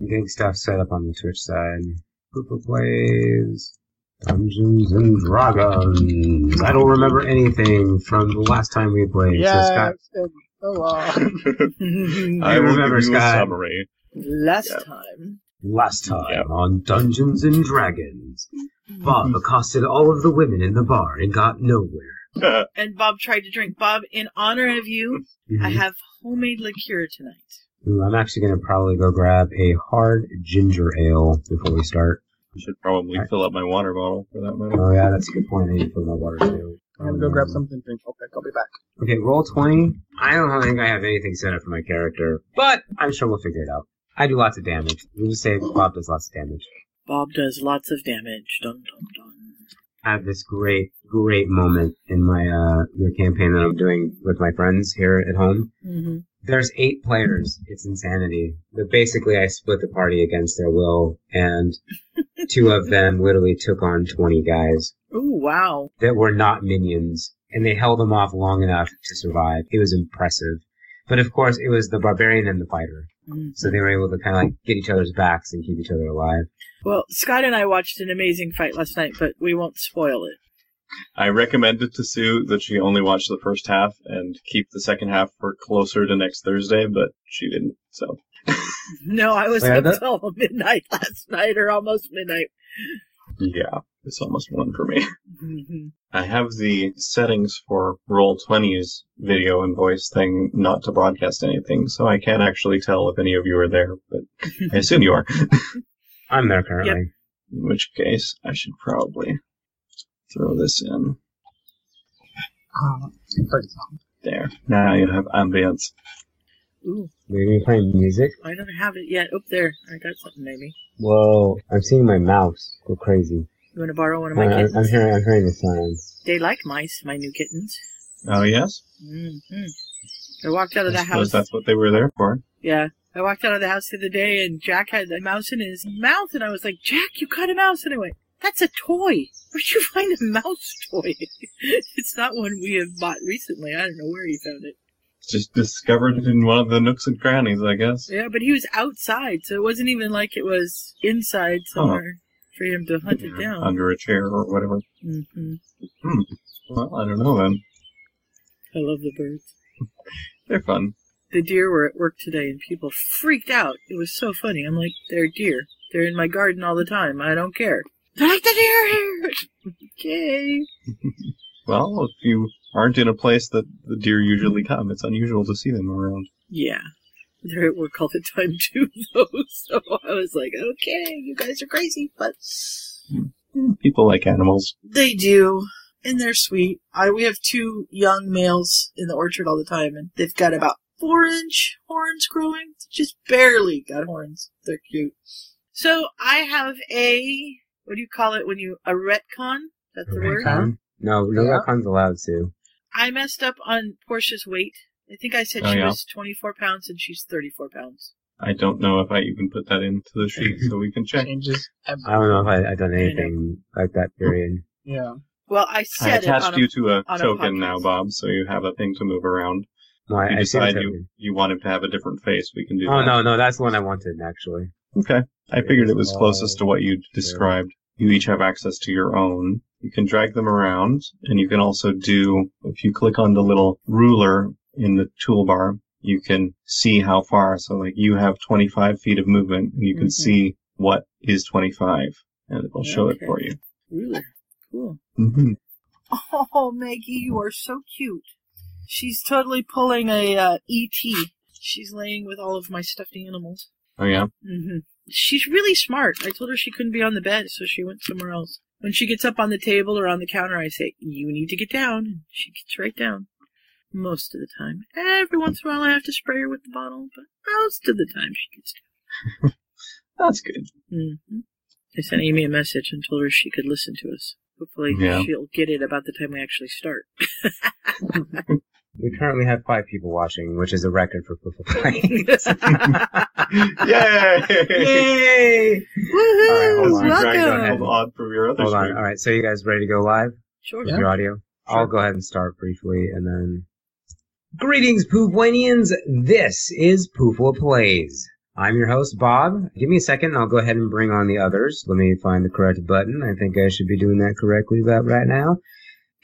Getting stuff set up on the Twitch side. Purple plays Dungeons and Dragons. I don't remember anything from the last time we played. so Scott, Uh, Yes, and oh, so on. You I will remember, give you Scott. a summary. Last Yeah. time. last time Yeah. on Dungeons and Dragons, Bob accosted all of the women in the bar and got nowhere. And Bob tried to drink. Bob, in honor of you, I Mm-hmm. have homemade liqueur tonight. Ooh, I'm actually going to probably go grab a hard ginger ale before we start. I should probably fill up my water bottle for that matter. Oh yeah, that's a good point. I need to fill my water too. I'm gonna go grab something to drink. Okay, I'll be back. Okay, roll 20. I don't think I have anything set up for my character, but I'm sure we'll figure it out. I do lots of damage. We'll just say Bob does lots of damage. Bob does lots of damage. Dun dun dun. I have this great, great moment in my uh, the campaign that I'm doing with my friends here at home. Mm-hmm. There's eight players. It's insanity. But basically, I split the party against their will, and two of them literally took on 20 guys. Ooh, wow. that were not minions, and they held them off long enough to survive. It was impressive. But of course, it was the barbarian and the fighter, Mm. so they were able to kind of like get each other's backs and keep each other alive. Well, Scott and I watched an amazing fight last night, but we won't spoil it. I recommended to Sue that she only watch the first half and keep the second half for closer to next Thursday, but she didn't. So No, I was Yeah, up that- till midnight last night, or almost midnight. yeah, it's almost one for me. Mhm. I have the settings for Roll 20's video and voice thing not to broadcast anything, so I can't actually tell if any of you are there, but I assume you are. I'm there currently. In which case, I should probably throw this in Um, there. Now you have ambience. Ooh, We're gonna play music. I don't have it yet. Up there, I got something. Maybe Whoa! I'm seeing my mouse go crazy. you want to borrow one of I, my am kittens? hearing, I'm hearing the sounds. They like mice, my new kittens. Oh, yes? hmm I walked out of I the suppose house. that's what they were there for. Yeah. I walked out of the house the other day and Jack had a mouse in his mouth and I was like, Jack, you got a mouse. And I went, that's a toy. Where'd you find a mouse toy? it's not one we have bought recently. I don't know where he found it. Just discovered it in one of the nooks and crannies, I guess. Yeah, but he was outside, so it wasn't even like it was inside somewhere for him to hunt it down. Under a chair or whatever. hmm Well, I don't know then. I love the birds. They're fun. The deer were at work today and people freaked out. It was so funny. I'm like, they're deer. They're in my garden all the time. I don't care. They're like the deer here. okay. Well, if you aren't in a place that the deer usually come, it's unusual to see them around. Yeah. They're at work all the time too, though. So I was like, okay, you guys are crazy, but Hmm, People like animals. they do. And they're sweet. I we have two young males in the orchard all the time, and they've got about four inch horns growing. Just barely got horns. They're cute. So I have a what do you call it when you a retcon? Is that the word? Retcon? No, no Yeah. retcons allowed to. I messed up on Portia's weight. I think I said Oh, she yeah. was twenty four pounds and she's thirty four pounds. I don't know if I even put that into the sheet, so we can check. changes. I Um, don't know if I, I've done anything like that period. Yeah. Well, I I said it on attached a you to a on a token now, podcast. Bob, so you have a thing to move around. No, I, If you I see the decide you, token. you want him to have a different face, we can do Oh that. no, no, that's the one I wanted actually. Okay. I figured it was Small. closest to what you described. You each have access to your own. You can drag them around, and you can also do, if you click on the little ruler in the toolbar, you can see how far. So, like, you have 25 feet of movement, and you can Mm-hmm. Mhm. see what is 25, and it will show it Okay. for you. ruler. Cool. hmm Oh, Maggie, you are so cute. She's totally pulling a uh, ET. She's laying with all of my stuffed animals. Oh, yeah. hmm She's really smart. I told her she couldn't be on the bed, so she went somewhere else. When she gets up on the table or on the counter, I say, "You need to get down." And she gets right down. Most of the time. Every once in a while, I have to spray her with the bottle, but most of the time, she gets That's good. Mm-hmm. I sent Amy a message and told her she could listen to us. Hopefully, Yeah. she'll get it about the time we actually start. We currently have five people watching, which is a record for Purple Play. Yay! Yay! Woohoo! hold on. Drag that Welcome. whole odd from your other Hold on. screen. All right. So you guys ready to go live Sure. with your audio? I'll go ahead and start briefly, and then. Greetings, Poofwanians. This is Poofwa Plays. I'm your host, Bob. Give me a second, and I'll go ahead and bring on the others. Let me find the correct button. I think I should be doing that correctly about right now.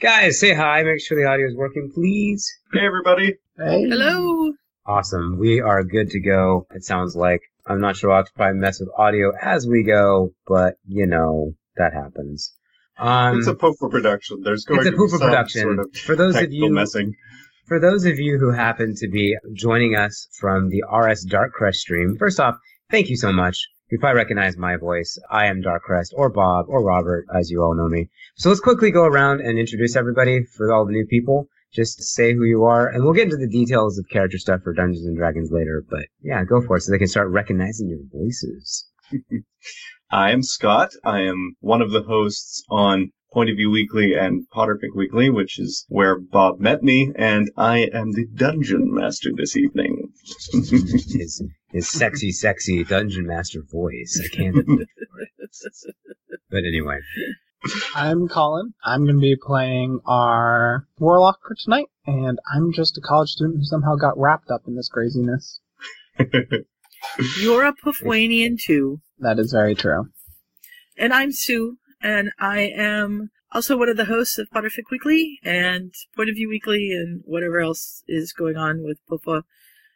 Guys, say hi. Make sure the audio is working, please. Hey, everybody. Hey. Hello. Awesome. We are good to go. It sounds like I'm not sure I'll probably mess with audio as we go, but you know that happens. Um, it's a Poopa production. There's going it's a to be Poopa some production. sort of for those of technical you messing. for those of you who happen to be joining us from the RS Dark Crest stream, first off, thank you so much. You probably recognize my voice. I am Dark Crest, or Bob, or Robert, as you all know me. So let's quickly go around and introduce everybody for all the new people. Just say who you are, and we'll get into the details of character stuff for Dungeons and Dragons later. But yeah, go for it, so they can start recognizing your voices. I am Scott. I am one of the hosts on Point of View Weekly and Potterpick Weekly, which is where Bob met me, and I am the dungeon master this evening. his his sexy, sexy dungeon master voice. I can't. but anyway, I'm Colin. I'm going to be playing our warlock for tonight, and I'm just a college student who somehow got wrapped up in this craziness. You're a Puffwanian too. That is very true. And I'm Sue, and I am also one of the hosts of Potterfic Weekly and Point of View Weekly and whatever else is going on with Popa.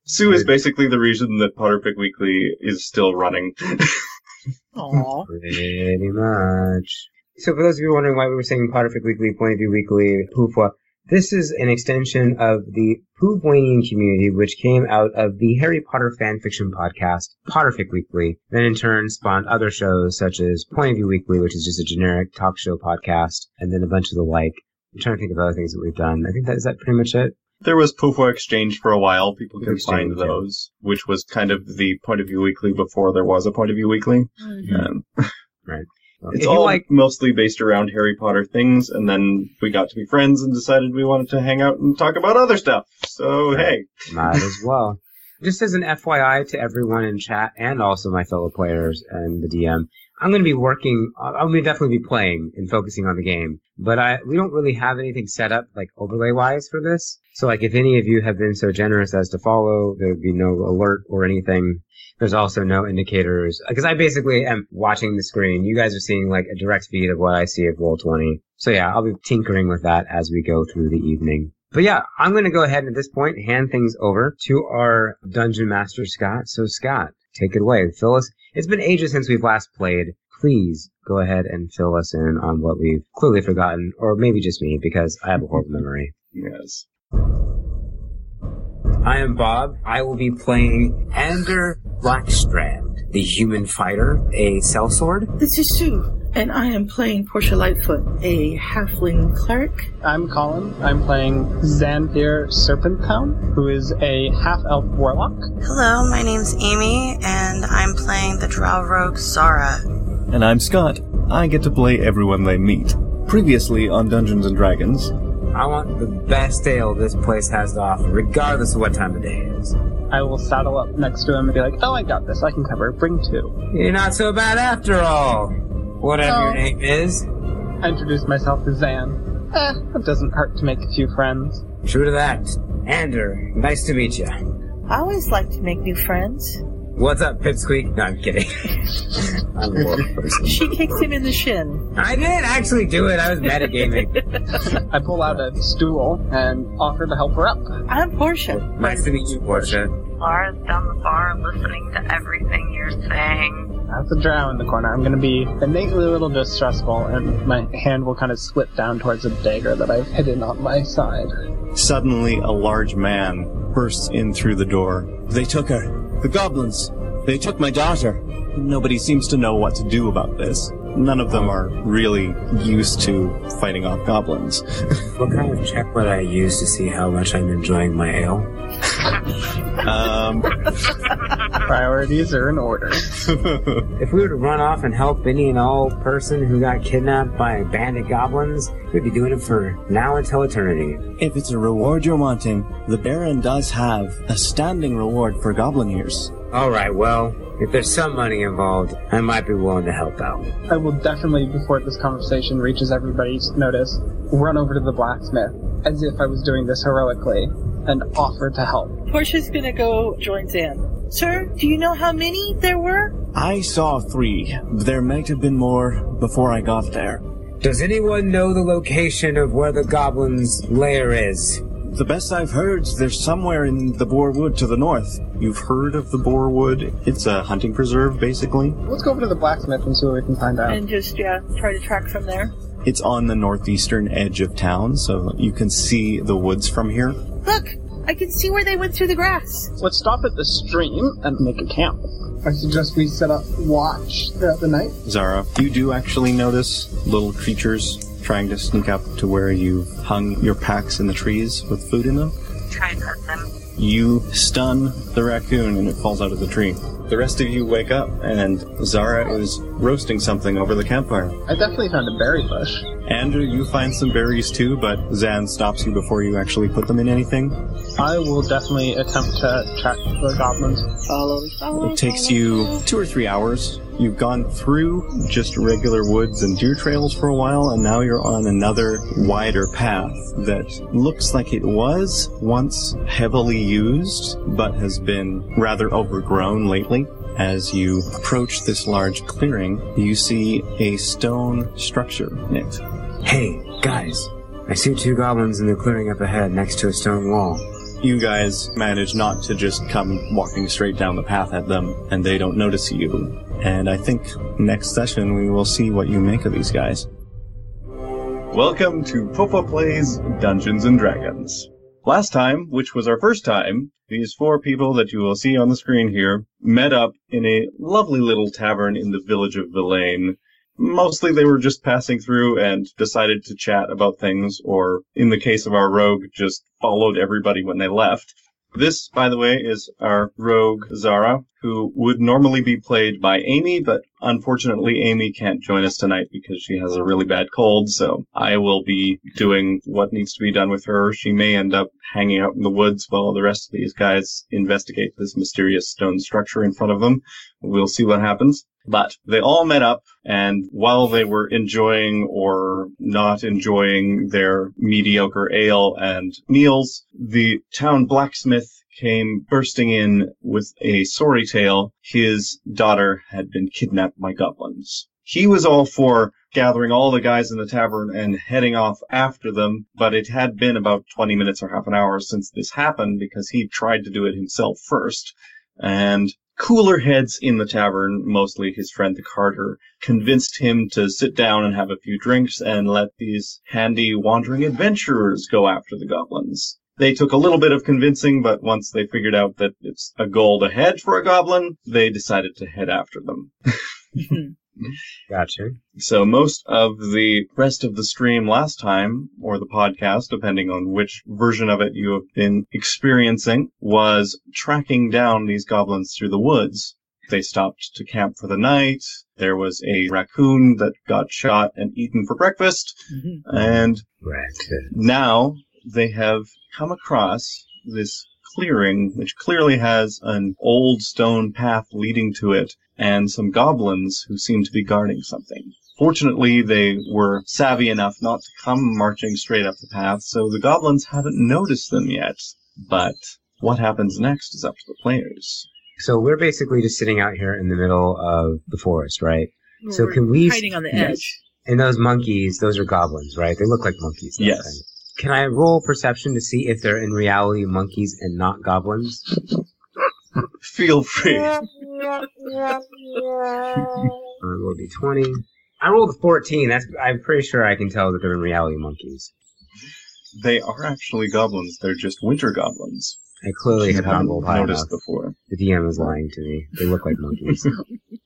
Sue is basically the reason that Potterpick Weekly is still running. Aw. Pretty much. So, for those of you wondering why we were saying Potterfic Weekly, Point of View Weekly, Poofwa, this is an extension of the Poofwanian community, which came out of the Harry Potter fan fiction podcast, Potterfic Weekly, then in turn spawned other shows such as Point of View Weekly, which is just a generic talk show podcast, and then a bunch of the like. I'm trying to think of other things that we've done. I think that is that pretty much it. There was Poofo Exchange for a while. People can Exchange, find yeah. those, which was kind of the Point of View Weekly before there was a Point of View Weekly. Mm-hmm. Um, if it's you all like, mostly based around Harry Potter things, and then we got to be friends and decided we wanted to hang out and talk about other stuff. So hey, Might as well. Just as an FYI to everyone in chat and also my fellow players and the DM, I'm going to be working. I'm going to definitely be playing and focusing on the game, but I we don't really have anything set up like overlay wise for this. So like, if any of you have been so generous as to follow, there would be no alert or anything. There's also no indicators because I basically am watching the screen. You guys are seeing like a direct feed of what I see of roll twenty. So yeah, I'll be tinkering with that as we go through the evening. But yeah, I'm going to go ahead and at this point hand things over to our dungeon master Scott. So Scott, take it away. Fill us it's been ages since we've last played. Please go ahead and fill us in on what we've clearly forgotten, or maybe just me, because I have a horrible memory. yes, I am Bob. I will be playing Ander Blackstrand, the human fighter, a sellsword. This is Sue, and I am playing Portia Lightfoot, a halfling cleric. I'm Colin. I'm playing Xanthir Serpenttown, who is a half elf warlock. Hello, my name's Amy, and I'm playing the Drow Rogue Zara. And I'm Scott. I get to play everyone they meet. Previously on Dungeons and Dragons, I want the best ale this place has to offer, regardless of what time of day it is. I will saddle up next to him and be like, oh, I got this. I can cover. it. Bring two. You're not so bad after all. Whatever your Oh. name is, I introduce myself to Xan. Eh, it doesn't hurt to make a few friends. true to that. Ander, nice to meet you. I always like to make new friends. What's up, Pipsqueak? No, I'm kidding. I'm a horrible person. She kicked him in the shin. I didn't actually do it. I was metagaming. I pull out a stool and offer to help her up. I'm Portia. nice to meet you, Portia. Laura's down the bar listening to everything you're saying. That's a drow in the corner. I'm gonna be innately a little distressful, and my hand will kind of slip down towards a dagger that I've hidden on my side. suddenly a large man bursts in through the door. They took her. The goblins. They took my daughter. Nobody seems to know what to do about this. None of them are really used to fighting off goblins. What kind of check would I use to see how much I'm enjoying my ale? Um, Priorities are in order. If we were to run off and help any and all person who got kidnapped by bandit goblins, we'd be doing it for now until eternity. if it's a reward you're wanting, the Baron does have a standing reward for goblin ears. All right. Well, if there's some money involved, I might be willing to help out. I will definitely, before this conversation reaches everybody's notice, run over to the blacksmith as if I was doing this heroically and offer to help. Portia's gonna go join Zan. Sir, do you know how many there were? I saw three. There might have been more before I got there. Does anyone know the location of where the goblin's lair is? The best I've heard, they're somewhere in the Boar Wood to the north. You've heard of the Boar Wood? It's a hunting preserve, basically. Let's go over to the blacksmith and see what we can find out. And just, yeah, try to track from there. It's on the northeastern edge of town, so you can see the woods from here. Look, I can see where they went through the grass. Let's stop at the stream and make a camp. I suggest we set up watch throughout the night. Zara, You do actually notice little creatures trying to sneak up to where you've hung your packs in the trees with food in them. Try and hurt them. You stun the raccoon and it falls out of the tree. The rest of you wake up and Zara is roasting something over the campfire. I definitely found a berry bush. Andrew, you find some berries too, but Zan stops you before you actually put them in anything. I will definitely attempt to track the goblins. Follow. It takes you two or three hours. You've gone through just regular woods and deer trails for a while, and now you're on another wider path that looks like it was once heavily used, but has been rather overgrown lately. As you approach this large clearing, you see a stone structure in it. Hey, guys, I see two goblins in the clearing up ahead next to a stone wall. you guys manage not to just come walking straight down the path at them and they don't notice you. And I think next session we will see what you make of these guys. Welcome to Popa Plays Dungeons and Dragons. Last time, which was our first time, these four people that you will see on the screen here met up in a lovely little tavern in the village of Villaine. Mostly they were just passing through and decided to chat about things, or in the case of our rogue, just followed everybody when they left. This, by the way, is our rogue Zara, who would normally be played by Amy, but unfortunately Amy can't join us tonight because she has a really bad cold, so I will be doing what needs to be done with her. She may end up hanging out in the woods while the rest of these guys investigate this mysterious stone structure in front of them. We'll see what happens. But they all met up, and while they were enjoying or not enjoying their mediocre ale and meals, the town blacksmith came bursting in with a sorry tale. His daughter had been kidnapped by goblins. He was all for gathering all the guys in the tavern and heading off after them, but it had been about 20 minutes or half an hour since this happened because he tried to do it himself first. And cooler heads in the tavern, mostly his friend the carter, convinced him to sit down and have a few drinks and let these handy wandering adventurers go after the goblins. They took a little bit of convincing, but once they figured out that it's a gold ahead for a goblin, they decided to head after them. Gotcha. So most of the rest of the stream last time, or the podcast, depending on which version of it you have been experiencing, was tracking down these goblins through the woods. They stopped to camp for the night. There was a raccoon that got shot and eaten for breakfast. Mm-hmm. Mhm. And Right. now they have come across this clearing, which clearly has an old stone path leading to it, and some goblins who seem to be guarding something. Fortunately, they were savvy enough not to come marching straight up the path, so the goblins haven't noticed them yet. But what happens next is up to the players. So we're basically just sitting out here in the middle of the forest, right? So We're can we- hiding on the Yes. edge? And those monkeys, those are goblins, right? They look like monkeys. that Yes. kind of- Can I roll perception to see if they're in reality monkeys and not goblins? Feel free. I rolled a d20. I rolled a 14. That's I'm pretty sure I can tell that they're in reality monkeys. They are actually goblins. They're just winter goblins. I clearly have not haven't rolled high enough. noticed before. The DM is lying to me. They look like monkeys.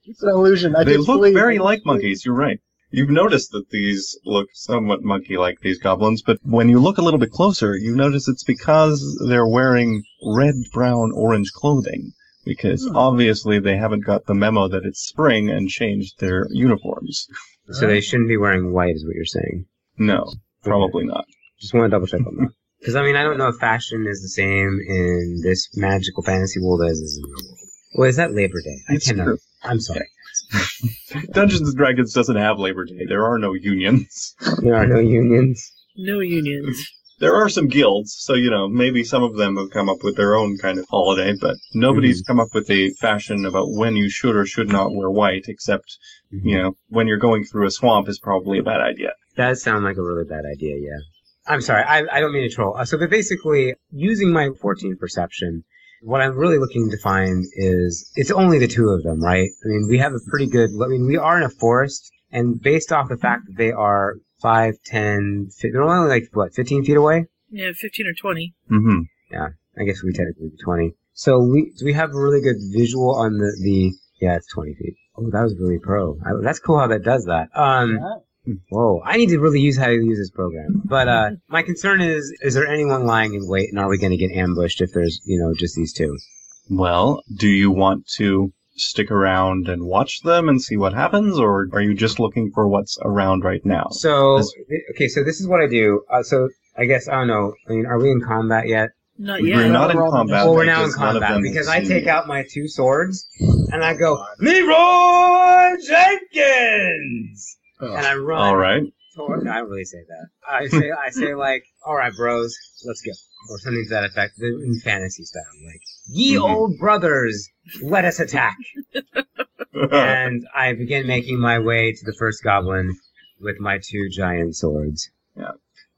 It's an illusion. I they just look believe- very like monkeys. You're right. You've noticed that these look somewhat monkey-like these goblins, but when you look a little bit closer, you notice it's because they're wearing red, brown, orange clothing. Because Hmm. obviously they haven't got the memo that it's spring and changed their uniforms. so they shouldn't be wearing white, is what you're saying. No, probably not. Just want to double check on that. Because I mean, I don't know if fashion is the same in this magical fantasy world as it is in the real world. Well, is that Labor Day? I It's cannot. true. I'm sorry. Dungeons and Dragons doesn't have Labor Day. There are no unions. There are no unions. No unions. There are some guilds, so you know maybe some of them have come up with their own kind of holiday, but nobody's come up with a fashion about when you should or should not wear white. Except you know when you're going through a swamp is probably a bad idea. That sounds like a really bad idea, yeah. I'm sorry, I, I don't mean to troll. Uh, so, but basically, using my 14 perception, what I'm really looking to find is it's only the two of them, right? I mean, we have a pretty good, I mean, we are in a forest, and based off the fact that they are 5, 10, fi- they're only like, what, 15 feet away? Yeah, 15 or 20. Mm-hmm. I guess we technically be 20. So we do we have a really good visual on the, the yeah, it's 20 feet. Oh, that was really pro. I, that's cool how that does that. Um, Whoa, I need to really use how to use this program. But uh, my concern is: is there anyone lying in wait, and are we going to get ambushed if there's, you know, just these two? Well, do you want to stick around and watch them and see what happens, or are you just looking for what's around right now? So, That's- okay, so this is what I do. Uh, so I guess I don't know. I mean, are we in combat yet? Not We're yet. not in We're all- combat. well, we're now in because none of combat them because have I seen take you. out my two swords and I go, Leroy Jenkins, Oh. and I run. All right. toward- I don't really say that. I say I say like, all right, bros, let's go, or something to that effect, the- in fantasy style, like, ye Mhm. old brothers, let us attack. and I begin making my way to the first goblin with my two giant swords.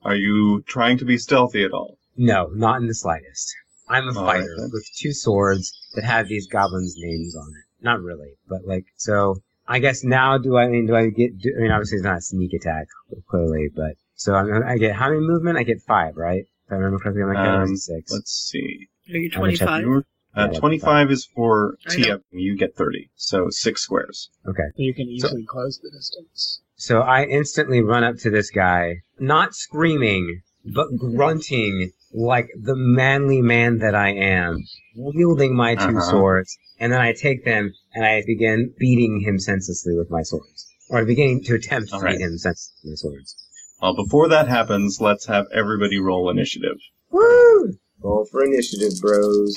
Are you trying to be stealthy at all? No, not in the slightest. I'm a All right, fighter then. with two swords that have these goblins' names on it. Not really, but like so. I guess now do I I mean do I get? Do, I mean obviously it's not a sneak attack clearly, but so I, I get how many movement? I get five, right? If I remember correctly, I'm like Um, um, six. Let's see. Are you I'm gonna check 25? You- Yeah, Uh, that's 25 is for I know. TF. You get 30. So six squares. Okay, You can easily close the distance. so I instantly run up to this guy, not screaming but grunting like the manly man that I am, wielding my 2 Uh-huh. swords, and then I take them and I begin beating him senselessly with my swords, or beginning to attempt to All right. beat him senselessly with my swords. Well, before that happens, let's have everybody roll initiative. Woo! Roll for initiative, bros.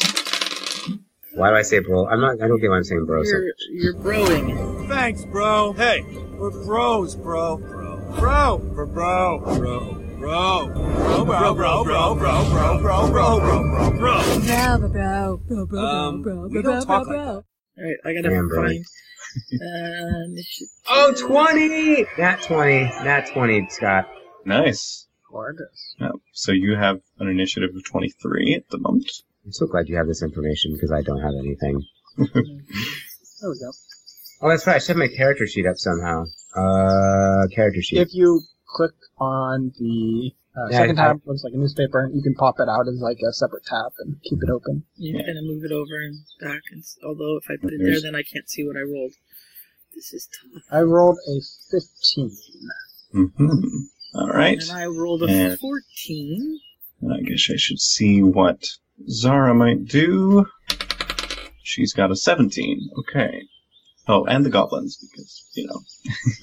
Why do I say bro? I'm not. I don't get why I'm saying bro. So. You're, you're broing. Thanks, bro. Hey, we're bros, bro. Bro. Bro. Bro. Bro. Bro. Bro. Bro. Bro. Bro. Bro. Bro. Bro. Bro. Bro. Bro. Bro. Bro. Bro, bro, bro, bro, bro, Um, bro, bro, we don't bro, talk bro, like bro. Alright, I gotta Damn, bro. find. Uh, initiative. Oh, 20! Nat 20. Nat 20, Scott. Nice. Gorgeous. Yeah, So you have an initiative of 23 at the moment. I'm so glad you have this information because I don't have anything. There we go. Oh, that's right. I should have my character sheet up somehow. Uh, character sheet. If you click on the uh, Yeah, second I- tab, looks like a newspaper. You can pop it out as like a separate tab and keep it open. You Yeah. kind of move it over and back. And, s- although if I put it there, There's- then I can't see what I rolled. This is tough. I rolled a 15. Mm-hmm. All right. And I rolled a And- 14. And I guess I should see what Zara might do. She's got a 17. Okay. Oh, and the goblins, because, you know,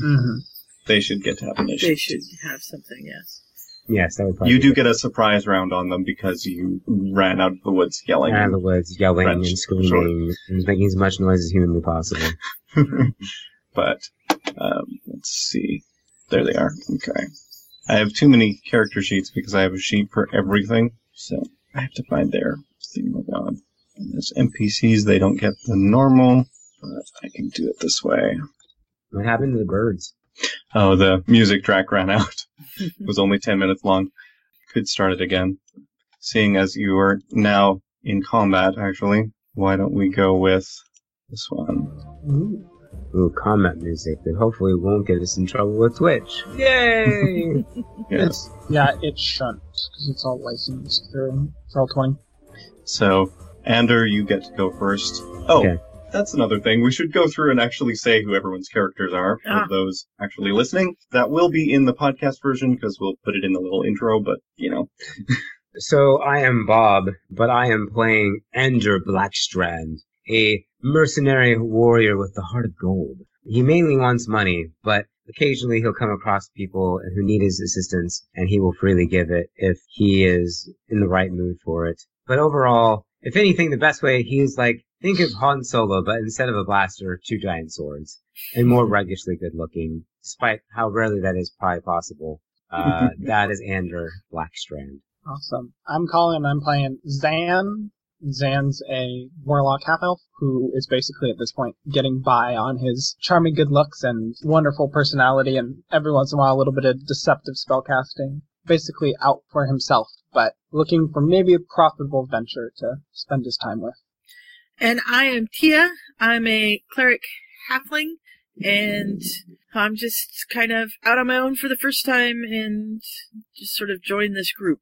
Mm-hmm. they should get to have initiative. They should have something, yes. yes, that would probably You be do get a surprise round on them because you ran out of the woods yelling. out of the woods, yelling French, and screaming and making as much noise as humanly possible. but um, let's see. There they are. Okay. I have too many character sheets because I have a sheet for everything, so I have to find their thing. Oh god. And there's NPCs. They don't get the normal, but I can do it this way. What happened to the birds? Oh, the music track ran out. it was only 10 minutes long. Could start it again. Seeing as you are now in combat, actually, why don't we go with this one? Ooh, combat music that hopefully won't get us in trouble with Twitch. Yay! Yes. Yeah, it shouldn't because it's all licensed through roll 20. So, Ander, you get to go first. Oh, Okay. that's another thing. We should go through and actually say who everyone's characters are for Ah. those actually listening. That will be in the podcast version because we'll put it in the little intro, but, you know, so I am Bob, but I am playing Ender Blackstrand, a mercenary warrior with the heart of gold. He mainly wants money, but occasionally he'll come across people who need his assistance, and he will freely give it if he is in the right mood for it. But overall, if anything, the best way he is like think of Han Solo, but instead of a blaster, two giant swords, and more ruggishly good looking, despite how rarely that is probably possible. Uh, that is Ander Blackstrand. Awesome. I'm Colin. I'm playing Zan. Zan's a warlock half elf who is basically at this point getting by on his charming good looks and wonderful personality, and every once in a while a little bit of deceptive spellcasting. Basically out for himself, but looking for maybe a profitable venture to spend his time with. And I am Tia. I'm a cleric halfling, and I'm just kind of out on my own for the first time and just sort of joined this group.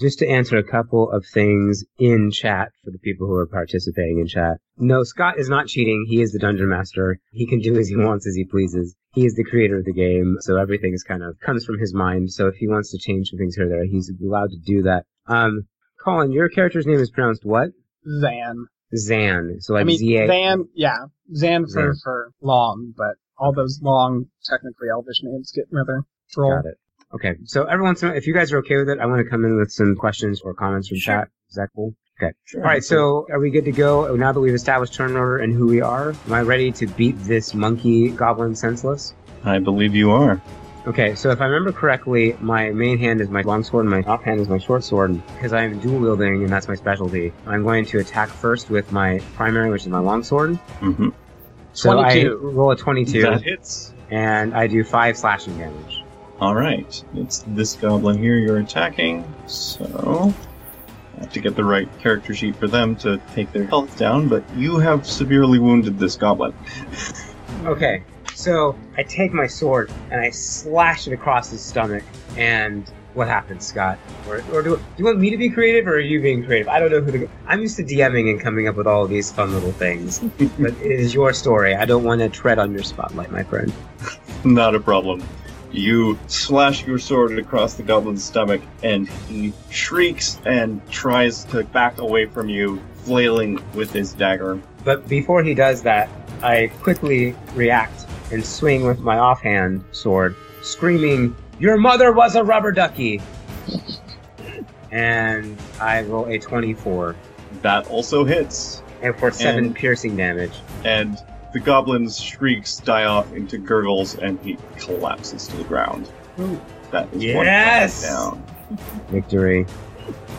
Just to answer a couple of things in chat for the people who are participating in chat. No, Scott is not cheating. He is the dungeon master. He can do as he wants as he pleases. He is the creator of the game, so everything is kind of comes from his mind. So if he wants to change some things here or there, he's allowed to do that. Um, Colin, your character's name is pronounced what? Zan. Zan. So I like mean, Z A. Zan, yeah. Zan for, Zan. for long, but all those long, technically elvish names get rather droll. Got it. Okay. So every once in a while, if you guys are okay with it, I want to come in with some questions or comments from chat. Is that cool? Okay. Sure. All right. So are we good to go now that we've established turn order and who we are? Am I ready to beat this monkey goblin senseless? I believe you are. Okay, so if I remember correctly, my main hand is my long sword and my off hand is my short sword because I am dual wielding and that's my specialty. I'm going to attack first with my primary, which is my long sword. Mm-hmm. So I 22. roll a 22 That hits. and I do 5 slashing damage. All right, it's this goblin here you're attacking. So I have to get the right character sheet for them to take their health down, but you have severely wounded this goblin. Okay, so I take my sword and I slash it across his stomach. And what happens, Scott? Or, or do, do you want me to be creative, or are you being creative? I don't know who to. Go. I'm used to DMing and coming up with all of these fun little things, but it is your story. I don't want to tread on your spotlight, my friend. Not a problem. You slash your sword across the goblin's stomach, and he shrieks and tries to back away from you, flailing with his dagger. But before he does that, I quickly react and swing with my offhand sword, screaming, Your mother was a rubber ducky! and I roll a 24, That also hits, and for 7 And- piercing damage. and the goblin's shrieks die off into gurgles, and he collapses to the ground. That is one Yes! down. Victory.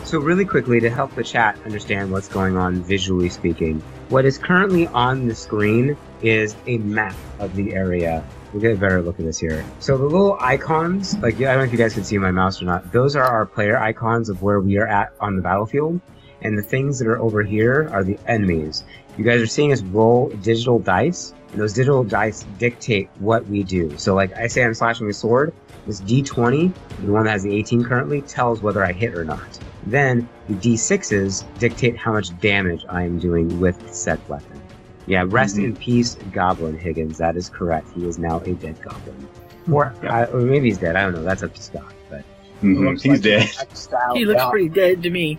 So, really quickly, to help the chat understand what's going on visually speaking, what is currently on the screen is a map of the area. We'll get a better look at this here. So, the little icons, like, I don't know if you guys can see my mouse or not, those are our player icons of where we are at on the battlefield. And the things that are over here are the enemies. You guys are seeing us roll digital dice, and those digital dice dictate what we do. So, like, I say I'm slashing a sword, this d20 the one that has the 18 currently tells whether I hit or not. Then the d6s dictate how much damage I am doing with said weapon. Yeah, rest Mm-hmm. in peace, Goblin Higgins. That is correct. He is now a dead goblin. Or, Yeah. uh, or maybe he's dead. I don't know. That's up to Scott. But Mhm, Looks He's like dead. X'd out. He looks Yeah. pretty dead to me.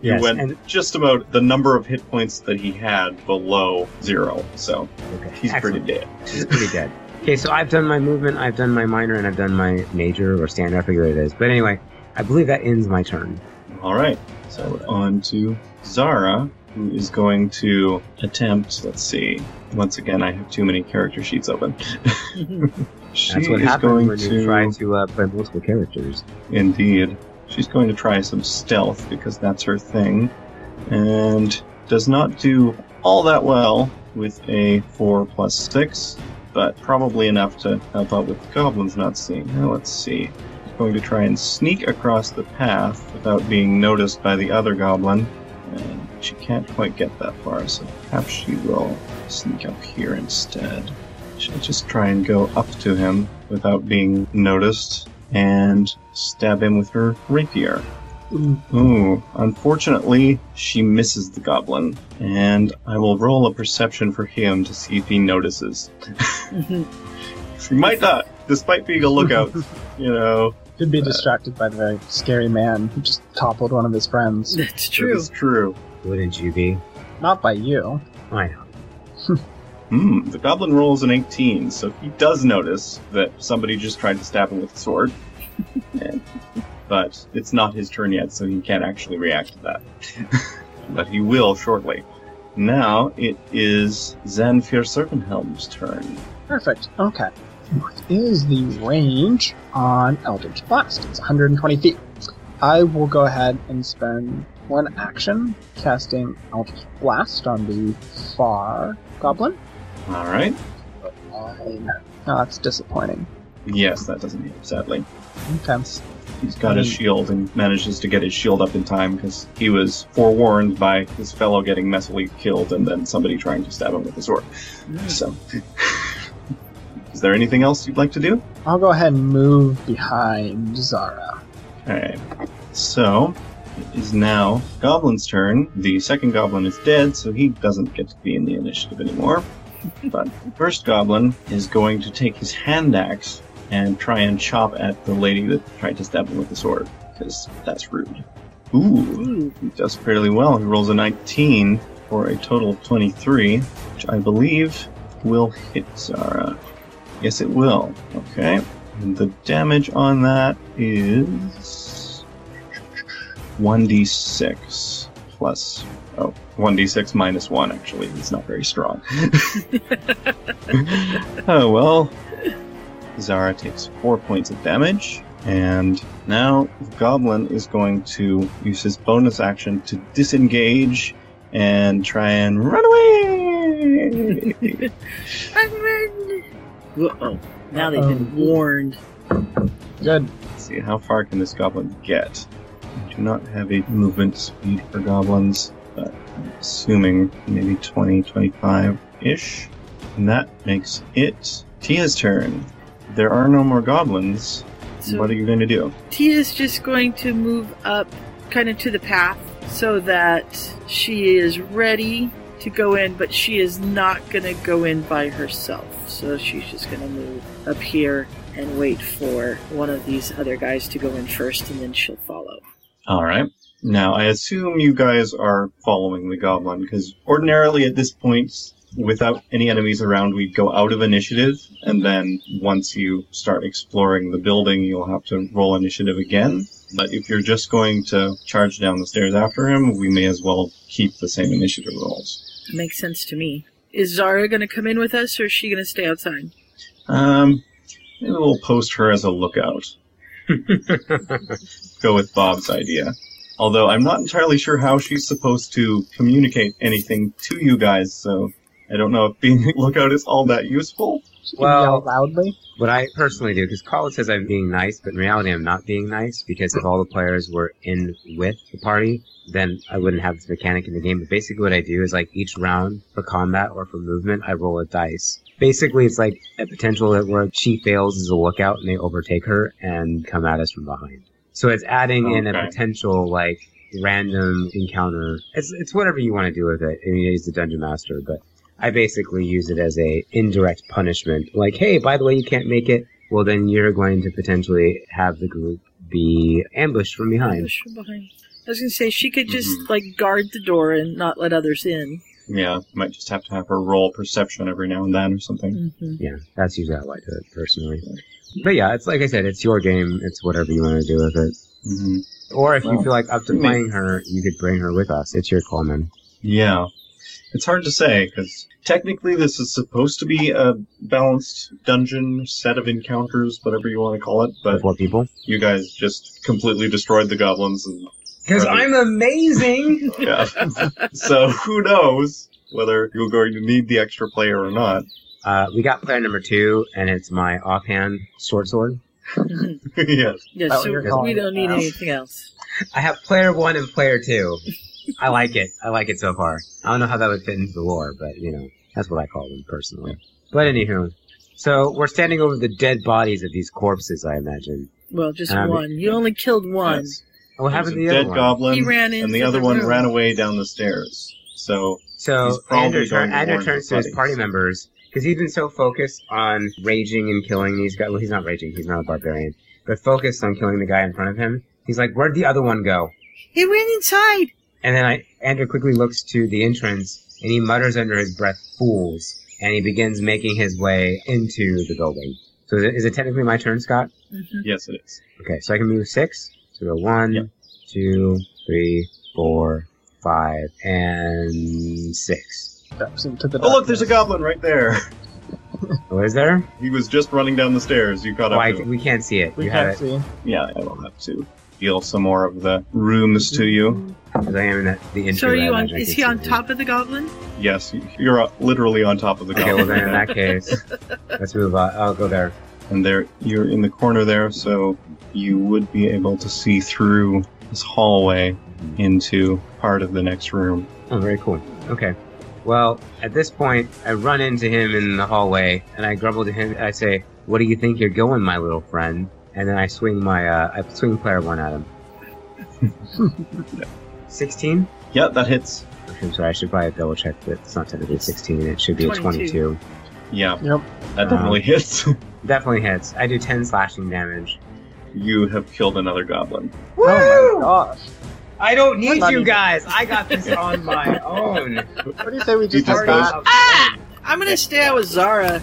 He Yes, went and- just about the number of hit points that he had below zero, so okay, he's Excellent. pretty dead. He's pretty dead. Okay, so I've done my movement, I've done my minor, and I've done my major or standard. I forget what it is. But anyway, I believe that ends my turn. All right, so on to Zara, who is going to attempt. Let's see. Once again, I have too many character sheets open. she That's what is happens going when to you try to uh, play multiple characters. Indeed. She's going to try some stealth because that's her thing. And does not do all that well with a 4 plus 6, but probably enough to help out with the goblins not seeing. Now let's see. She's going to try and sneak across the path without being noticed by the other goblin. And she can't quite get that far, so perhaps she will sneak up here instead. She'll just try and go up to him without being noticed and stab him with her rapier. Ooh. Ooh, unfortunately, she misses the goblin, and I will roll a perception for him to see if he notices. He might not, despite being a lookout. you know, Could be distracted by the very scary man who just toppled one of his friends. That's true. it's true. Wouldn't you be? Not by you. I know. Hmm, the goblin rolls an 18, so he does notice that somebody just tried to stab him with a sword. And- but it's not his turn yet, so he can't actually react to that. but he will shortly. Now it is Zanfir Serpenhelm's turn. Perfect. Okay. What is the range on Eldritch Blast? It's 120 feet. I will go ahead and spend one action casting Eldritch Blast on the far goblin. All right. Nine. Oh, that's disappointing. Yes, that doesn't hit, sadly. Intense. He's got his shield and manages to get his shield up in time because he was forewarned by his fellow getting messily killed and then somebody trying to stab him with a sword. So, is there anything else you'd like to do? I'll go ahead and move behind Zara. Alright. So, it is now Goblin's turn. The second Goblin is dead, so he doesn't get to be in the initiative anymore. But the first Goblin is going to take his hand axe and try and chop at the lady that tried to stab him with the sword, because that's rude. Ooh, he does fairly well. He rolls a 19 for a total of 23, which I believe will hit Zara. Yes, it will. Okay. And the damage on that is 1d6 plus. Oh, 1d6 minus 1, actually. He's not very strong. oh, well. Zara takes 4 points of damage. And now the goblin is going to use his bonus action to disengage and try and run away! Uh-oh. Now they've been warned. Um, Good. Let's see, how far can this goblin get? I do not have a movement speed for goblins, but I'm assuming maybe 20, 25 ish. And that makes it Tia's turn. There are no more goblins. So what are you going to do? Tia's just going to move up kind of to the path so that she is ready to go in, but she is not going to go in by herself. So she's just going to move up here and wait for one of these other guys to go in first, and then she'll follow. All right. Now, I assume you guys are following the goblin, because ordinarily at this point, without any enemies around, we'd go out of initiative, and then once you start exploring the building, you'll have to roll initiative again. But if you're just going to charge down the stairs after him, we may as well keep the same initiative rolls. Makes sense to me. Is Zara going to come in with us, or is she going to stay outside? Um, maybe we'll post her as a lookout. go with Bob's idea. Although I'm not entirely sure how she's supposed to communicate anything to you guys, so I don't know if being a lookout is all that useful. She can Well- yell loudly. What I personally do, because Colin says I'm being nice, but in reality I'm not being nice, because if all the players were in with the party, then I wouldn't have this mechanic in the game. But basically what I do is like each round for combat or for movement, I roll a dice. Basically it's like a potential that where she fails is a lookout and they overtake her and come at us from behind. So it's adding in a Okay. potential like random encounter. It's it's whatever you want to do with it. I mean he's the dungeon master, but I basically use it as a indirect punishment. Like, hey, by the way, you can't make it. Well, then you're going to potentially have the group be ambushed from behind. Push from behind. I was going to say she could just like guard the door and not let others in. Yeah, might just have to have her roll perception every now and then or something. hmm Yeah, that's usually how I do it personally. But yeah, it's like I said, it's your game. It's whatever you want to do with it. hmm Or if you Well, feel like up to you may- playing her, you could bring her with us. It's your call, man. Yeah. It's hard to say because technically this is supposed to be a balanced dungeon set of encounters, whatever you want to call it, but Four people. you guys just completely destroyed the goblins and Because Right. I'm amazing. yeah. so who knows whether you're going to need the extra player or not. uh, we got player number two, and it's my offhand short sword. yes. Yeah, Oh, so you're calling we don't it need now. anything else. I have player one and player two. I like it. I like it so far. I don't know how that would fit into the lore, but you know, that's what I call them personally. But anywho, so we're standing over the dead bodies of these corpses, I imagine. Well, just Um, one. You only killed one. Yes. And what There's happened to a the dead other one? goblin He ran and the into other the one room. ran away down the stairs. So So He's probably Andrew, going turn, to Andrew warn turns the to his buddies. party members because he's been so focused on raging and killing these guys. Well, he's not raging; he's not a barbarian, but focused on killing the guy in front of him. He's like, "Where'd the other one go?" He went inside. And then I, Andrew quickly looks to the entrance and he mutters under his breath, fools, and he begins making his way into the building. So is it, is it technically my turn, Scott? Mhm. yes it is. Okay, so I can move six. So go one, Yep. two, three, four, five, and six. Steps into the Oh look, there's a darkness. goblin right there. What is there? He was just running down the stairs. You caught up Why to him. we can't see it. We you have can't it. see. Yeah, I don't have to. deal some more of the rooms to you. 'Cause I am in the, the So are intro you that on? magic Is he on top of the goblin? Yes, you're uh, literally on top of the Okay, well then in goblin. that case, let's move on. I'll go there. and there you're in the corner there, so you would be able to see through this hallway into part of the next room. Oh, very cool. Okay. Well, at this point, I run into him in the hallway, and I grumble to him. And I say, "What do you think you're going, my little friend?" And then I swing my uh, I swing player one at him. Sixteen. Yeah, that hits. I'm sorry. I should probably double check that it's not technically sixteen. It should be a 22. twenty-two. Yeah, Yep. that definitely hits. Definitely hits. I do ten slashing damage. you have killed another goblin. Oh my gosh. I don't need Funny. you guys. I got this on my own. What do you say we just just have goes- that I'm gonna stay out with Zara.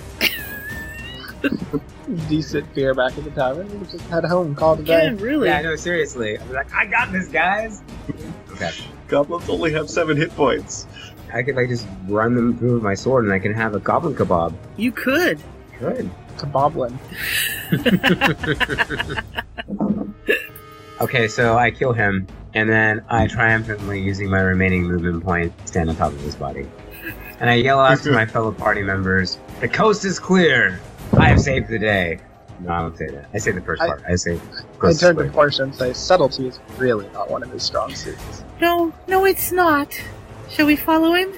decent beer back at the tavern? We just head home, call it a day. Good, really. Yeah, no, seriously. I'm like, I got this, guys. Okay. Goblins only have seven hit points. I could like just run them through with my sword, and I can have a goblin kebab. You could. Good. Kaboblin. Okay, so I kill him, and then I triumphantly, using my remaining movement point, stand on top of his body, and I yell out to my fellow party members, "The coast is clear. I have saved the day." No, I don't say that. I say the first I- part. I say, I "Coast is turn to clear." Portia and say, subtlety is really not one of his strong suits. No, no, it's not. Shall we follow him?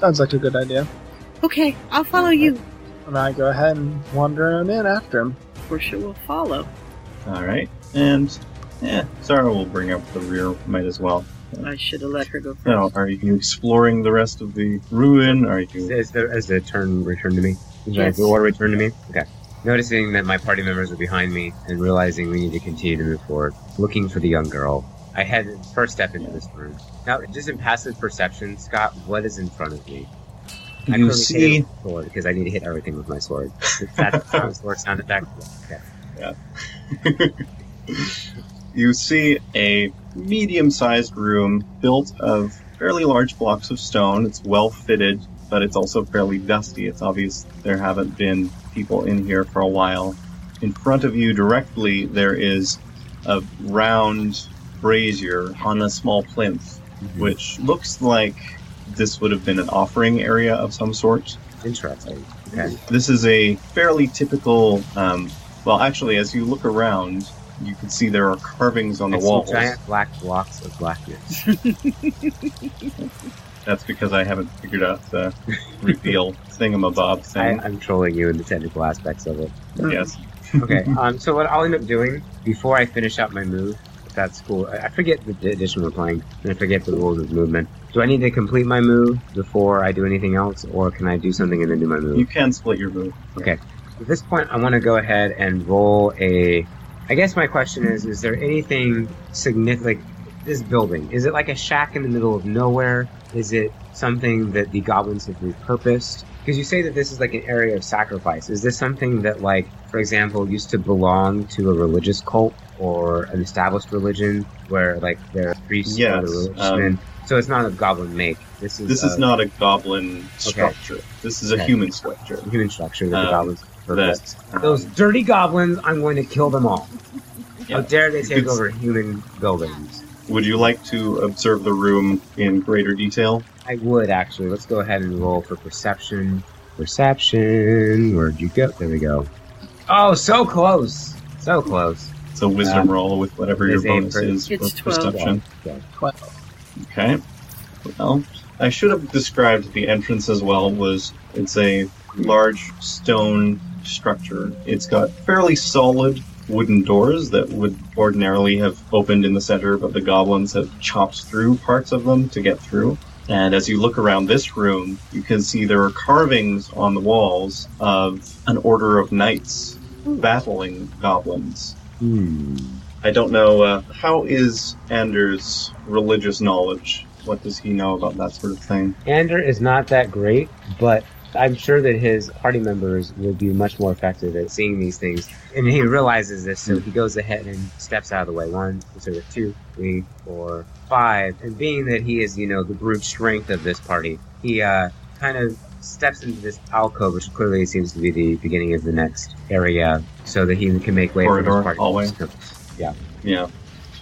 Sounds like a good idea. Okay, I'll follow you. And I go ahead and wander on in after him. Portia will follow. All right, and yeah, Zara will bring up the rear. Might as well. I should have let her go first. Now, are you exploring the rest of the ruin? Are you? Is the, is the turn returned to me? Is Yes. the order returned to me? Okay. Noticing that my party members are behind me and realizing we need to continue to move forward, looking for the young girl, I head first step into this room. Now, just in passive perception, Scott, what is in front of me? I you currently see hit it with my sword because I need to hit everything with my sword. That's the sword sound effect. Okay. you see a medium-sized room built of fairly large blocks of stone. It's well fitted, but it's also fairly dusty. It's obvious there haven't been people in here for a while. In front of you, directly, there is a round brazier on a small plinth, which looks like this would have been an offering area of some sort. Interesting. Okay. This is a fairly typical. Um, well, actually, as you look around, you can see there are carvings on the I see walls. giant black blocks of blackness. That's because I haven't figured out the reveal thingamabob I, thing. I'm trolling you in the technical aspects of it. yes. okay. Um, so what I'll end up doing before I finish out my move, if that's cool. I I forget the d- edition we're playing, and I forget the rules of movement. Do I need to complete my move before I do anything else, or can I do something and then do my move? You can split your move. At this point, I want to go ahead and roll a. I guess my question is: Is there anything significant? Like this building is it like a shack in the middle of nowhere? Is it something that the goblins have repurposed? Because you say that this is like an area of sacrifice. Is this something that, like, for example, used to belong to a religious cult or an established religion where, like, there are priests Yes, or the religious um, men? So it's not a goblin make. This is This a is not a goblin structure. This is a Okay. human structure. human structure that the um, goblins That, repurposed. um, Those dirty goblins, I'm going to kill them all. Yeah. How dare they take It's- over human buildings? would you like to observe the room in greater detail? I would actually. Let's go ahead and roll for perception. Perception. Where'd you go? There we go. Oh, so close. So close. It's a wisdom roll with whatever it your is a bonus per- is for It's 12. perception. What? Okay. Well, I should have described the entrance as well. Was it's a large stone structure. It's got fairly solid wooden doors that would ordinarily have opened in the center, but the goblins have chopped through parts of them to get through. And as you look around this room, you can see there are carvings on the walls of an order of knights battling goblins. Hmm. I don't know. Uh, how is Anders' religious knowledge? What does he know about that sort of thing? Ander is not that great, but I'm sure that his party members will be much more effective at seeing these things. And he realizes this, so he goes ahead and steps out of the way. One, sort of two, three, four, five. And being that he is, you know, the brute strength of this party, he uh, kind of steps into this alcove, which clearly seems to be the beginning of the next area, so that he can make way for Corridor, his party. hallway. Yeah. Yeah.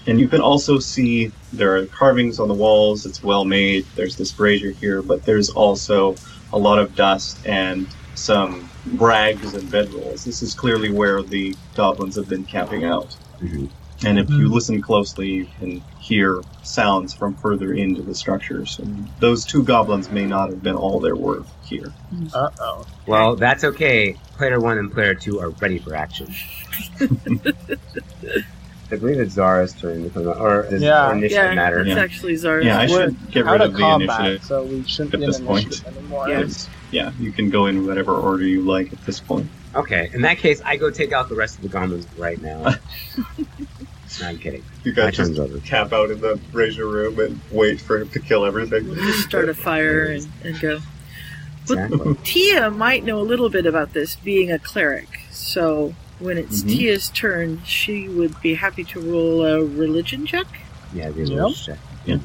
And you can also see there are carvings on the walls. It's well made. There's this brazier here, but there's also a lot of dust and some rags and bedrolls. This is clearly where the goblins have been camping out. Mm-hmm. And if you listen closely, you can hear sounds from further into the structures. And those two goblins may not have been all there were here. Uh oh. Well, that's okay. Player one and player two are ready for action. I believe it's Zara's turn to come out, or does Yeah. initiative yeah, matter? it's actually Zara's. Yeah, I We're should get out rid of of the combat, initiative so we shouldn't at be this in point. initiative anymore. Yeah. It's- yeah, you can go in whatever order you like at this point. Okay, in that case, I go take out the rest of the goblins right now. no, I'm kidding. You My guys just turn's over. cap out in the brazier room and wait for him to kill everything. We just start a fire and, and go. Exactly. Tia might know a little bit about this, being a cleric. So when it's Mhm. Tia's turn, she would be happy to roll a religion check. yeah, the Yeah. check. Yeah.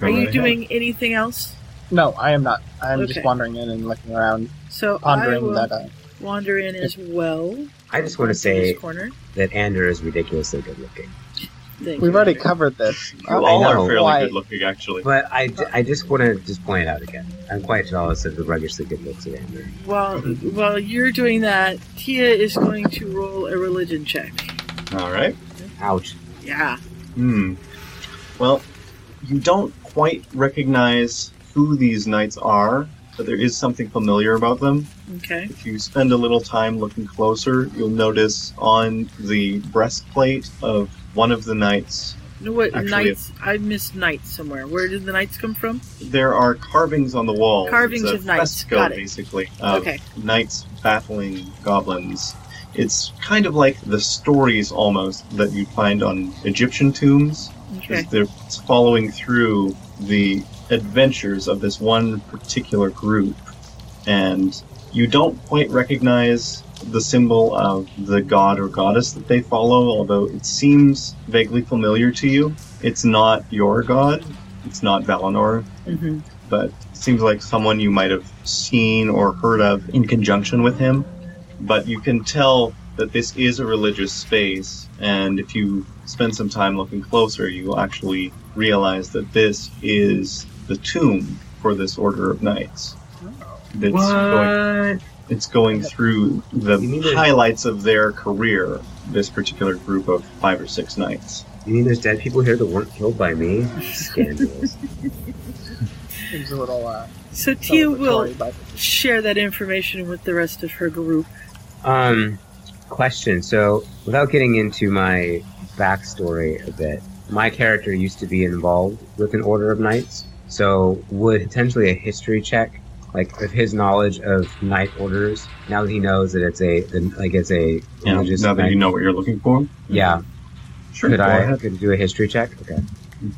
Go Are you right doing anything else? No, I am not. I'm just Okay. wandering in and looking around, So I pondering will that. Uh, wander in as well. I just want to Into say this corner. that Ander is ridiculously good looking. Thank we've you. already covered this. ahead. You I all know. are fairly Why- good looking, actually. But I, j- I just want to just point out again, I'm quite jealous of the ruggedly good looks of Ander. While while you're doing that, Tia is going to roll a religion check. All right. Ouch. Yeah. Hmm. Well, you don't quite recognize who these knights are, but there is something familiar about them. Okay. If you spend a little time looking closer, you'll notice on the breastplate of one of the knights No, What Actually, knights? I missed knights somewhere. Where did the knights come from? there are carvings on the wall. Carvings It's a of knights. fresco, Got it. basically. Of Okay. Knights battling goblins. It's kind of like the stories almost that you'd find on Egyptian tombs. Okay. because they're following through the adventures of this one particular group and you don't quite recognize the symbol of the god or goddess that they follow although it seems vaguely familiar to you it's not your god it's not Valinor hmm but it seems like someone you might have seen or heard of in conjunction with him but you can tell that this is a religious space, and if you spend some time looking closer, you will actually realize that this is the tomb for this order of knights. That's going, it's going through the You mean there's- highlights of their career, this particular group of five or six knights. You mean there's dead people here that weren't killed by me? Scandalous. it was a little uh, So Tia will celebratory, but share that information with the rest of her group. um, question. So, without getting into my backstory a bit, my character used to be involved with an Order of Knights. So, would potentially a history check, like of his knowledge of knight orders, now that he knows that it's a like it's a Yeah, religious now that knight- you know what you're looking for. yeah, Sure, could go I ahead. could do a history check? Okay.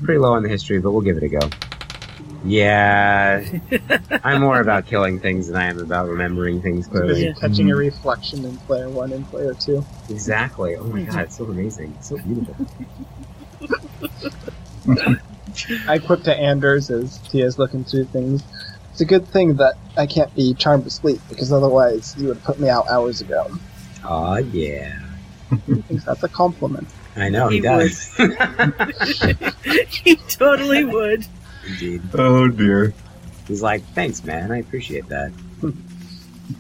Pretty low on the history, but we'll give it a go. Yeah. I'm more about killing things than I am about remembering things busy clearly. Yeah. catching Hmm. a reflection in player one and player two. Exactly. Oh my god, it's so amazing. It's so beautiful. I quip to Anders as Tia's looking through things. It's a good thing that I can't be charmed to sleep because otherwise you would have put me out hours ago. Aw, yeah. I think that's a compliment. I know, he, He does. he totally would. Indeed. Oh dear. He's like, thanks, man. I appreciate that.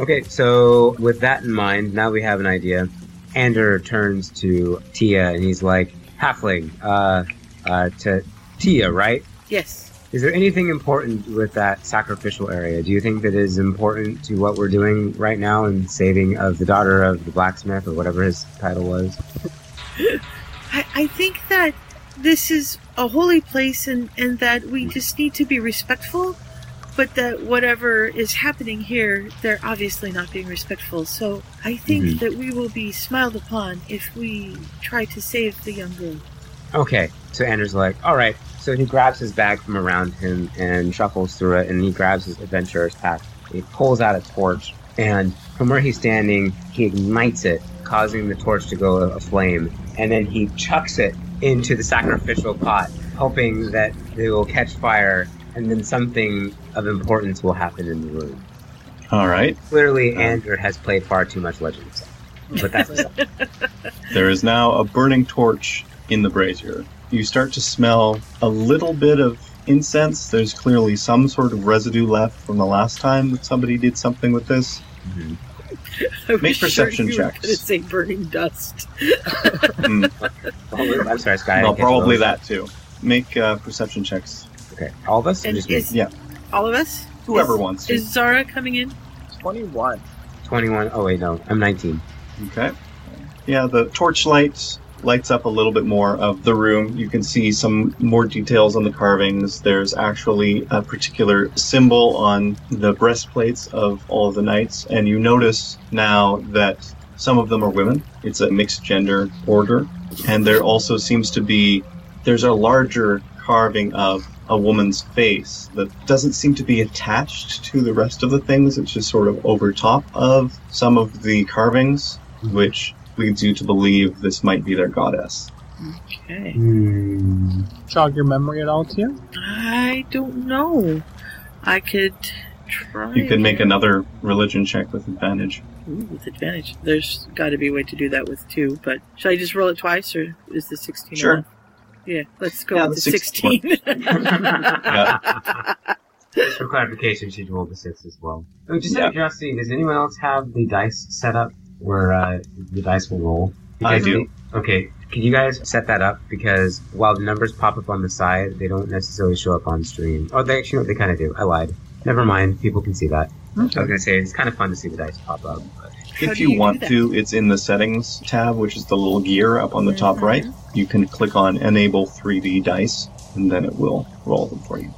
okay, so with that in mind, now we have an idea. Ander turns to Tia and he's like, Halfling, uh, uh, to Tia, right? Yes. Is there anything important with that sacrificial area? Do you think that is important to what we're doing right now and saving of the daughter of the blacksmith or whatever his title was? I, I think that this is a holy place and, and that we just need to be respectful, but that whatever is happening here, they're obviously not being respectful. So I think Mhm. that we will be smiled upon if we try to save the young girl. Okay, so Anders like, all right. So he grabs his bag from around him and shuffles through it, and he grabs his adventurer's pack. He pulls out a torch, and from where he's standing, he ignites it, causing the torch to go aflame, and then he chucks it into the sacrificial pot, hoping that it will catch fire, and then something of importance will happen in the room. All right. Clearly, Uh. Andrew has played far too much Legends, but that's There is now a burning torch in the brazier. You start to smell a little bit of incense. There's clearly some sort of residue left from the last time that somebody did something with this. I was Make perception sure you were checks. gonna say burning dust. Probably- mm-hmm. I'm sorry, Sky. I well, guess probably those- that too. Make uh, perception checks. Okay, all of us. And just me? is- yeah, All of us? whoever Is- wants to. Is Zara coming in? 21. 21. Oh wait, no, I'm 19. Okay. Yeah, the torchlight lights up a little bit more of the room. You can see some more details on the carvings. There's actually a particular symbol on the breastplates of all of the knights, and you notice now that some of them are women. It's a mixed gender order, and there also seems to be there's a larger carving of a woman's face that doesn't seem to be attached to the rest of the things. It's just sort of over top of some of the carvings, which leads you to believe this might be their goddess. Okay. Hmm. Jog your memory at all, Tia? I don't know. I could try. You can make again. another religion check with advantage. Ooh, with advantage. There's got to be a way to do that with two, but should I just roll it twice, or is the 16 Sure. enough? Yeah, let's go Yeah, with the the 16 16. Yeah. Just for clarification, she rolled a six as well. Oh, just out Yeah. of curiosity, does anyone else have the dice set up where uh, the dice will roll? I do. Okay, can you guys set that up? Because while the numbers pop up on the side, they don't necessarily show up on stream. Oh, they actually no, they kind of do. I lied. Never mind. People can see that. I was gonna say it's kind of fun to see the dice pop up. But How if do you, you want do that? to, it's in the settings tab, which is the little gear up on the Mm-hmm. top right. You can click on enable 3D dice, and then it will roll them for you.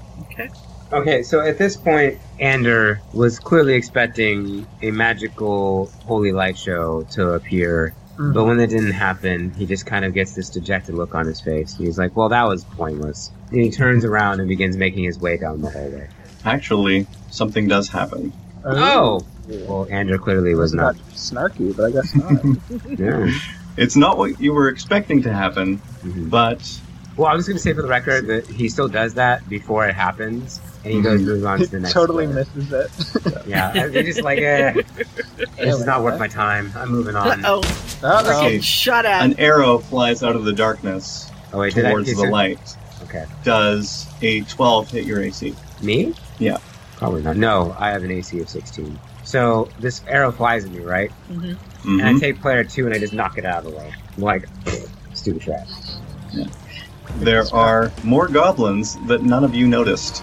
Okay, so at this point, Ander was clearly expecting a magical holy light show to appear, Mhm. but when that didn't happen, he just kind of gets this dejected look on his face. He's like, "Well, that was pointless." And he turns around and begins making his way down the hallway. Actually, something does happen. Oh, well, Ander clearly was not. Not snarky, but I guess not. Yeah. It's not what you were expecting to happen, Mhm. but Well, I was going to say for the record that he still does that before it happens, and he goes moves on to the next. totally player. misses it. Yeah, I- he's just like, eh, this is not worth my time. I'm moving on. Uh-oh. Uh-oh. Okay. Oh, Shut up. an arrow flies out of the darkness Oh wait, did I? towards the light. Okay. Does a 12 hit your AC? Me? Yeah. Probably not. No, I have an AC of 16. So this arrow flies at me, right? Mhm. Mhm. And I take player two and I just knock it out of the way. I'm like, stupid trash. There are more goblins that none of you noticed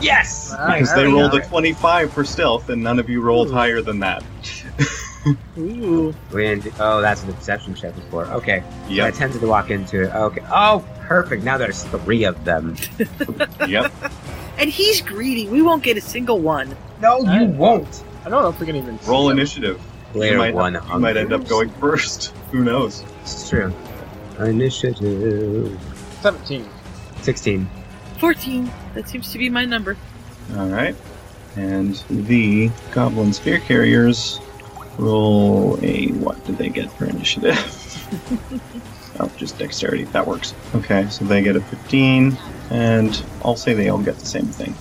Yes! Wow, Nice. because they Very rolled a nice. 25 for stealth and none of you rolled Ooh. higher than that. Ooh. We didn't- oh, that's what the deception check was for. Okay. So I Yep, attempted to walk into it. Okay. Oh, perfect. Now there's three of them. yep. And he's greedy. We won't get a single one. No, you Alright. won't. I don't know if we can even see Roll them. initiative. Player might- one. You might end up hungers. going first. Who knows? It's true. Initiative 17. 16. 14. That seems to be my number. All right. And the goblin spear carriers roll a. What did they get for initiative? oh, just dexterity. That works. Okay, so they get a 15, and I'll say they all get the same thing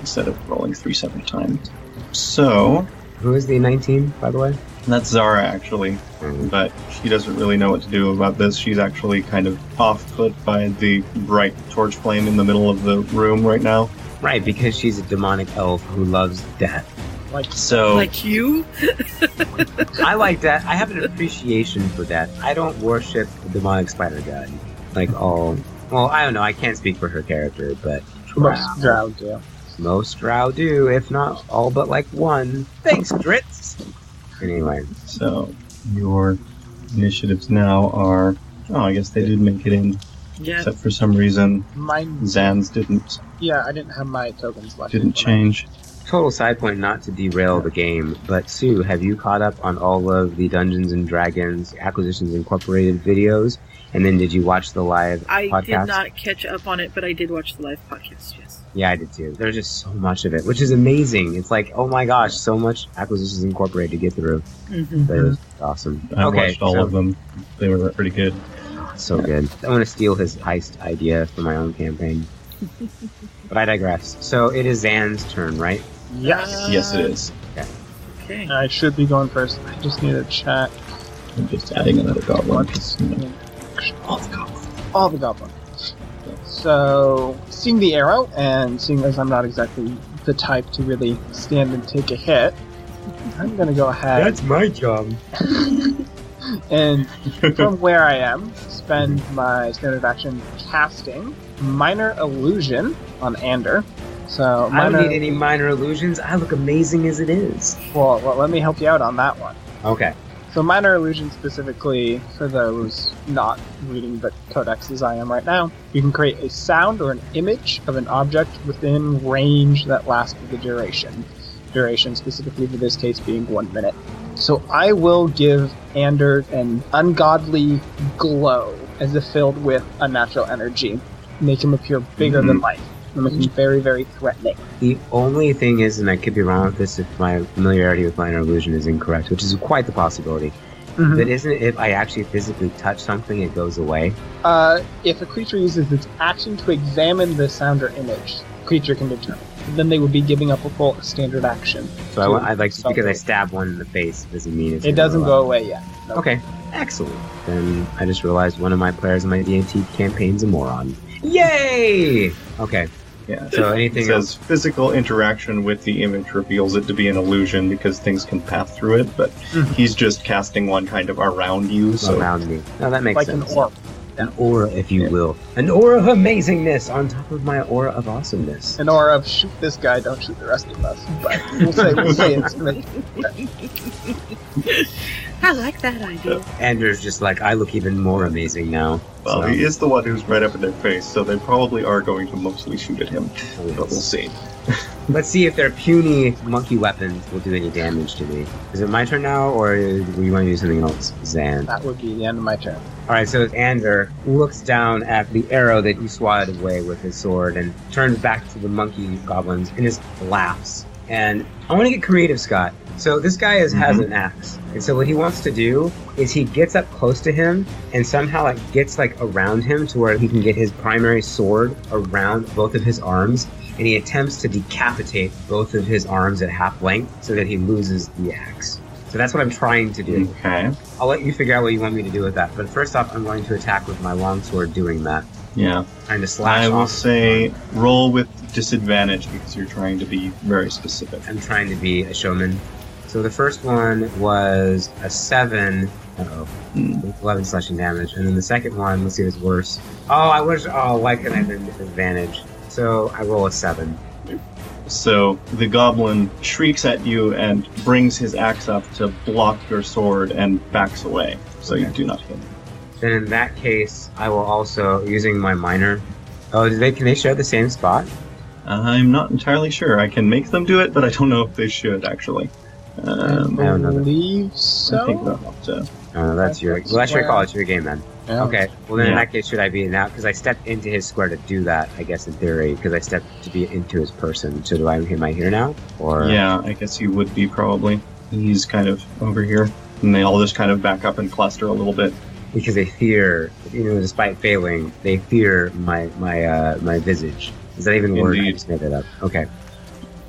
instead of rolling three separate times. So Who is the 19, by the way? that's Zara actually, but she doesn't really know what to do about this. She's actually kind of off put by the bright torch flame in the middle of the room right now. Right, because she's a demonic elf who loves death. So Like you? I like that. I have an appreciation for that. I don't worship the demonic spider god. Like all. Well, I don't know. I can't speak for her character, but Most drow do. most drow do, if not all but like one. Thanks, Dritz! Anyway, So your initiatives now are. Oh, I guess they did make it in, Yeah. except for some reason Mine, Zan's didn't yeah, I didn't have my tokens left. didn't change. total side point not to derail the game, but Sue, have you caught up on all of the Dungeons and Dragons Acquisitions Incorporated videos? And then did you watch the live I podcast? did not catch up on it, but I did watch the live podcast, yes. Yeah, I did too. There's just so much of it, which is amazing. It's like, oh my gosh, so much Acquisitions Incorporated to get through. Mm-hmm. That is awesome. I okay, watched all so, of them. They were pretty good. So good. I'm going to steal his heist idea for my own campaign. but I digress. So it is Zan's turn, right? Yes. yes, it is. Okay. I should be going first. I just need to check I'm just adding another goblin. what's All the goblins. all the goblins. So, seeing the arrow, and seeing as I'm not exactly the type to really stand and take a hit, I'm gonna go ahead That's my job. and from where I am, spend my standard action casting minor illusion on Ander. So I minor, don't need any minor illusions. I look amazing as it is. well, well, let me help you out on that one. Okay. So minor illusion specifically for those not reading the codex as I am right now, you can create a sound or an image of an object within range that lasts for the duration. Duration specifically for this case being one minute. So I will give Ander an ungodly glow as if filled with unnatural energy. Make him appear bigger than Mhm. life. And make him very, very threatening. The only thing is, and I could be wrong with this if my familiarity with minor illusion is incorrect, which is quite the possibility. Hmm. But isn't it if I actually physically touch something, it goes away? Uh, if a creature uses its action to examine the sound or image, creature can determine. Then they would be giving up a full standard action. So I, to- want- I'd like because I something. stab one in the face doesn't mean it's It gonna doesn't go away yet. Nope. Okay, excellent. Then I just realized one of my players in my D&T campaign's a moron. Yay! Okay, Yeah. so It anything else? says physical interaction with the image reveals it to be an illusion because things can pass through it, but Mhm. he's just casting one kind of around you, so around me? No, that makes like sense. an orb. An aura, if you will. An aura of amazingness on top of my aura of awesomeness. An aura of shoot this guy, don't shoot the rest of us. But we'll say, we'll say it's gonna- I like that idea. Anders just like, I look even more amazing now. well, So, he is the one who's right up in their face, so they probably are going to mostly shoot at him. oh, But we'll yes. see. Let's see if their puny monkey weapons will do any damage to me. Is it my turn now, or do you want to do something else, Zan? That would be the end of my turn. All right, so Ander looks down at the arrow that he swatted away with his sword and turns back to the monkey goblins and just laughs. And I want to get creative, Scott. So this guy is, has an axe, and so what he wants to do is he gets up close to him and somehow like gets like around him to where he can get his primary sword around both of his arms, and he attempts to decapitate both of his arms at half length so that he loses the axe. So that's what I'm trying to do. Okay. I'll let you figure out what you want me to do with that. But first off, I'm going to attack with my longsword doing that. Yeah. Trying to slash I will off. say roll with disadvantage because you're trying to be very specific. I'm trying to be a showman. So the first one was a 7. Uh-oh. Hmm. 11 slashing damage. And then the second one, let's see if it's worse. Oh, I wish. Oh, why couldn't I have been disadvantage? So I roll a 7. So the goblin shrieks at you and brings his axe up to block your sword and backs away, so you Okay. do not hit him. Then in that case, I will also, using my minor. Oh, do they, can they share the same spot? I'm not entirely sure. I can make them do it, but I don't know if they should actually. Um, I don't know that- believe I think uh, so. they'll have to. Oh, that's your. Well, that's your call. It's your game then. Yeah. Okay. Well, then in Yeah. that case, should I be in that? Because I stepped into his square to do that. I guess in theory, because I stepped to be into his person. So do I? Am I here now? Or Yeah, I guess you would be probably. He's kind of over here, and they all just kind of back up and cluster a little bit. because they fear, you know, despite failing, they fear my my uh, my visage. Is that even a word? I Indeed. just made that up. Okay.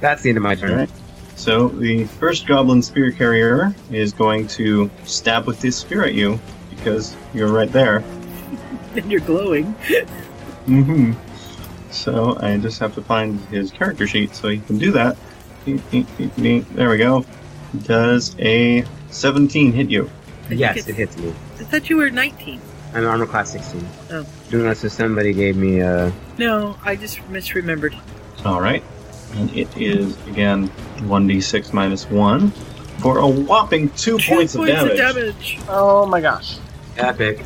That's the end of my turn. All right. So the first goblin spear carrier is going to stab with his spear at you because you're right there. And you're glowing. Mm-hmm. So I just have to find his character sheet so he can do that. Eep, eep, eep, eep. There we go. Does a 17 hit you? I think Yes, it's- it hits me. I thought you were 19. I'm armor class 16. Oh. Doing that, so somebody gave me uh, a. No, I just misremembered. All right. And it is, again, 1d6 minus 1 for a whopping two, Two points, of damage. damage. Oh my gosh. Epic.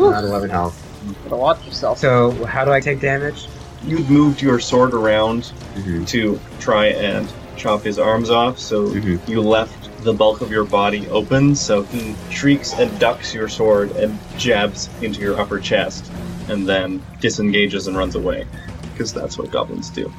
Not 11 health. Gotta watch yourself. So, how do I take damage? You've moved your sword around Mm-hmm. to try and chop his arms off, so Mhm. you left the bulk of your body open, so he shrieks and ducks your sword and jabs into your upper chest, and then disengages and runs away. Because that's what goblins do.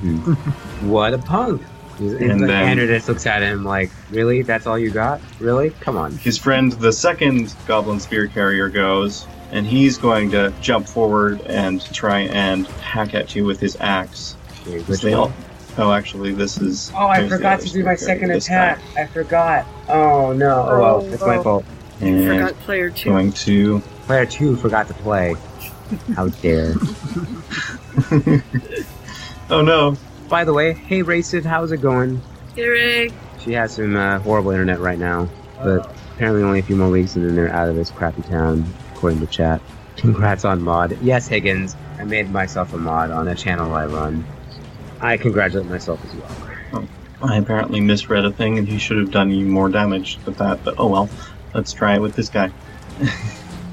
Mhm. what a punk! And, And like, then- Andrew just looks at him like, "Really? That's all you got? Really? Come on!" His friend, the second goblin spear carrier, goes, and he's going to jump forward and try and hack at you with his axe. Okay, Because which they all- one? Oh, actually, this is. Oh, I there's the forgot other to do spear my carrier second this time. attack. I forgot. Oh no! Oh well, Oh, it's my well. fault. You And forgot player two. going to Player two forgot to play. How dare. oh no. By the way, hey Racid, how's it going? Hooray. She has some uh, horrible internet right now, but apparently only a few more weeks and then they're out of this crappy town, according to chat. Congrats on mod. Yes, Higgins, I made myself a mod on a channel I run. I congratulate myself as well. I apparently misread a thing and he should have done you more damage with that, but oh well. Let's try it with this guy.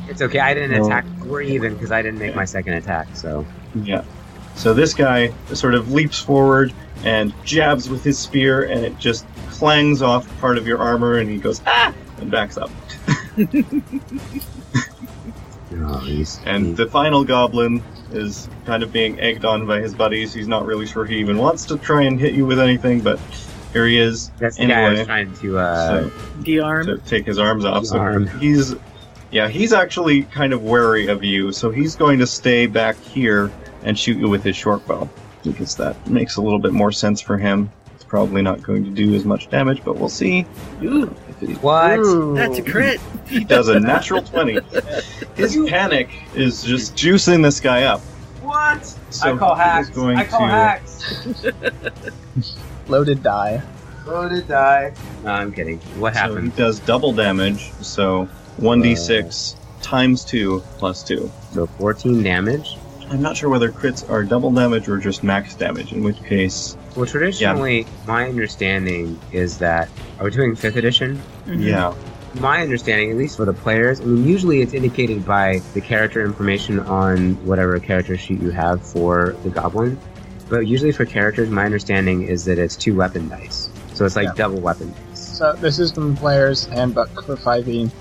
It's okay, I didn't No. attack. We're even because I didn't make my second attack, so. Yeah. So this guy sort of leaps forward and jabs with his spear, and it just clangs off part of your armor, and he goes, ah! and backs up. Oh, he's- And the final goblin is kind of being egged on by his buddies. He's not really sure he even wants to try and hit you with anything, but here he is. That's the anyway. guy I was trying to uh, So- The arm. to take his arms off. His so arm. he's yeah, he's actually kind of wary of you, so he's going to stay back here and shoot you with his short bow because that makes a little bit more sense for him. It's probably not going to do as much damage, but we'll see. Ooh, If it, What? That's a oh, crit. he does a natural twenty, his panic is just juicing this guy up. What? So he is going to- hacks. Loaded die. Loaded die. No, I'm kidding. What So he happened? does double damage. So one d six times two plus two. So 14 damage. I'm not sure whether crits are double damage or just max damage, in which case, Well, traditionally, my understanding is that are we doing fifth edition? yeah. My understanding, at least for the players, I mean, usually it's indicated by the character information on whatever character sheet you have for the goblin. But usually for characters, my understanding is that it's two weapon dice. So it's like Yeah. double weapon dice. So this is from Player's Handbook for 5e.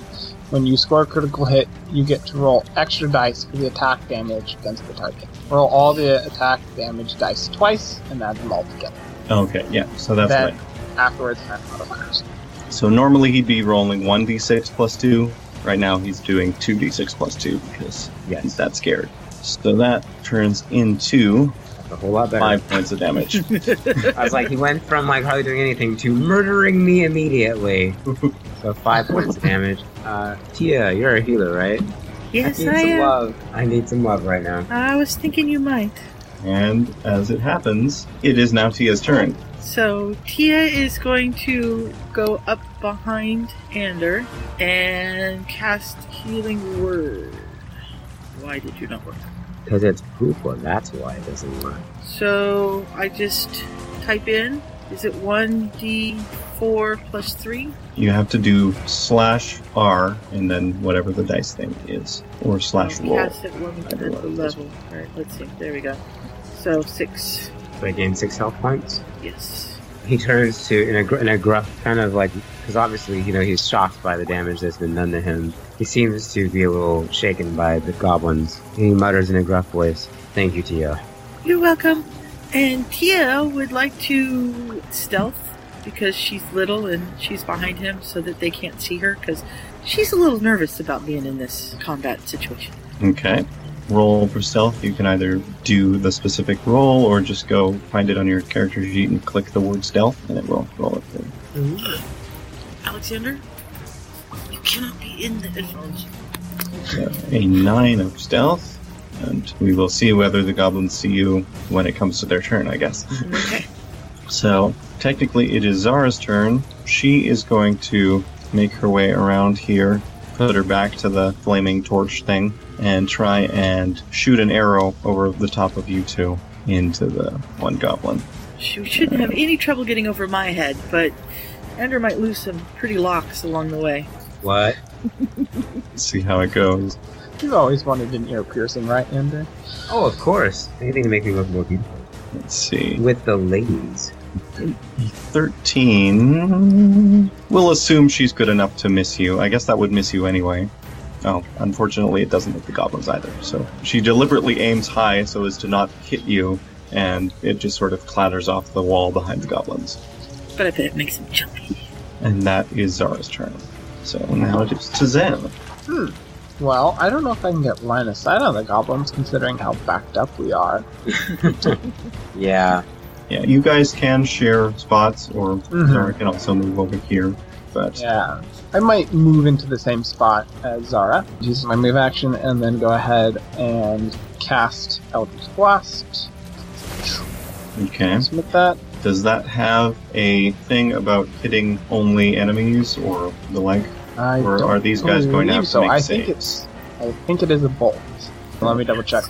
When you score a critical hit, you get to roll extra dice for the attack damage against the target. Roll all the attack damage dice twice and add them all together. Okay, yeah, so that's then right. afterwards add modifiers. So normally he'd be rolling 1d6 plus 2. Right now he's doing 2d6 plus 2 because yeah, he's that scared. So that turns into That's a whole lot better. 5 points of damage. I was like, he went from like hardly doing anything to murdering me immediately. so five points of damage. Uh, Tia, you're a healer, right? Yes, I need I some am. love. I need some love right now. I was thinking you might. and as it happens, it is now Tia's turn. So Tia is going to go up behind Ander and cast Healing Word. Why did you not work? Because it's Poopa, that's why it doesn't work. So I just type in. Is it one d four plus three? You have to do slash R and then whatever the dice thing is, or slash I'll roll. Cast it when we get Either to the one. level. All right, let's see. There we go. So six. So I gain six health points. Yes. He turns to, in a, gr- in a gruff kind of like, because obviously, you know, he's shocked by the damage that's been done to him. He seems to be a little shaken by the goblins. He mutters in a gruff voice, Thank you, Tia. You're welcome. And Tia would like to stealth because she's little and she's behind him so that they can't see her because she's a little nervous about being in this combat situation. Okay. Roll for stealth. You can either do the specific roll or just go find it on your character sheet and click the word stealth and it will roll it for you. Alexander, you cannot be in the advantage. So, a 9 of stealth. And we will see whether the goblins see you when it comes to their turn, I guess. Okay. So, technically, it is Zara's turn. She is going to make her way around here, put her back to the flaming torch thing, and try and shoot an arrow over the top of you two into the one goblin. She shouldn't have any trouble getting over my head, but Ender might lose some pretty locks along the way. What? see how it goes. You've always wanted an ear piercing, right, Ender? Oh, of course. Anything to make me look more beautiful. Let's see. With the ladies. 13. We'll assume she's good enough to miss you. I guess that would miss you anyway. Oh, unfortunately, it doesn't hit the goblins either. So she deliberately aims high so as to not hit you, and it just sort of clatters off the wall behind the goblins. But I bet it makes him jumpy. And that is Zara's turn. So now it is to Zen. Well, I don't know if I can get line of sight on the goblins considering how backed up we are. Yeah. Yeah, you guys can share spots, or Mhm. Zara can also move over here. but Yeah. I might move into the same spot as Zara, use my move action, and then go ahead and cast Eldritch Blast. okay. Submit that. Does that have a thing about hitting only enemies or the like? I Or don't are these guys going to believe have to so. make I saves? think it's I think it is a bolt. Let me double check.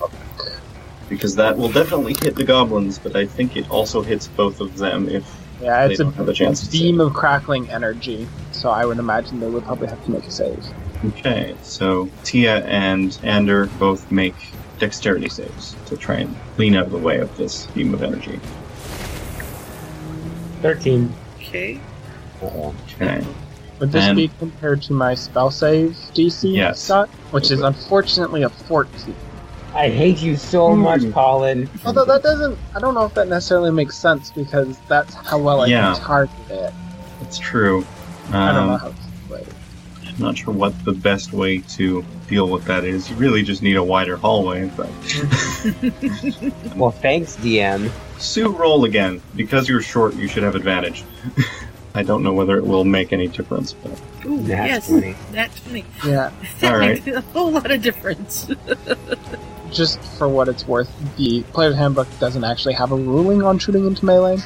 Because that will definitely hit the goblins, but I think it also hits both of them if Yeah, They it's a, don't have a chance to beam of crackling energy, so I would imagine they would probably have to make a save. Okay, so Tia and Ander both make dexterity saves to try and clean out the way of this beam of energy. 13. Okay. Okay. Would this And- be compared to my spell save DC, Yes. Scott? Which is unfortunately a 14. I hate you Hmm. so much, Colin. Although that doesn't, I don't know if that necessarily makes sense because that's how well I Yeah. can target it. It's true. Um, I don't know how it's played. I'm not sure what the best way to deal with that is. You really just need a wider hallway, but Well, thanks, DM. Sue roll again. Because you're short, you should have advantage. I don't know whether it will make any difference, but Ooh, Nat yes. 20. Nat 20. Yeah, That All makes a whole lot of difference. just for what it's worth, the player's handbook doesn't actually have a ruling on shooting into melee,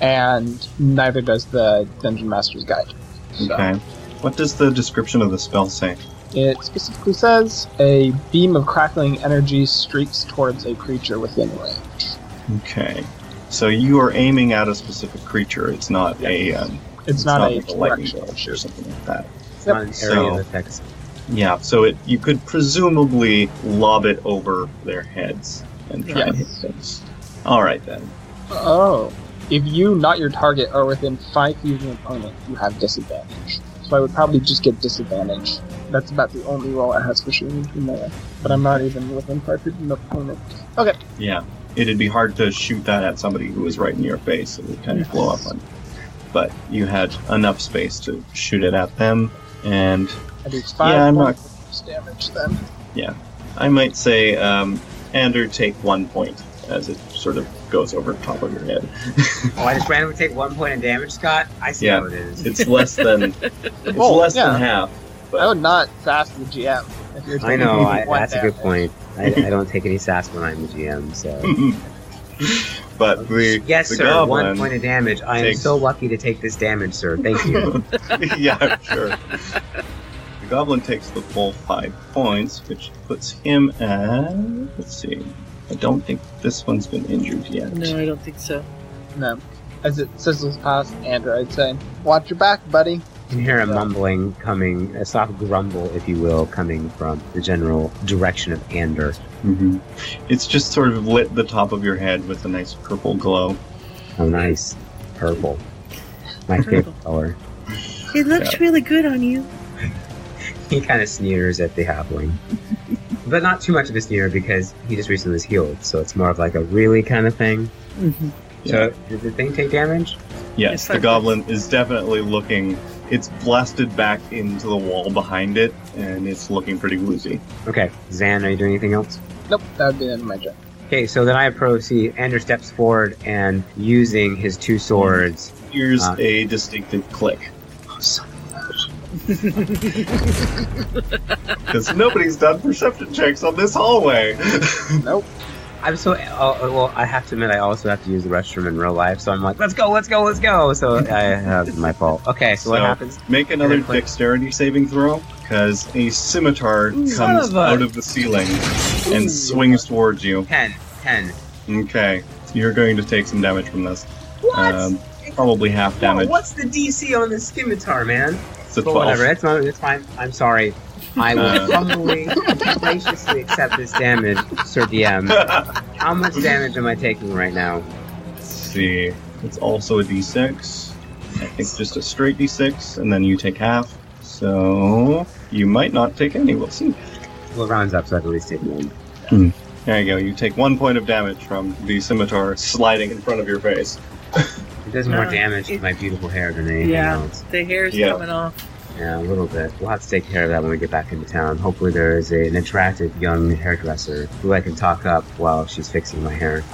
and neither does the dungeon master's guide. So- okay. What does the description of the spell say? It specifically says a beam of crackling energy streaks towards a creature within range. Okay. So you are aiming at a specific creature. It's not a um, It's, not, a like lightning directional bolt or something like that. It's not an area So- of effects. Yeah, so it you could presumably lob it over their heads and try and hit Yes. things. All right then. Oh. If you, not your target, are within five feet of an opponent, you have disadvantage. So I would probably just get disadvantage. That's about the only roll it has for shooting into melee. But I'm not even within five feet of an opponent. Okay. Yeah, it'd be hard to shoot that at somebody who was right in your face. It would kind of blow up on. you. But you had enough space to shoot it at them, and I do five Yeah, I'm not- points of damage then. I might say, um, Ander, take one point as it sort of goes over the top of your head. Oh, I just randomly take one point of damage, Scott? I see Yeah. how it is. It's less than it's Oh, less yeah. than half. I would not sass the GM. If you're I know, I, one that's a good damage. point. I, I don't take any sass when I'm the GM, so. but the yes, the sir, goblin, one point of damage. I am takes- so lucky to take this damage, sir. Thank you. yeah, sure. The goblin takes the full five points, which puts him at. Let's see. I don't think this one's been injured yet. no, I don't think so. No. As it sizzles past Andrew, I'd say, watch your back, buddy. You can hear a mumbling coming, a soft grumble, if you will, coming from the general direction of Ander. hmm It's just sort of lit the top of your head with a nice purple glow. Oh, nice. Purple. My favorite color. It looks really good on you. He kind of sneers at the halfling. but not too much of a sneer because he just recently was healed, so it's more of like a really kind of thing. Mm-hmm. So, did the thing take damage? Yes, Yes, the I've- goblin is definitely looking. It's blasted back into the wall behind it, and it's looking pretty woozy. Okay. Zan, are you doing anything else? Nope, that would be the end of my job. Okay, so then I approach. See, Ander steps forward and using his two swords. Here's Ah. a distinctive click. Because nobody's done perception checks on this hallway. Nope. I'm so uh, well. I have to admit, I also have to use the restroom in real life. So I'm like, let's go, let's go, let's go. So I that's my fault. Okay, so, what So- happens? Make another Another click. dexterity saving throw, because a scimitar son comes of a- out of the ceiling and swings towards you. Ten, ten. Okay, you're going to take some damage from this. Um, probably half damage. what's the DC on this scimitar, man? It's a But 12. whatever, it's, my, it's fine. I'm sorry. I Uh. will humbly, graciously accept this damage, Sir DM. How much damage am I taking right now? Let's see. It's also a d6. I think just a straight d6, and then you take half. So you might not take any. We'll see. Well, it rounds up, so I've at least taken one. There you go. You take one point of damage from the scimitar sliding in front of your face. It does more Uh, damage to it- my beautiful hair than anything Yeah. else. The hair's Yeah. coming off. Yeah, a little bit. We'll have to take care of that when we get back into town. Hopefully, there is a, an attractive young hairdresser who I can talk up while she's fixing my hair.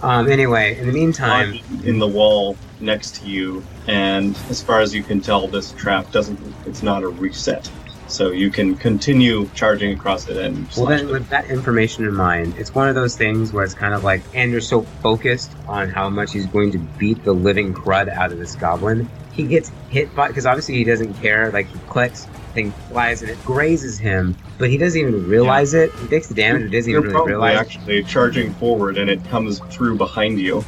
Um, anyway, in the meantime, in the wall next to you, and as far as you can tell, this trap doesn't. It's not a reset, so you can continue charging across it and. well, slash then it. with that information in mind, it's one of those things where it's kind of like, and you're so focused on how much he's going to beat the living crud out of this goblin, he gets hit by because obviously he doesn't care. Like he clicks, thing flies, and it grazes him, but he doesn't even realize it. He takes the damage, but doesn't You're even really probably realize. actually charging forward, and it comes through behind you.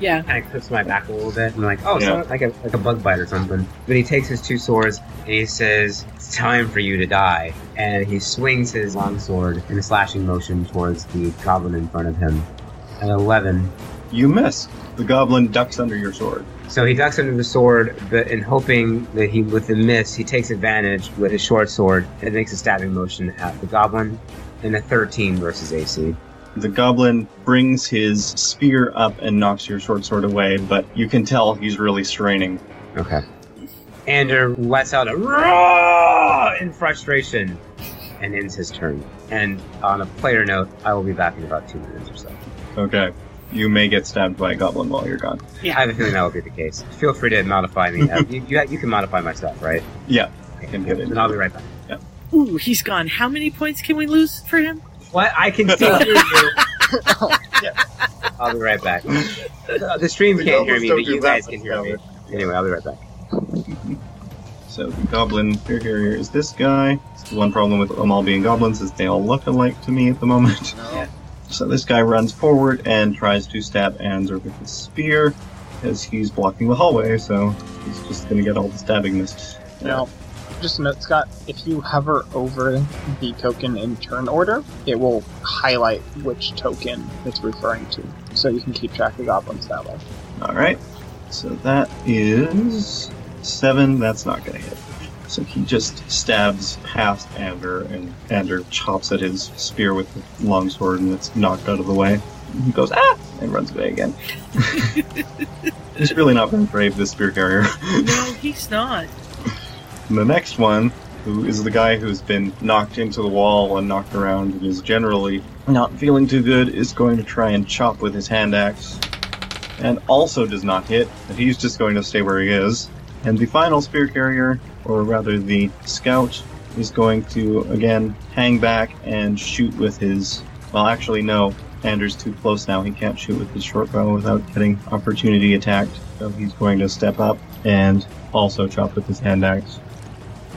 Yeah. kind of clips my back a little bit. I'm like, oh, Yeah. so like a like a bug bite or something. But he takes his two swords and he says, "It's time for you to die." And he swings his long sword in a slashing motion towards the goblin in front of him. An eleven. You miss. The goblin ducks under your sword. So he ducks under the sword, but in hoping that he with the miss, he takes advantage with his short sword and makes a stabbing motion at the goblin. And a thirteen versus AC. The goblin brings his spear up and knocks your short sword away, but you can tell he's really straining. Okay. Ander lets out a roar in frustration and ends his turn. And on a player note, I will be back in about two minutes or so. Okay. You may get stabbed by a goblin while you're gone. I have a feeling that will be the case. Feel free to modify me. Uh, you, you, you can modify my stuff, right? Yeah. Okay, can cool. get it. Then I'll be right back. Ooh, he's gone. How many points can we lose for him? What? I can see through you. I'll be right back. Uh, The the stream The can't hear goblins me, don't but do you that guys can hear me. Anyway, I'll be right back. So the goblin here, here, here is this guy. It's the one problem with them all being goblins is they all look alike to me at the moment. So this guy runs forward and tries to stab Anzer with his spear, as he's blocking the hallway, so he's just gonna get all the stabbing missed. Now, just a note, Scott, if you hover over the token in turn order, it will highlight which token it's referring to, so you can keep track of goblins that way. All right. So that is seven. That's not going to hit. So he just stabs past Ander, and Ander chops at his spear with the longsword, and it's knocked out of the way. He goes ah and runs away again. He's really not very brave, this spear carrier. No, he's not. And the next one, who is the guy who's been knocked into the wall and knocked around and is generally not feeling too good, is going to try and chop with his hand axe. And also does not hit, and he's just going to stay where he is. And the final spear carrier, or rather the scout, is going to again hang back and shoot with his. Well, actually, no. Anders too close now. He can't shoot with his short bow without getting opportunity attacked. So he's going to step up and also chop with his hand axe.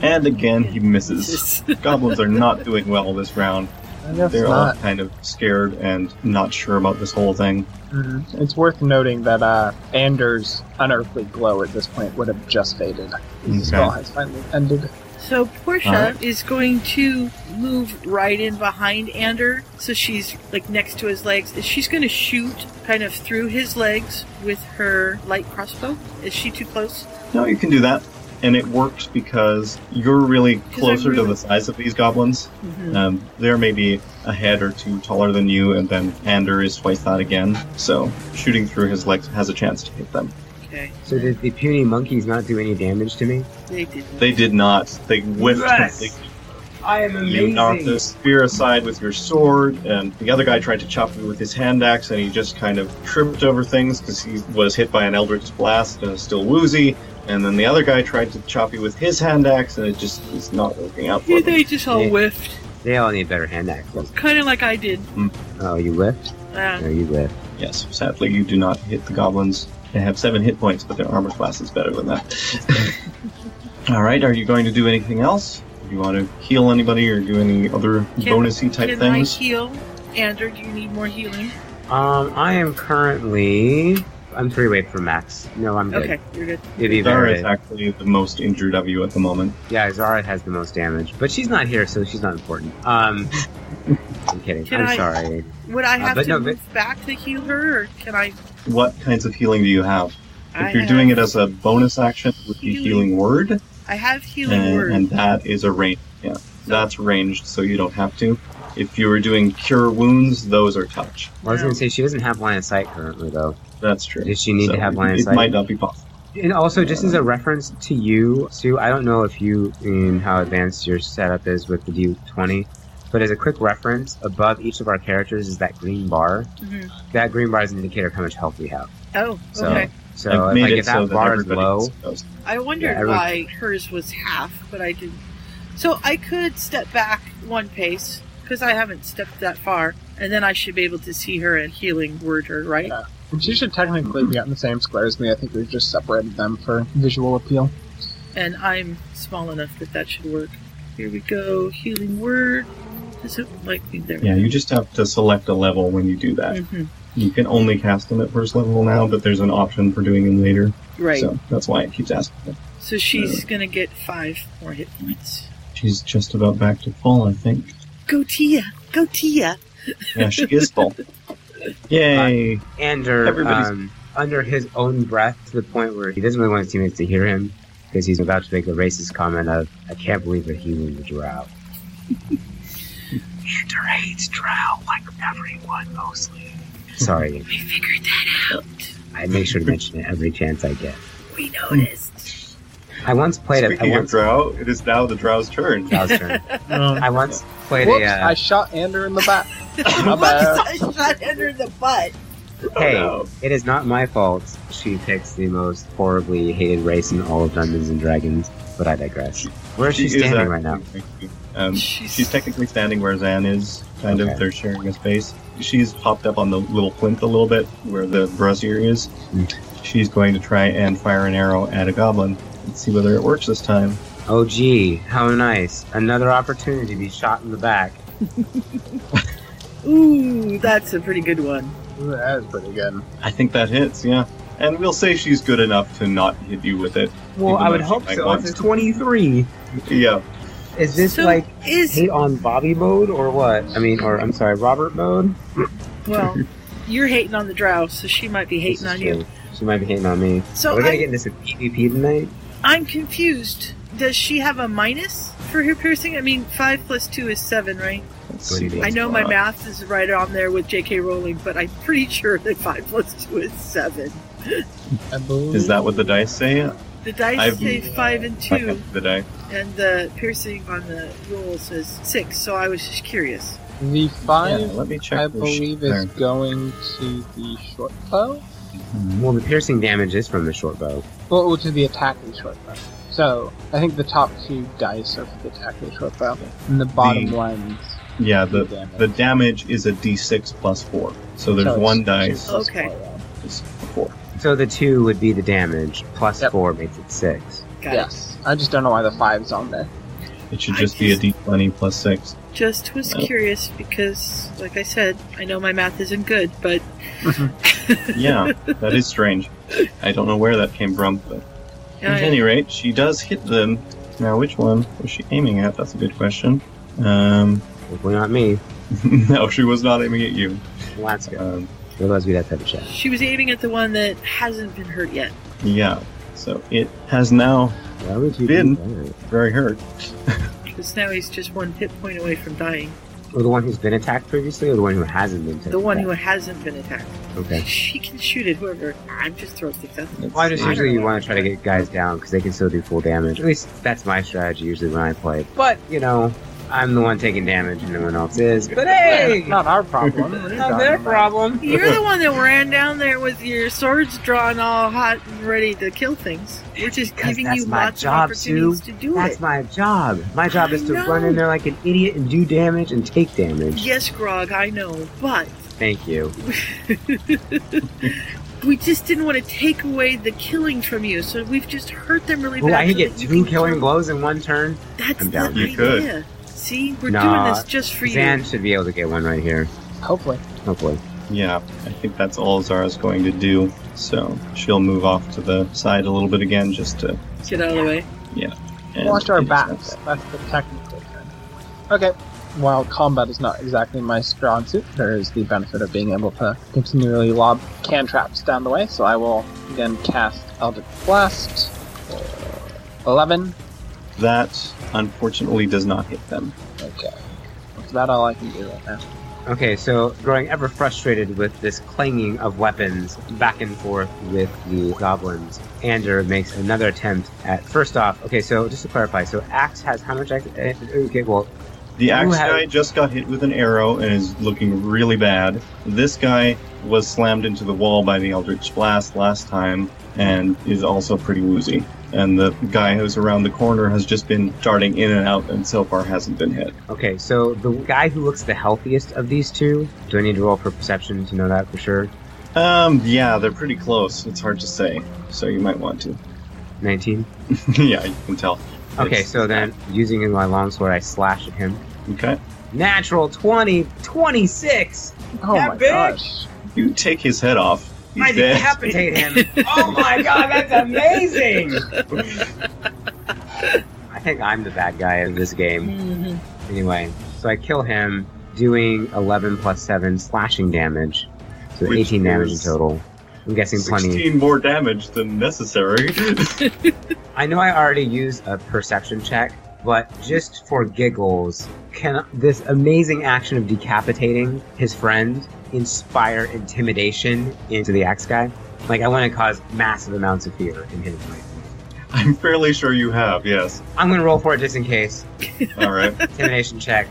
And again, he misses. Goblins are not doing well this round. I guess They're all not. kind of scared and not sure about this whole thing. Mhm. It's worth noting that uh, Anders' unearthly glow at this point would have just faded. The spell has finally ended. So Portia Alright. is going to move right in behind Ander, so she's like next to his legs. And She's going to shoot kind of through his legs with her light crossbow. Is she too close? No, you can do that. And it works because you're really I'm closer to really- the size of these goblins. Mm-hmm. Um, they're maybe a head or two taller than you, and then Ander is twice that again. So shooting through his legs has a chance to hit them. Okay, So did the puny monkeys not do any damage to me? they didn't. They did not. They whiffed Yes! completely. I am You knocked the spear aside with your sword, and the other guy tried to chop you with his hand axe, and he just kind of tripped over things because he was hit by an eldritch blast and is still woozy. And then the other guy tried to chop you with his hand axe, and it just is not working out for Yeah, them. they just all Yeah. whiffed, They all need better hand axes. kind of like I did. Oh, you whiffed? Uh, No, you whiffed. Yes, sadly, you do not hit the goblins. They have seven hit points, but their armor class is better than that. All right, are you going to do anything else? Do you want to heal anybody or do any other Can- bonusy type can things? I heal? Ander, do you need more healing? Um, I am currently. I'm three weight for max. No, I'm good. Okay, you're good. It'd be Zara very. is actually the most injured of you at the moment. Yeah, Zara has the most damage, but she's not here, so she's not important. Um, I'm kidding. Can I'm I- sorry. Would I Uh, have but to no, but- move back to heal her, or can I? What kinds of healing do you have? If I you're have, doing it as a bonus action, it would be Healing healing word, I have healing and, word. and that is a range. Yeah, that's ranged, so you don't have to. If you were doing cure wounds, those are touch. Well, I was No. gonna say she doesn't have line of sight currently, though. That's true. Does she need So to have line of It sight? might not be possible. And also, just as a reference to you, Sue, I don't know if you in how advanced your setup is with the D20, But as a quick reference, above each of our characters is that green bar. Mhm. That green bar is an indicator of how much health we have. Oh, So, okay. so I've if, made like, it if that so that bar is everybody low, knows. I wondered Yeah, I would- why hers was half, but I didn't. So I could step back one pace because I haven't stepped that far, and then I should be able to see her and healing word her, right? Yeah. And she should technically be on the same square as me. I think we've just separated them for visual appeal. And I'm small enough that that should work. Here we go, healing word. Does it like me there? Yeah, you just have to select a level when you do that. Mhm. You can only cast them at first level now, but there's an option for doing them later. Right. So, So that's why it keeps asking. she's gonna get five more hit points. She's just about back to full, I think. Go Tia! Go Tia! Yeah, she is full. Yay! and her, Everybody's- um, under his own breath to the point where he doesn't really want his teammates to hear him because he's about to make a racist comment of, I can't believe they're healing the drow. Hunter hates drow like everyone mostly. Sorry, We figured that out. I make sure to mention it every chance I get. We noticed. I once played a, I Speaking of once, drow, it is now the drow's turn. Drow's turn. I once played Whoops, a, I uh, shot Ander in the back. My Whoops, bad. I shot under the butt. Oh, hey, no. it is not my fault she picks the most horribly hated race in all of Dungeons and Dragons, but I digress. Where is she, is uh, standing right now? actually- Um, she's technically standing where Zan is, kind Okay. of. They're sharing a space. She's popped up on the little plinth a little bit where the brazier is. Mm. She's going to try and fire an arrow at a goblin. Let's see whether it works this time. Oh, gee, how nice. Another opportunity to be shot in the back. Ooh, that's a pretty good one. Ooh, that was pretty good. I think that hits, yeah. And we'll say she's good enough to not hit you with it. Well, Even I would though she hope might so. want It's a to. 23. Yeah. Is this So like is hate on Bobby mode or what? I mean, or I'm sorry, Robert mode? well, you're hating on the drow, so she might be This hating is on you. true. She might be hating on me. Are So we I, gonna get into some PvP tonight? I'm confused. Does she have a minus for her piercing? I mean, five plus two is seven, right? Let's What do you see mean? I what's know going my on. math is right on there with J.K. Rowling, but I'm pretty sure that five plus two is seven. I believe. Is that what the dice say? The dice I've- say five and I got two, the die. and the piercing on the roll says six. So I was just curious. the Yeah, five? let me check. I the sh- believe is there. going to the short bow, Well, the piercing damage is from the short bow. well, to the attacking short bow. So I think the top two dice are for the attacking short bow, and the bottom The- ones. Yeah, the damage. The damage is a d6 plus 4. So there's So it's one two dice plus Okay. four, yeah. is 4. So the two would be the damage, plus Yep. four makes it six. Got it. Yes, I just don't know why the five's on there. It should just be a d20 plus 6. Just was Well. curious because, like I said, I know my math isn't good, but Yeah, that is strange. I don't know where that came from, but at any rate, she does hit them. Now, which one was she aiming at? That's a good question. Um, Hopefully not me. no, she was not aiming at you. Let's go. Um, We're supposed to be that type of shit. she was aiming at the one that hasn't been hurt yet. yeah, so it has now Why would you Didn't. do that? very hurt. Because now he's just one hit point away from dying. Or the one who's been attacked previously, or the one who hasn't been attacked? The one who hasn't been attacked. Okay. She can shoot at whoever. I'm just throwing things out. Let's Well, I just see. usually want to try to get guys down because they can still do full damage. At least that's my strategy usually when I play. But, you know, I'm the one taking damage and no one else is. But hey! Not our problem. What are you Not talking their about? problem. You're the one that ran down there with your swords drawn all hot and ready to kill things. We're just Because giving that's you my lots job, of opportunities to do That's it. my job. My job is to I know. run in there like an idiot and do damage and take damage. Yes, Grog, I know, but Thank you. we just didn't want to take away the killing from you, so we've just hurt them really Ooh, bad. I so can get that you two can killing kill- blows in one turn. That's I'm down. the You idea. could. See, we're Nah, doing this just for Zan you. should be able to get one right here. Hopefully. Hopefully. Yeah, I think that's all Zara's going to do. So she'll move off to the side a little bit again just to. Get out of the way. and Watch our get backs. That's the technical term. Okay. While combat is not exactly my strong suit, there is the benefit of being able to continually lob cantraps down the way, so I will again cast Eldritch Blast. Uh, Eleven. That unfortunately does not hit them. Okay. Is that all I can do right now? Okay, so growing ever frustrated with this clanging of weapons back and forth with the goblins, Ander makes another attempt at. First off, okay, so just to clarify, so Axe has how much? Ax- eh, Okay, well, The axe had- guy just got hit with an arrow and is looking really bad. This guy was slammed into the wall by the Eldritch Blast last time and is also pretty woozy. And the guy who's around the corner has just been darting in and out and so far hasn't been hit. Okay, so the guy who looks the healthiest of these two, do I need to roll for perception to know that for sure? Um, yeah, they're pretty close. It's hard to say, so you might want to. 19? yeah, you can tell. Okay, It's- so then using my longsword, I slash at him. Okay. Natural 20, 26! Oh That my big? gosh. You take his head off. He's I dead. decapitate him! oh my god, that's amazing! I think I'm the bad guy in this game. Anyway, so I kill him, doing 11 plus 7 slashing damage. So Which 18 damage in is total. I'm guessing plenty. 16 more damage than necessary. I know I already used a perception check, but just for giggles, can this amazing action of decapitating his friend inspire intimidation into the axe guy? Like, I want to cause massive amounts of fear in his mind. I'm fairly sure you have, yes. I'm going to roll for it just in case. All right. Intimidation check.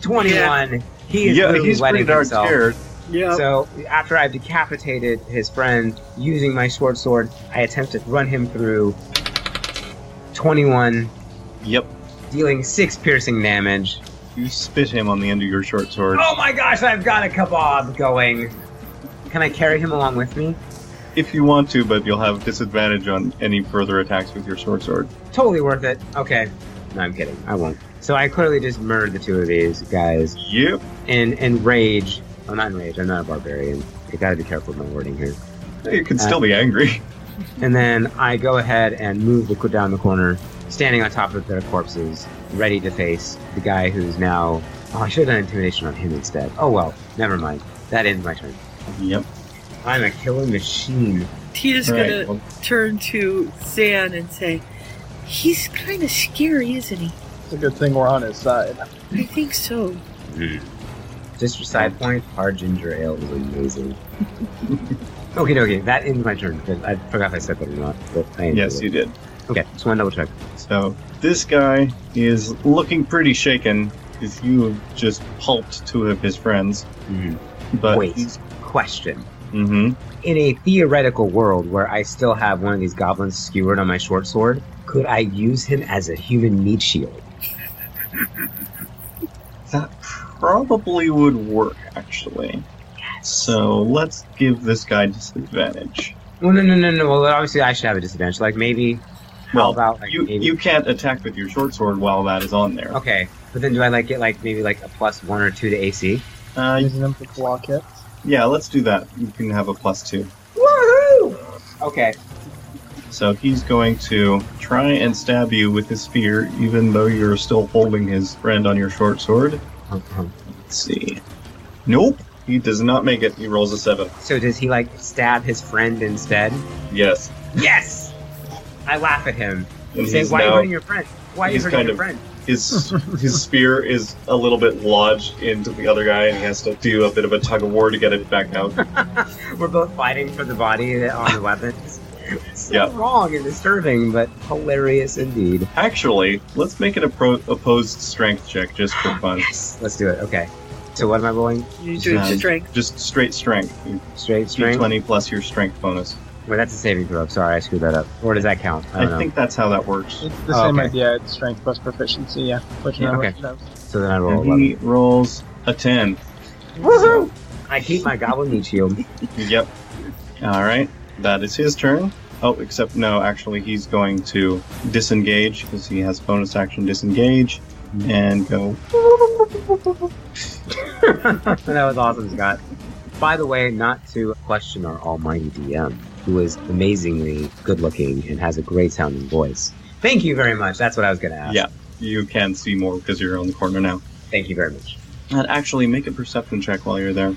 21. He is yeah, really he's pretty wetting darn himself. scared. Yeah. So after I've decapitated his friend using my sword sword, I attempt to run him through 21, Yep. dealing 6 piercing damage. You spit him on the end of your short sword. Oh my gosh, I've got a kebab going. Can I carry him along with me? If you want to, but you'll have disadvantage on any further attacks with your short sword. Totally worth it. Okay. No, I'm kidding. I won't. So I clearly just murdered the two of these guys Yep. in, in rage. I'm not in rage. I'm not a barbarian. I gotta be careful with my wording here. You can still be angry. And then I go ahead and move Liquid down the corner, standing on top of their corpses, ready to face the guy who's now. Oh, I should have done intimidation on him instead. Oh well, never mind. That ends my turn. Yep. I'm a killing machine. Tina's gonna Right, well- turn to Zan and say, "He's kind of scary, isn't he?" It's a good thing we're on his side. I think so. Just for side point, hard ginger ale is amazing. okay, okay, that ends my turn. 'cause I forgot if I said that or not, but I enjoyed Yes, it. you did. Okay, just one double check. So this guy is looking pretty shaken because you have just pulped two of his friends. Mhm. Mm-hmm. But Wait, question. hmm in a theoretical world where I still have one of these goblins skewered on my short sword, could I use him as a human meat shield? that probably would work actually. So let's give this guy disadvantage. Well, no, no, no, no. Well, obviously I should have a disadvantage. Like maybe. How Well, about like you maybe? you can't attack with your short sword while that is on there. Okay, but then do I like get like maybe like a plus one or two to AC? Uh, Using them for block hits. yeah, let's do that. You can have a plus two. Woohoo! Okay. So he's going to try and stab you with his spear, even though you're still holding his friend on your short sword. Let's see. Nope. He does not make it. He rolls a seven. So does he like stab his friend instead? Yes. Yes. I laugh at him. And Say, he's why are you now, hurting your friend? Why are you he's hurting kind your of- friend? his his spear is a little bit lodged into the other guy, and he has to do a bit of a tug of war to get it back out. We're both fighting for the body on the weapons. so Yeah. wrong and disturbing, but hilarious indeed. Actually, let's make an appro- opposed strength check just for fun. Yes, let's do it. Okay. So what am I rolling? You do it Um, to strength. Just straight strength. Straight D strength. twenty plus your strength bonus. Wait, that's a saving throw. Sorry, I screwed that up. Or does that count? I I, don't know. think that's how that works. It's the Oh, same okay. idea. It's strength plus proficiency. Yeah, which Yeah, number okay. should have- So then I roll And he eleven. rolls a ten. Woohoo! I keep my goblin meat shield. Yep. All right. That is his turn. Oh, except no, actually, he's going to disengage because he has bonus action disengage Mm-hmm. and go. that was awesome, Scott. By the way, not to question our almighty DM, who is amazingly good looking and has a great sounding voice. Thank you very much. That's what I was going to ask. Yeah. You can see more because you're on the corner now. Thank you very much. And actually, make a perception check while you're there.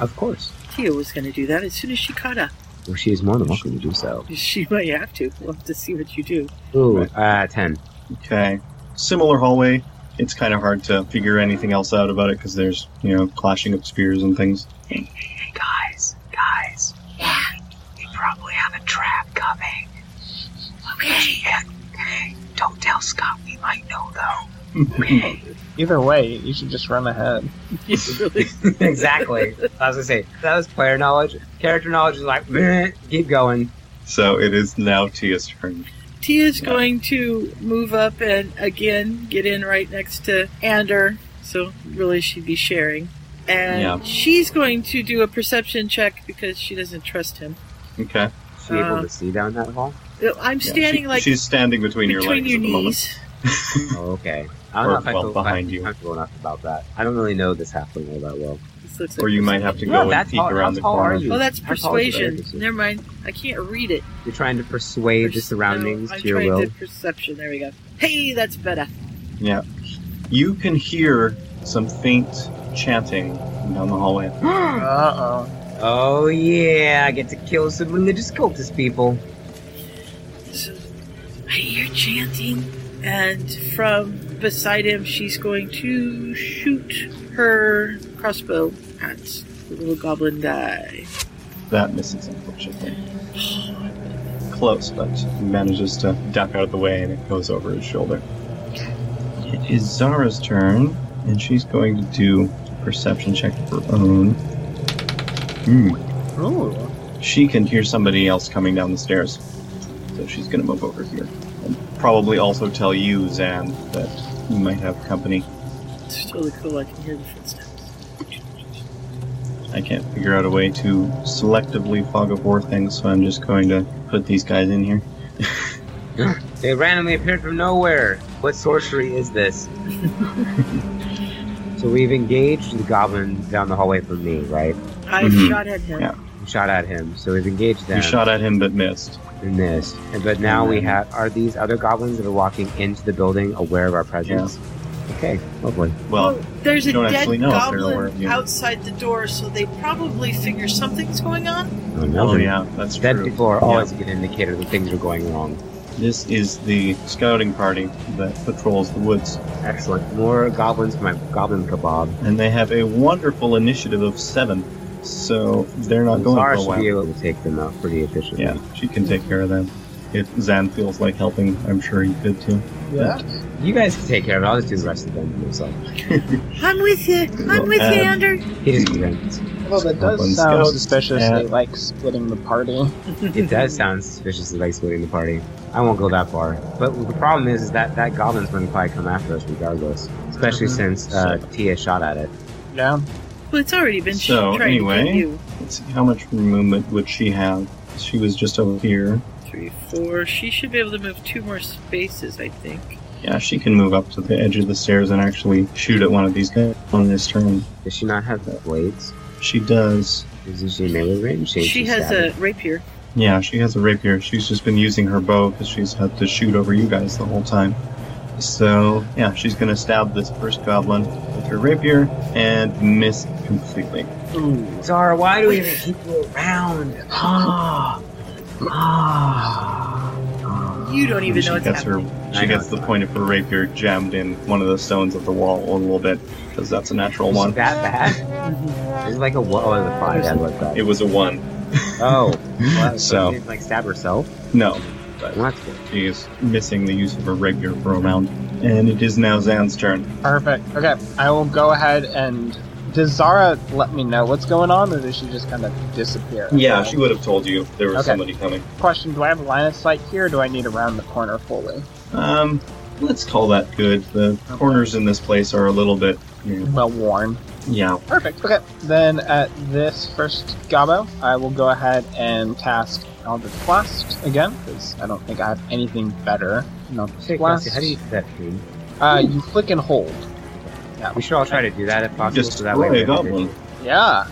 Of course. Tia was gonna do that as soon as she caught up. Well, she is more than welcome to do so. She might have to. We'll have to see what you do. Ooh, uh, 10. Okay. Similar hallway. It's kind of hard to figure anything else out about it because there's, you know, clashing of spears and things. Guys, guys. Yeah. We probably have a trap coming. Okay. Don't tell Scott we might know, though. Either way, you should just run ahead. exactly. I was gonna say that was player knowledge. Character knowledge is like, "Meh, keep going. So it is now Tia's turn. Tia's going to move up and again get in right next to Ander, so really she'd be sharing. And Yeah. she's going to do a perception check because she doesn't trust him. Okay. Is she Uh. able to see down that hall? I'm Yeah, standing she- like she's standing between, your between legs your at the moment. knees. Oh, okay. I don't Or, know if I well, feel behind if you. I'm comfortable enough about that. I don't really know this halfling all that well. This looks Or like you might have to No, go and that's peek all- around that's the all corner. you. Oh, that's How tall is the persuasion. dragon? Never mind. I can't read it. You're trying to persuade the Pers- surroundings no, I'm to your trying will. to perception. There we go. Hey, that's better. Yeah. You can hear some faint chanting down the hallway. Uh oh. Oh yeah, I get to kill some religious cultist people. So I hear chanting, and from beside him, she's going to shoot her crossbow at the little goblin guy. That misses, unfortunately. Close, but he manages to duck out of the way and it goes over his shoulder. It is Zara's turn, and she's going to do a perception check of her own. Hmm. Ooh. She can hear somebody else coming down the stairs, so she's going to move over here. And probably also tell you, Zan, that you might have company. It's totally cool. I can hear the footsteps. I can't figure out a way to selectively fog of war things, so I'm just going to put these guys in here. They randomly appeared from nowhere. What sorcery is this? so we've engaged the goblin down the hallway from me, right? I Mhm. shot at him. Yeah. We shot at him. So we've engaged them You shot at him but missed. in this. And but now we Mhm. have are these other goblins that are walking into the building aware of our presence? Okay, Oh, lovely. Well, Oh, There's you a don't dead actually know if they're aware of goblin you. outside the door, so they probably figure something's going on. Oh, no, oh then yeah, that's Dead true. people are Yeah. always a good indicator that things are going wrong. This is the scouting party that patrols the woods, Excellent. More goblins for my goblin kebab. and they have a wonderful initiative of seven, so they're not going Zara for a should be while. able to take them out pretty efficiently. Yeah, she can take care of them. If Zan feels like helping, I'm sure he could too. Yeah. You guys can take care of it. I'll just do the rest of them myself. I'm with you. I'm with you, Um, Ander. He just grins. Well, that Goblin does sound scouts suspicious. They and- like splitting the party. It does sound suspiciously like splitting the party. I won't go that far. But the problem is, is that that goblin's going to probably come after us regardless. Especially Mhm. since uh, Tia shot at it. Yeah. Well, it's already been sh- So, trying to anyway. get you. Let's see how much movement would she have. She was just over here. Three, four. She should be able to move two more spaces, I think. Yeah, she can move up to the edge of the stairs and actually shoot at one of these guys on this turn. Does she not have blades? She does. Isn't she melee range? She has a rapier. Yeah, she has a rapier. She's just been using her bow because she's had to shoot over you guys the whole time. So, yeah, she's gonna stab this first goblin with her rapier and miss completely. Ooh. Zara, why do we even keep you around? Ah. Ah. You don't even she know what's gets happening. her I she know gets it's the not. point of her rapier jammed in one of the stones of the wall a little bit because that's a natural Is it one. that bad? It's like a what? Oh, it was a five. I like that. It was a one. Oh, well, So- so she didn't like stab herself. No, Well, that's good. she is missing the use of her rapier for a round, and it is now Zan's turn. Perfect. Okay, I will go ahead and. Does Zara let me know what's going on, or does she just kind of disappear? Yeah, she would have told you if there was Okay. somebody coming. Question: Do I have a line of sight here, or do I need around the corner fully? Um, let's call that good. The corners in this place are a little bit, you know, Well worn. yeah. Perfect. Okay. Then at this first Gabo, I will go ahead and cast Eldritch Blast again, because I don't think I have anything better. No Hey, Blast. Kelsey, how do you do that thing? Uh, you flick and hold. We should all try to do that if possible, Just so that way we a have to- goblin. Yeah.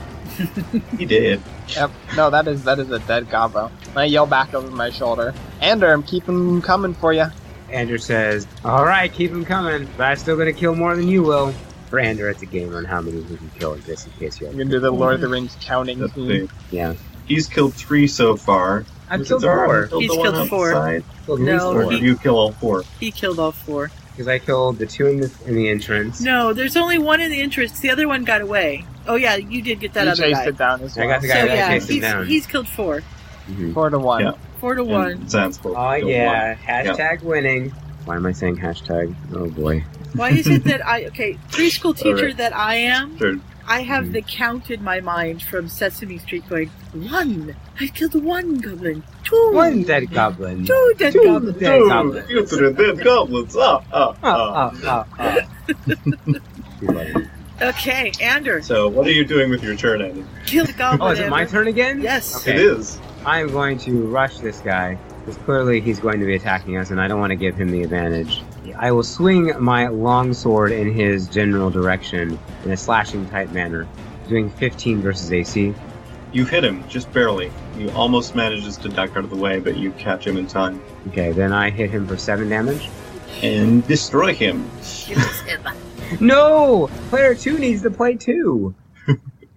He did. Yep. No, that is that is a dead Gabo. And I yell back over my shoulder, Ander, I'm keeping coming for you. Andrew says, "All right, keep them coming, but I'm still gonna kill more than you will." For Andrew, it's a game on how many we can kill in this, in case you I'm have. gonna do the Lord of the Rings counting. That's thing. the- Yeah. He's killed three so far. Mm-hmm. I've Was it killed Zara who four. Oh, the He's one killed four. outside? Killed at No, least Or four. he- did you kill all four? He killed all four. Because I killed the two in the, in the entrance. No, there's only one in the entrance. The other one got away. Oh yeah, you did get that you other chased guy. it down as I well. got the guy so that yeah, chased him he's, down. he's killed four. Mhm. Four to one. Yeah. Four to And one. Zan's killed Oh killed yeah, hashtag winning. Why am I saying hashtag? Oh boy. Why is it that I okay preschool teacher Alright. that I am? Sure. I have Mm-hmm. the count in my mind from Sesame Street going one. I killed one goblin. Two. One dead goblin. Two dead goblins. dead goblins. You three dead goblins. Ah, ah, ah. Ah, ah, ah. You love it. Okay, Ander, So, what are you doing with your turn, Andy? kill the goblin. Oh, is it my Ander. turn again? Yes. Okay. It is. I'm going to rush this guy because clearly he's going to be attacking us, and I don't want to give him the advantage. I will swing my longsword in his general direction in a slashing type manner, doing 15 versus AC. You hit him, just barely. You almost manages to duck out of the way, but you catch him in time Okay, then I hit him for seven damage. and destroy him. No! Player two needs to play two.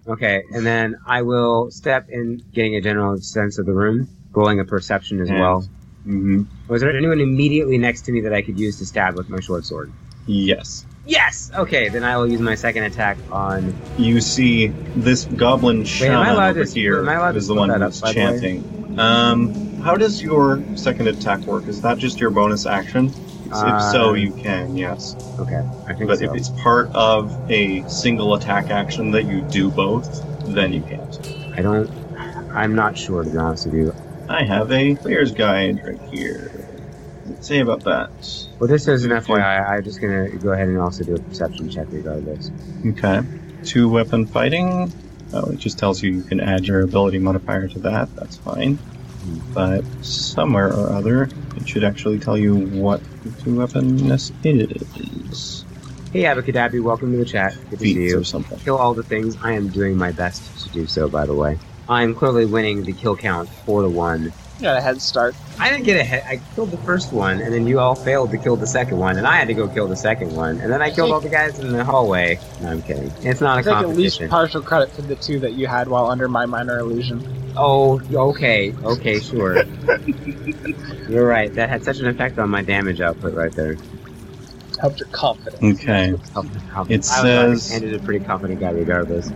okay, and then I will step in, getting a general sense of the room, rolling a perception as And- well. Mm-hmm. Was there anyone immediately next to me that I could use to stab with my short sword? Yes. Yes. Okay, then I will use my second attack on. you see this goblin shaman allowed over to- here am I allowed to is the put one that up, who's by the way? chanting. Um, how does your second attack work? Is that just your bonus action? if so, Uh, you can, yes. Okay, I think But so. if it's part of a single attack action that you do both, then you can't. I don't. I'm not sure to be honest with you. I have a player's guide right here. What does it say about that? Well, this is an You do. FYI. I'm just gonna go ahead and also do a perception check regardless. Okay. Two weapon fighting. Oh, it just tells you you can add your ability modifier to that. That's fine. But somewhere or other, it should actually tell you what two weaponness it is. Hey, Abacadabby, welcome to the chat. Good to see Feats you. or something. Kill all the things. I am doing my best to do so. By the way, I am clearly winning the kill count four to one. You got a head start. I didn't get a hit. I killed the first one, and then you all failed to kill the second one, and I had to go kill the second one, and then I killed all the guys in the hallway. No, I'm kidding. It's not a I take at least competition. partial credit for the two that you had while under my minor illusion. Oh, okay, okay, sure. You're right. That had such an effect on my damage output right there. Helped your confidence. Okay. It says- I ended a pretty confident guy regardless.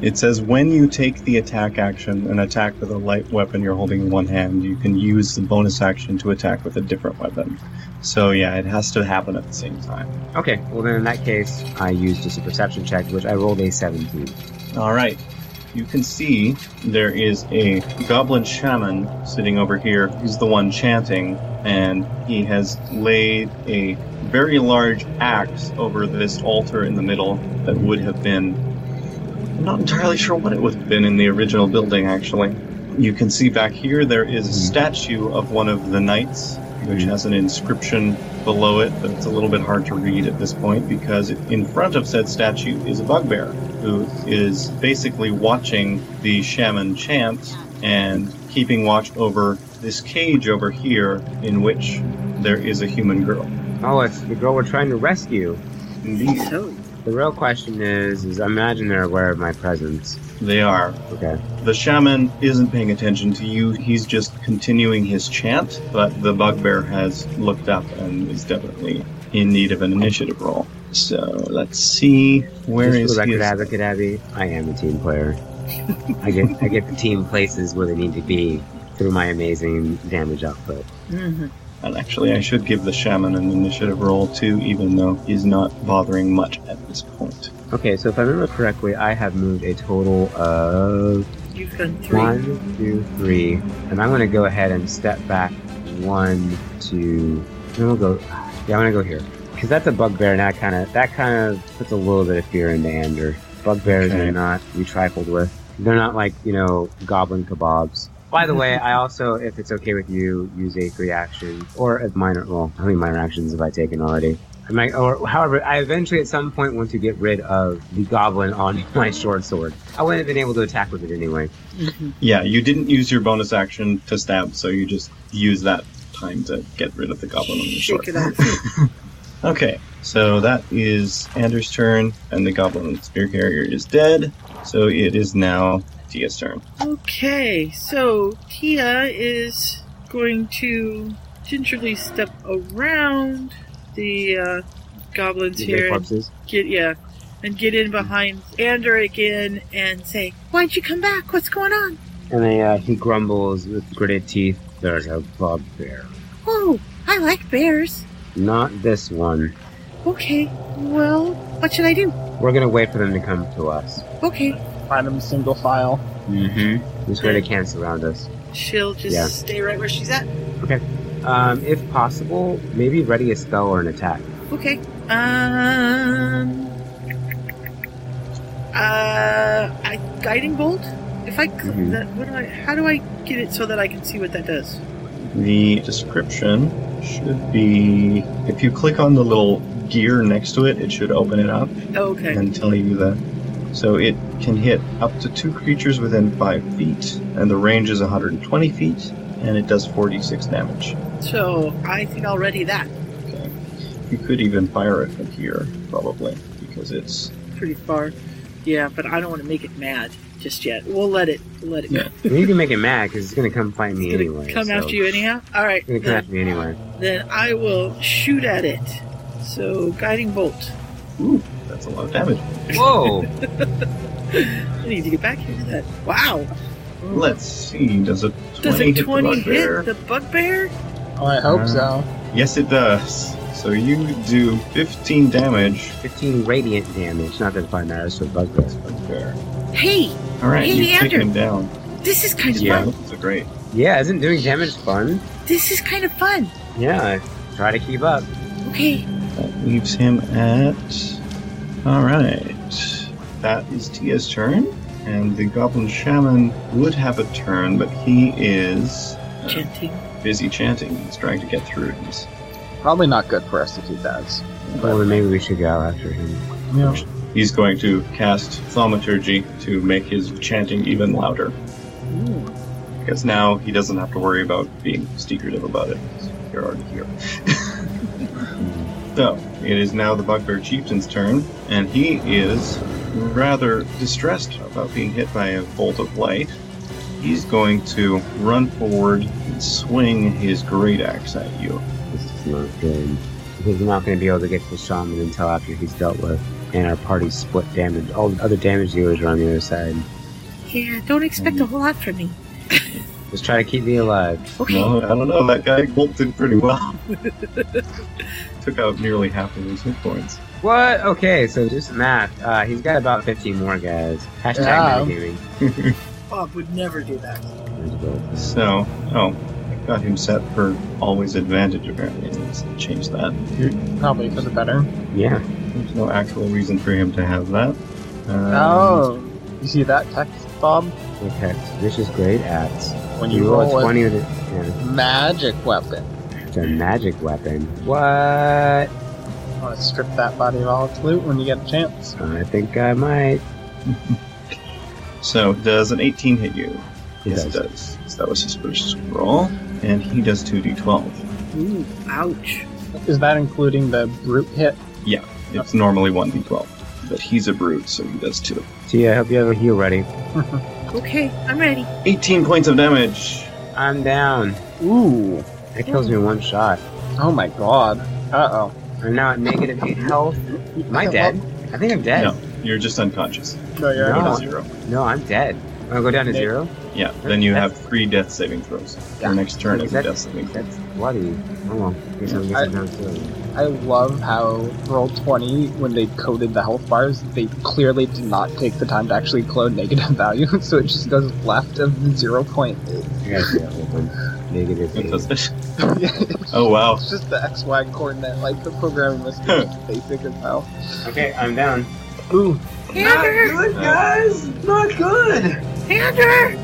It says when you take the attack action, an attack with a light weapon you're holding in one hand, you can use the bonus action to attack with a different weapon. So yeah, it has to happen at the same time. Okay, well then in that case, I used just a perception check, which I rolled a 17. All right. You can see there is a goblin shaman sitting over here. He's the one chanting, and he has laid a very large axe over this altar in the middle that would have been. I'm not entirely sure what it would have been in the original building, actually. You can see back here there is a statue of one of the knights, which has an inscription below it that it's a little bit hard to read at this point because in front of said statue is a bugbear who is basically watching the shaman chant and keeping watch over this cage over here in which there is a human girl. Oh, it's the girl we're trying to rescue. Indeed, So, The real question is, is I imagine they're aware of my presence. they are. Okay. The shaman isn't paying attention to you, he's just continuing his chant, but the bugbear has looked up and is definitely in need of an initiative roll. So let's see where just is for the his- record, Abacadabby, I am a team player. I get I get the team places where they need to be through my amazing damage output. mhm. And actually, I should give the shaman an initiative roll too, even though he's not bothering much at this point. Okay, so if I remember correctly, I have moved a total of you've done three. one, two, three, and I'm going to go ahead and step back one, two, and we'll go. Yeah, I'm going to go here because that's a bugbear, and that kind of that kind of puts a little bit of fear into Ander. Bugbears Okay. are not to be trifled with. They're not like you know goblin kebabs. By the way, I also, if it's okay with you, use a free action or a minor. Well, how many minor actions have I taken already? I might, or however, I eventually at some point want to get rid of the goblin on my short sword. I wouldn't have been able to attack with it anyway. Mhm. Yeah, you didn't use your bonus action to stab, so you just use that time to get rid of the goblin on your Shake it sword. off. Okay, so that is Anders' turn, and the goblin with the spear carrier is dead, so it is now Tia's turn. Okay, so Tia is going to gingerly step around the uh, goblins You here make and corpses. get yeah, and get in behind Ander again and say, "Why'd you come back? What's going on? And they, uh, he grumbles with gritted teeth. There's a bugbear. Oh, I like bears. Not this one. Okay, well, what should I do? We're gonna wait for them to come to us. Okay. Find them single file. Mm-hmm. This way they can't surround us. She'll just Yeah. stay right where she's at. Um, if possible, maybe ready a spell or an attack. Okay. Um. Uh, I, guiding bolt. If I, cl- Mhm. that, what do I? How do I get it so that I can see what that does? The description should be if you click on the little gear next to it, it should open it up Okay. and tell you that. So it can hit up to two creatures within 5 feet, and the range is 120 feet, and it does 46 damage. So I think I'll ready that. You could even fire it from here, probably, because it's. Pretty far. Yeah, but I don't want to make it mad just yet. We'll let it. We'll let it Yeah. I mean, you can make it mad because it's gonna come find me It's gonna anyway. come so- after you anyhow. All right. It's gonna come then- after me anyway. then I will shoot at it. So guiding bolt. Ooh, that's a lot of damage. Whoa! I need to get back into that. Wow. Let's see, does a 20 Does a hit the twenty bugbear? hit the bugbear? Oh, I hope so. Yes, it does. So you do 15 damage. 15 radiant damage. Not that it probably matters to a bugbear. Bugbear. Hey, Alright, Hey, you take Leander. him down. this is kind of Yeah, fun. those are great. Yeah, isn't doing damage fun? This is kind of fun. Yeah, try to keep up. Okay. That leaves him at. Alright. That is Tia's turn. And the Goblin Shaman would have a turn, but he is Chanting. busy chanting. He's trying to get through his. Probably not good for us if he does. Well, then maybe we should go after him. Yeah. He's going to cast Thaumaturgy to make his chanting even louder. Because now he doesn't have to worry about being secretive about it. You're already here. so, it is now the Bugbear Chieftain's turn, and he is rather distressed about being hit by a bolt of light. He's going to run forward and swing his great axe at you. This is not good. Because we're not going to be able to get to the shaman until after he's dealt with, and our party's split damage. All the other damage dealers are on the other side. Yeah, don't expect a whole lot from me. Just try to keep me alive. Okay. No, I don't know. That guy bolted pretty well. Took out nearly half of his hit points. What? Okay, so just math. Uh, he's got about 15 more guys. Hashtag Yeah. metagaming. Bob would never do that. So, oh, I got him set for always advantage apparently. Let's change that. Probably for the better. Yeah. There's no actual reason for him to have that. Um, Oh, you see that text, Bob? Okay. This is great axe. When You you roll a roll 20 a with it. Yeah, magic weapon, it's a magic weapon. What? I want to strip Oh, that body of all its loot when you get a chance. Uh, I think I might. So, does an 18 hit you? It yes, does. it does. So that was his first roll, and he does 2d12. Ooh, ouch. Is that including the brute hit? It's normally 1d12, but he's a brute, so he does 2. Tia, I hope you have a heal ready. Okay, I'm ready. 18 points of damage! I'm down. Ooh. That kills me in one shot. Oh my god. Uh oh. I'm now at negative 8 health. Am I Yeah, dead? I think I'm dead. No, you're just unconscious. No, you're Go No. to Oh. zero. No, I'm dead. i to go down to Ne- zero? Yeah, then you have three death saving throws. Your Yeah. next turn is a That- death saving throw. That's bloody. Oh well. Guess I'm, guess I- I'm down to zero. I love how roll twenty when they coded the health bars, they clearly did not take the time to actually clone negative value, so it just goes left of the zero point. I gotta do that one. Negative That 8. does it. it's Oh, wow. just the X Y coordinate. Like the programming was just basic as hell. Okay, I'm down. Ooh. Hander! good, guys! Not good! Hander!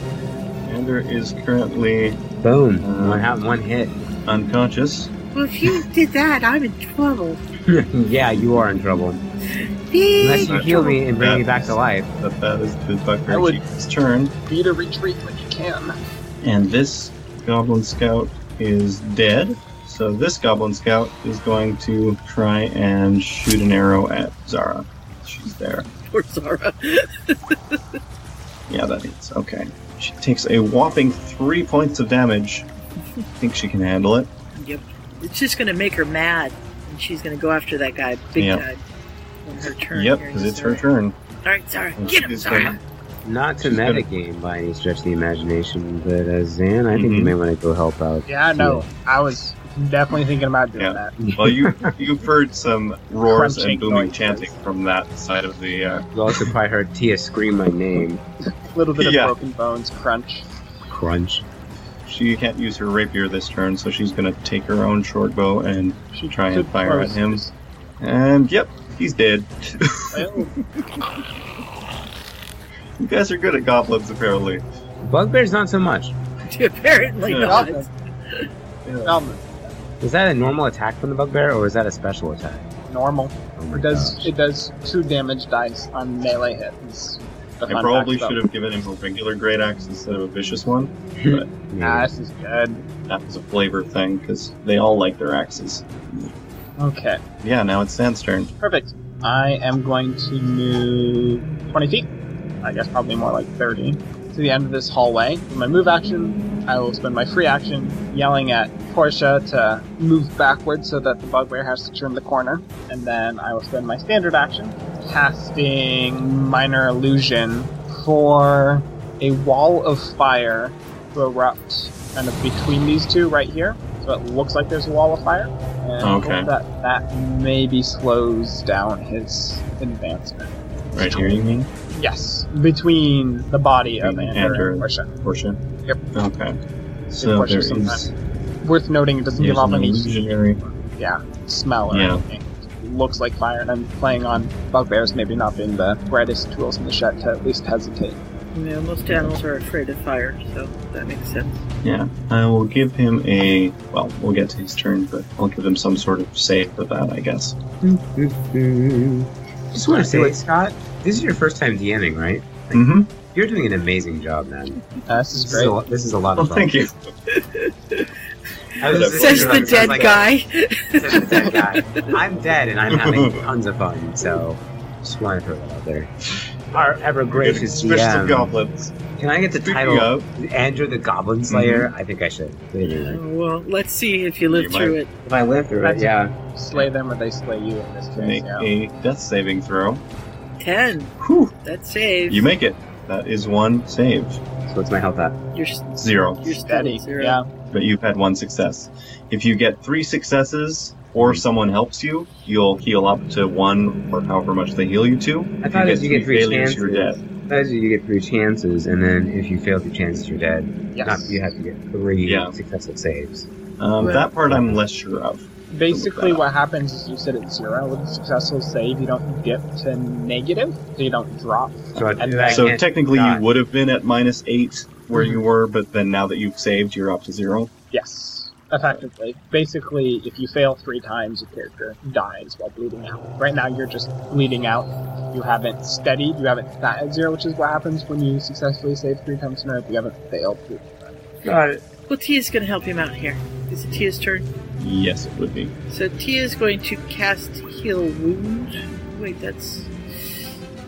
Ander is currently Boom. Mm. One out, one hit. unconscious. Well, if you did that, I'm in trouble. yeah, you are in trouble. Unless Big you heal me and bring me back to life. But that is the I Buckbear would- Chief's turn. Beat a retreat when you can. And this Goblin Scout is dead. So this Goblin Scout is going to try and shoot an arrow at Zara. She's there. Poor Zara. Yeah, that is. Okay. She takes a whopping three points of damage. Think she can handle it. Yep. It's just gonna make her mad, and she's gonna go after that guy big Yeah. time. On her turn. yep, here in because a it's her second. turn. All right, Zara, And get him, she's Zara. gonna- Not to She's gonna- metagame by any stretch of the imagination, but uh, Zan, I think you Mhm. may want to go help out. Yeah, no, I was I'm definitely thinking about doing Yeah. that. Well, you you've heard some roars Crunching and booming noises. chanting from that side of the. Uh, You also probably heard Tia scream my name. A little bit of Yeah. broken bones crunch. Crunch. she can't use her rapier this turn, so she's gonna take her own short bow and She try and could fire at close. him. And yep, he's dead. Oh, you guys are good at goblins, apparently. Bugbear's not so much. Apparently Yeah. not. Goblin. Goblin. Is that a normal attack from the bugbear, or is that a special attack? normal. Oh my It does gosh. it does two damage dice on melee hits. The I fun probably fact should about- have given him a regular great axe instead of a vicious one. Nah, Yeah. this is good. That was a flavor thing because they all like their axes. Okay, Yeah, now it's San's turn. perfect. I am going to move 20 feet. I guess probably more like 30 to the end of this hallway. With my move action, I will spend my free action yelling at Portia to move backwards so that the bugbear has to turn the corner, and then I will spend my standard action casting minor illusion for a wall of fire to erupt kind of between these two right here. So it looks like there's a wall of fire. And I hope Okay. that that maybe slows down his advancement. Right here, you mean? Yes, between the body of Between Andrew Andrew. and Portia. Portia? Yep. Okay. So Portia there sometimes. is, Worth noting, it doesn't there's give off an any illusionary. smell or Yeah. anything. Looks like fire, and I'm playing on bugbears maybe not being the brightest tools in the shed to at least hesitate. Yeah, most animals are afraid of fire, so that makes sense. Yeah. I will give him a. Well, we'll get to his turn, but I'll give him some sort of save for that, I guess. Just want to say, Scott, this is your first time DMing, right? Mm-hmm. You're doing an amazing job, man. Uh, this This is is a, great. lo- this is a lot Well, of fun. thank you. I was just Says thinking the about it, I was dead like, guy. Says the dead guy. I'm dead and I'm having tons of fun, so just wanted to throw that out there. Our ever gracious Especially some DM. goblins. Can I get the Speaking title of, Mm-hmm. Andrew the Goblin Slayer? I think I should. Wait a minute. Oh, well, let's see if you live You through it. If I live through it, That's- yeah. Slay them or they slay you in this case. make Yeah. a death saving throw. Ten. Whew. That saves. You make it. That is one save. So what's my health at? You're, s- Zero. you're steady. Steady. Zero. Yeah. but you've had one success. If you get three successes or someone helps you, you'll heal up to one or however much they heal you to. I If thought if you get three failures, chances, you're dead. I thought you get three chances, and then if you fail three chances, you're dead. Yes. Not, you have to get three Yeah. successful saves. Um, Right. that part I'm less sure of. Basically, what happens is you sit at zero with a successful save. You don't dip to negative, so you don't drop. So, I, And I so can't Mhm. technically, die. you would have been at minus eight where you were, but then now that you've saved, you're up to zero. Yes, effectively. Basically, if you fail three times, your character dies while bleeding out. Right now, you're just bleeding out. You haven't steadied. You haven't sat at zero, which is what happens when you successfully save three times in a row. If you haven't failed, three times. Got it. Well, Tia's going to help him out here. Is it Tia's turn? Yes, it would be. So Tia's going to cast Heal Wound. Wait, that's.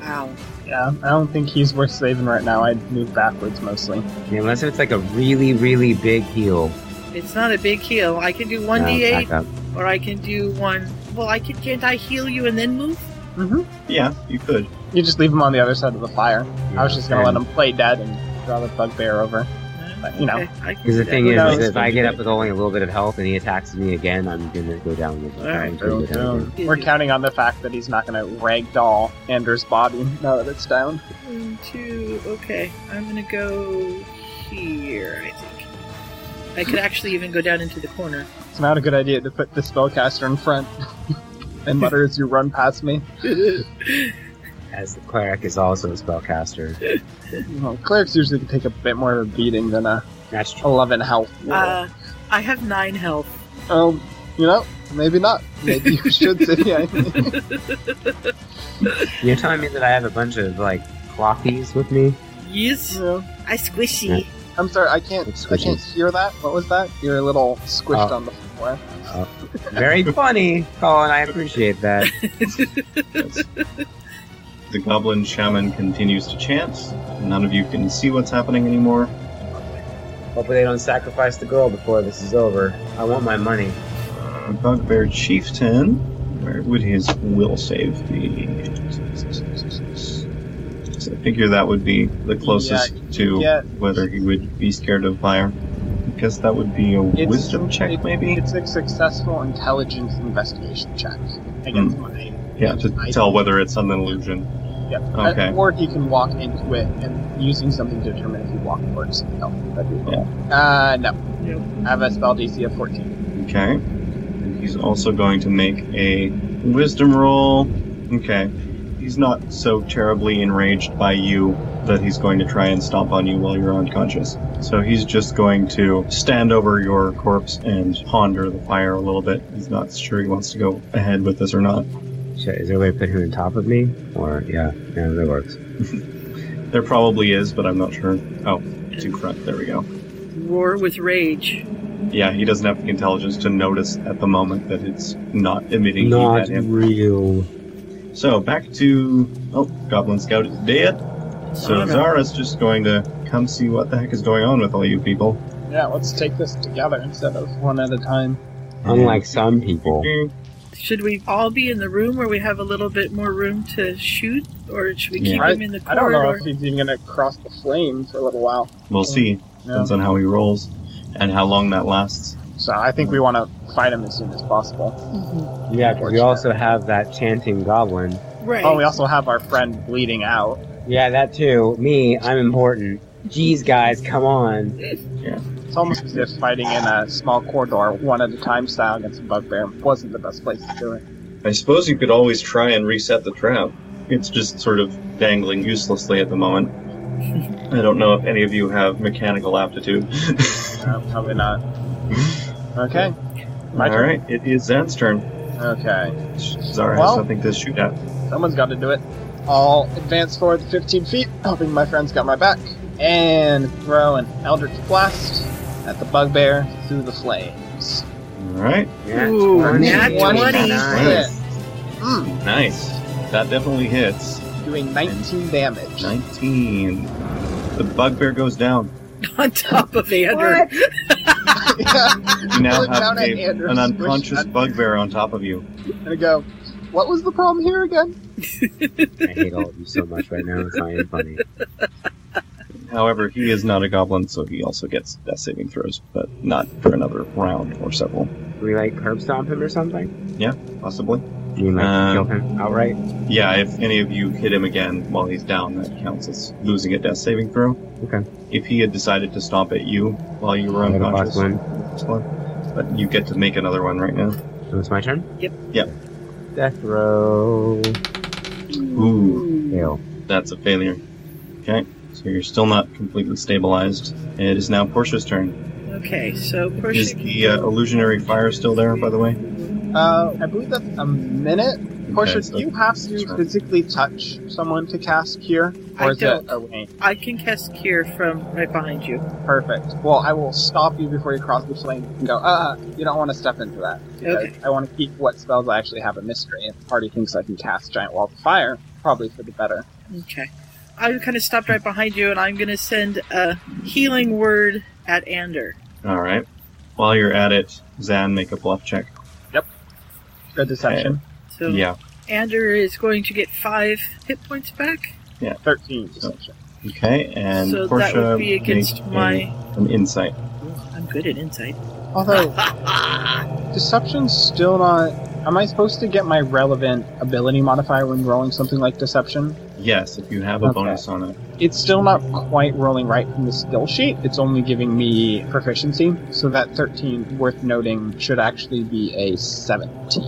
Ow. yeah, I don't think he's worth saving right now. I'd move backwards mostly. Yeah, unless it's like a really, really big heal. It's not a big heal. I can do No, 1d8, back up. or I can do one. Well, I can. Can't I heal you and then move? Mm-hmm. Yeah, you could. You just leave him on the other side of the fire. I was just gonna let And- him play dead and draw the bugbear over. But, you know. Okay, I can Because do the that. thing Who is, knows? is if I get up with only a little bit of health and he attacks me again, I'm gonna go down with All right, I'm gonna go down again. Yeah. We're counting on the fact that he's not going to ragdoll Andrew's body now that it's down. One, two. Okay, I'm gonna go here. I think I could actually even go down into the corner. It's not a good idea to put the spellcaster in front and mutter as you run past me. As the cleric is also a spellcaster. Well, clerics usually can take a bit more of a beating than a That's true. 11 health. Uh, I have nine health. Um, you know, maybe not. Maybe you should say yeah. You're telling me that I have a bunch of like clockies with me? Yes, I squishy. I'm sorry, I can't. It's I can't hear that. What was that? You're a little Uh, squished Oh. on the floor. Very funny, Colin. I appreciate that. Yes. the goblin shaman continues to chant. None of you can see what's happening anymore. Hopefully they don't sacrifice the girl before this is over. I want my money. A bugbear chieftain. Where would his will save be? So I figure that would be the closest Yeah, to Yeah, whether he would be scared of fire. guess that would be a It's- wisdom check, it- maybe? It's a successful intelligence investigation check against Hmm. my. Yeah, to I- tell whether it's an illusion. Yep. Okay. Uh, Or he can walk into it and using something to determine if you walk towards something else. That'd be cool. Uh, no. I have a spell DC of 14. Okay. And he's also going to make a wisdom roll. Okay. He's not so terribly enraged by you that he's going to try and stomp on you while you're unconscious. So he's just going to stand over your corpse and ponder the fire a little bit. He's not sure he wants to go ahead with this or not. Shit, is there a way to put him on top of me? Or yeah, yeah, that works. There probably is, but I'm not sure. Oh, too front. There we go. Roar with rage. Yeah, he doesn't have the intelligence to notice at the moment that it's not emitting heat Not at him. real. So back to oh, Goblin Scout is dead. So Oh, no. Zara's just going to come see what the heck is going on with all you people. Yeah, let's take this together instead of one at a time. Unlike some people. Should we all be in the room where we have a little bit more room to shoot, or should we keep Yeah. him in the I don't corridor? know if he's even going to cross the flame for a little while. We'll see. Oh, Yeah. Depends on how he rolls and how long that lasts. So I think we want to fight him as soon as possible. Yeah, because we also have that chanting goblin. Right. Oh, we also have our friend bleeding out. Yeah, that too. Me, I'm important. Jeez, guys, come on. It's almost as if fighting in a small corridor, one at a time style against a bugbear, wasn't the best place to do it. I suppose you could always try and reset the trap. It's just sort of dangling uselessly at the moment. I don't know if any of you have mechanical aptitude. No, Uh, probably not. Okay. My All turn. right, it is Zan's turn. Okay. Zara Well- has something to shoot at. Someone's got to do it. I'll advance forward 15 feet, hoping my friend's got my back, and throw an Eldritch Blast at the bugbear through the flames. All right, Yeah, Ooh, nat 20. Nice. Mm, nice. That definitely hits. doing 19 damage. 19. The bugbear goes down. on top of Andrew. You now Look have down at a- Andrew, an squish unconscious that. bugbear on top of you. And I go, what was the problem here again? I hate all of you so much right now. It's not even funny. However, he is not a goblin, so he also gets death saving throws, but not for another round or several, Can we like curb stomp him or something? possibly. You mean like Um, kill him outright? Yeah, if any of you hit him again while he's down, that counts as losing a death saving throw. Okay. If he had decided to stomp at you while you were I got a unconscious, plus one. that's one. But you get to make another one right now. So Oh, it's my turn? Yep. Yep. Death row. Ooh. Fail. That's a failure. Okay, so you're still not completely stabilized. It is now Portia's turn. Okay, so Is Portia. the uh, illusionary fire still there, by the way? Uh, I believe that's a minute. Portia, Okay, so- do you have to Sure. physically touch someone to cast Cure? I Or is it don't. a way? I can cast Cure from right behind you. Perfect. Well, I will stop you before you cross the flame and go, uh, you don't want to step into that. Because Okay. I want to keep what spells I actually have a mystery. If the party thinks I can cast Giant Wall of Fire, probably for the better. Okay. I kind of stopped right behind you, and I'm going to send a healing word at Ander. All right. While you're at it, Zan, make a bluff check. Good deception. So Yeah. Ander is going to get five hit points back. 13 deception. Okay, and so Portia that would be against make a- my. an insight. I'm good at insight. Although, deception's still not. Am I supposed to get my relevant ability modifier when rolling something like deception? Yes, if you have a Okay. bonus on it. It's still not quite rolling right from the skill sheet. It's only giving me proficiency. So that 13, worth noting, should actually be a 17.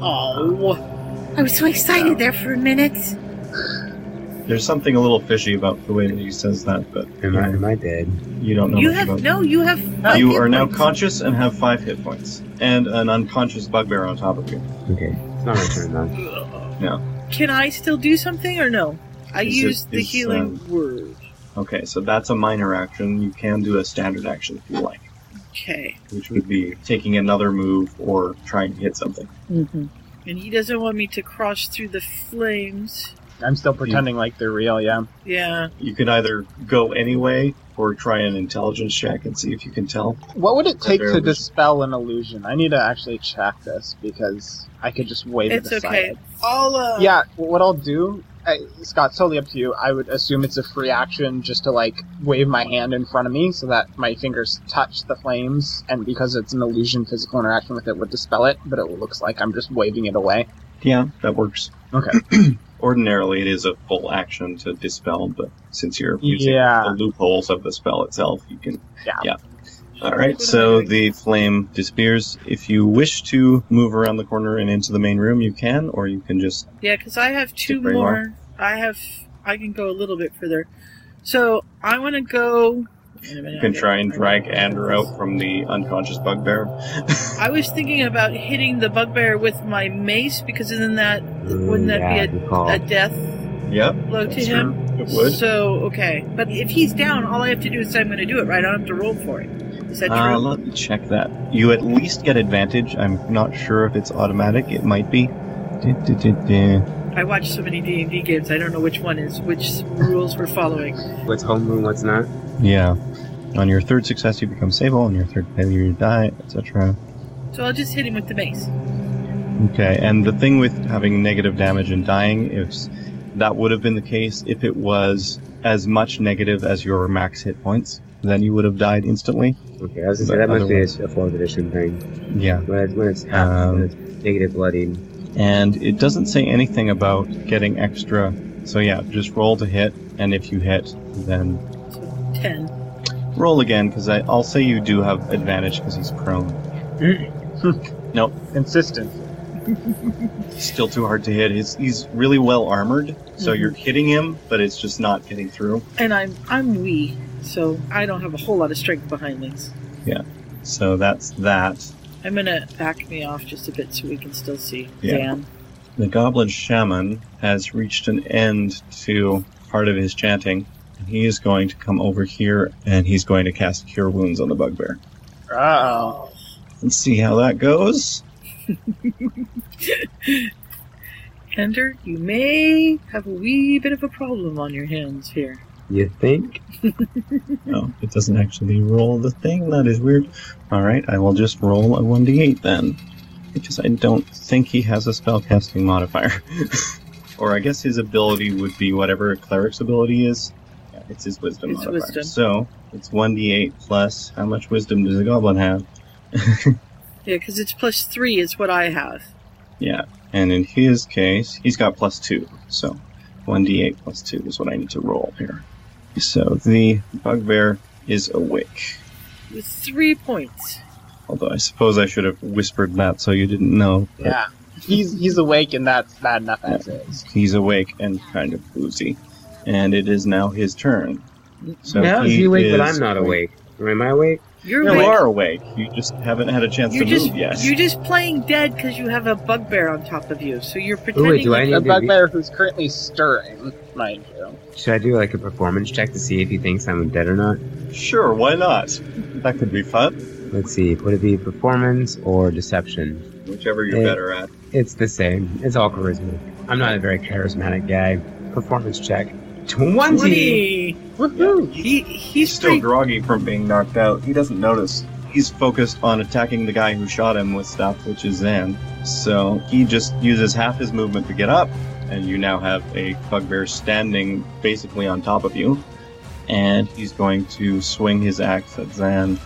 Oh, I was so excited there for a minute. There's something a little fishy about the way that he says that, but Am I, am I dead? you don't know you much have about no. You have. five You hit are now points. conscious and have five hit points, and an unconscious bugbear on top of you. Okay. It's not my turn though. Can I still do something or no? I Is it- used the is, healing um, word. Okay, so that's a minor action. You can do a standard action if you like, Okay. which would be taking another move or trying to hit something. Mm-hmm. And he doesn't want me to cross through the flames. I'm still pretending like they're real, yeah. Yeah. You can either go anyway or try an intelligence check and see if you can tell. What would it take They're to illusion. dispel an illusion? I need to actually check this because I could just wait It's it aside. okay. I'll. Uh, Yeah, what I'll do, I, Scott, totally up to you. I would assume it's a free action just to like wave my hand in front of me so that my fingers touch the flames, and because it's an illusion, physical interaction with it would dispel it. But it looks like I'm just waving it away. Yeah, that works. Okay. Ordinarily, it is a full action to dispel, but since you're using Yeah. the loopholes of the spell itself, you can. Yeah. All right, so the flame disappears. If you wish to move around the corner and into the main room, you can, or you can just. Yeah, because I have two Stick where you more. I have. I can go a little bit further. So I want to go. You can try and drag Andrew out from the unconscious bugbear. I was thinking about hitting the bugbear with my mace because then that Mm, wouldn't that yeah, be good a, call. a death Yep. blow to that's him? true. It would. So okay, but if he's down, all I have to do is say I'm going to do it. Right, I don't have to roll for it. Is that true? Uh, let me check that. You at least get advantage. I'm not sure if it's automatic. It might be. Du-du-du-du. I watch so many D and D games. I don't know which one is which rules we're following. What's homeroom, what's not? Yeah. On your third success, you become stable. On your third failure, you die, etc. So I'll just hit him with the mace. Okay, and the thing with having negative damage and dying is that would have been the case if it was as much negative as your max hit points. Then you would have died instantly. Okay, I was gonna say that must be a, a fourth edition thing. Yeah. When, it, when it's half, when it's negative bloody. and it doesn't say anything about getting extra. So yeah, just roll to hit, and if you hit, then Ten. roll again because I'll say you do have advantage because he's prone. Nope, Consistent. still too hard to hit. He's he's really well armored, so Mhm. you're hitting him, but it's just not getting through. And I'm I'm wee, so I don't have a whole lot of strength behind these. Yeah, so that's that. I'm gonna back me off just a bit so we can still see Yeah. Dan. The goblin shaman has reached an end to part of his chanting. He is going to come over here and he's going to cast Cure Wounds on the bugbear. Oh, Let's see how that goes. Ender, you may have a wee bit of a problem on your hands here. You think? No, it doesn't actually roll the thing. That is weird. All right, I will just roll a 1d8 then. Because I don't think he has a spellcasting modifier. or I guess his ability would be whatever a cleric's ability is. Yeah, it's his wisdom It's modifier. wisdom. So it's 1d8 plus how much wisdom does a goblin have? Yeah, because it's plus three is what I have. Yeah, and in his case, he's got plus 2. So 1d8 plus 2 is what I need to roll here. So the bugbear is awake. With three points. Although I suppose I should have whispered that so you didn't know. but yeah. He's he's awake, and that's bad enough as is. He's awake and kind of woozy. And it is now his turn. So no, he's awake, but is- I'm not awake. Or am I awake? You're You awake. are awake. You just haven't had a chance You're to just move yet. you're just playing dead because you have a bugbear on top of you, so you're pretending. do I you- need The to be- bugbear who's currently stirring, mind you. Should I do like a performance check to see if he thinks I'm dead or not? Sure, why not? That could be fun. Let's see, would it be performance or deception? Whichever you're Eh. better at. It's the same. It's all charisma. I'm not a very charismatic guy. Performance check. 20! Twenty. Woohoo! He He's he's still pretty, groggy from being knocked out. He doesn't notice. He's focused on attacking the guy who shot him with stuff, which is Zan. So he just uses half his movement to get up, and you now have a bugbear standing basically on top of you. And he's going to swing his axe at Zan.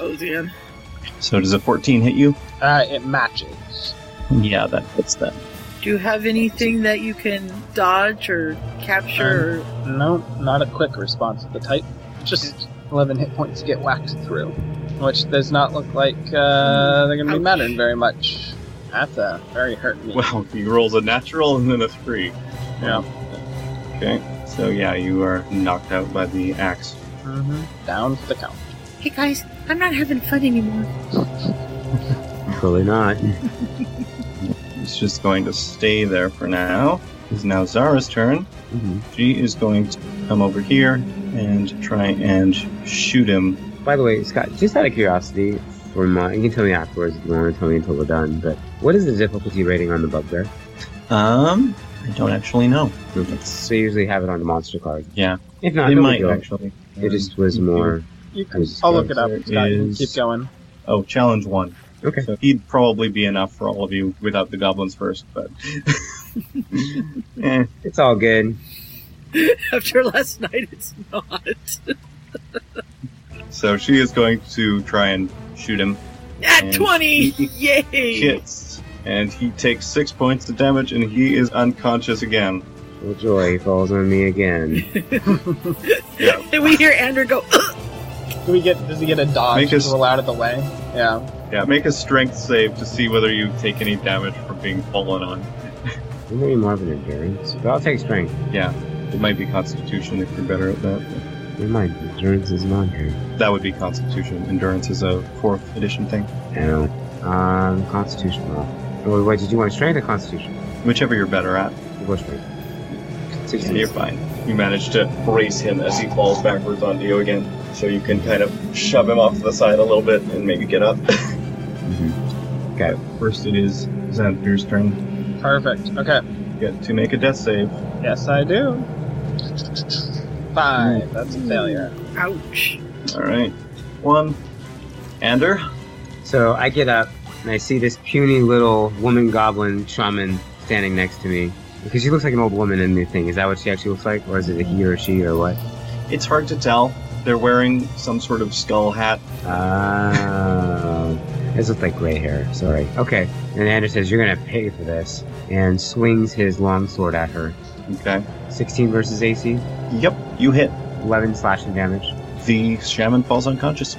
oh Dan. So does a 14 hit you? Uh, it matches. Yeah, that hits that. Do you have anything that you can dodge or capture? No, not a quick response of the type. Just 11 hit points get whacked through, which does not look like uh, they're going to be Ouch. mattering very much. That's a very hurt me. Well, he rolls a natural and then a 3. Yeah. Okay. So yeah, you are knocked out by the axe. hmm Down to the count. Hey guys, I'm not having fun anymore. Probably not. He's just going to stay there for now. It's now Zara's turn. Mhm. She is going to come over here and try and shoot him. By the way, Scott, just out of curiosity, for my, you can tell me afterwards if you want to tell me until we're done, but what is the difficulty rating on the bugbear? Um, I don't actually know. So you usually have it on the monster card. Yeah, If not, they no might big deal. actually. It just was more. You it can, was- I'll look it up. There Scott, you can is- keep going. Oh, challenge one. Okay. So he'd probably be enough for all of you without the goblins first, but Eh, it's all good. After last night, it's not. So she is going to try and shoot him. At And 20! Yay! He hits, and he takes six points of damage, and he is unconscious again. Well, joy falls on me again. And we hear Andrew go, Do we get? Does he get a dodge Make us- to roll out of the way? Yeah. Yeah, make a strength save to see whether you take any damage from being fallen on. I'm really more of an endurance, but I'll take strength. Yeah, it might be Constitution if you're better at that. Never mind, endurance is not here. That would be Constitution. Endurance is a fourth edition thing. No. Um, Constitution roll. Wait, wait, did you want strength or Constitution? Whichever you're better at, We'll go strength. and you're fine. You manage to brace him as he falls backwards onto you again, so you can kind of shove him off to the side a little bit and maybe get up. Okay. First, it is Xander's turn. Perfect. Okay. Get to make a death save. Yes, I do. Five. That's a failure. ouch. All right, one. Ander. So I get up and I see this puny little woman goblin shaman standing next to me. Because she looks like an old woman in the thing. Is that what she actually looks like? Or is it a he or she or what? It's hard to tell. They're wearing some sort of skull hat. Ah. this looks like gray hair. Sorry. Okay. And Andrew says, You're going to pay for this. And swings his longsword at her. Okay. 16 versus AC. Yep, you hit. 11 slashing damage. The shaman falls unconscious.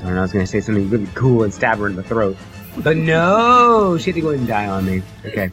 Darn, I was gonna say something really cool and stab her in the throat. But no! She had to go ahead and die on me. Okay.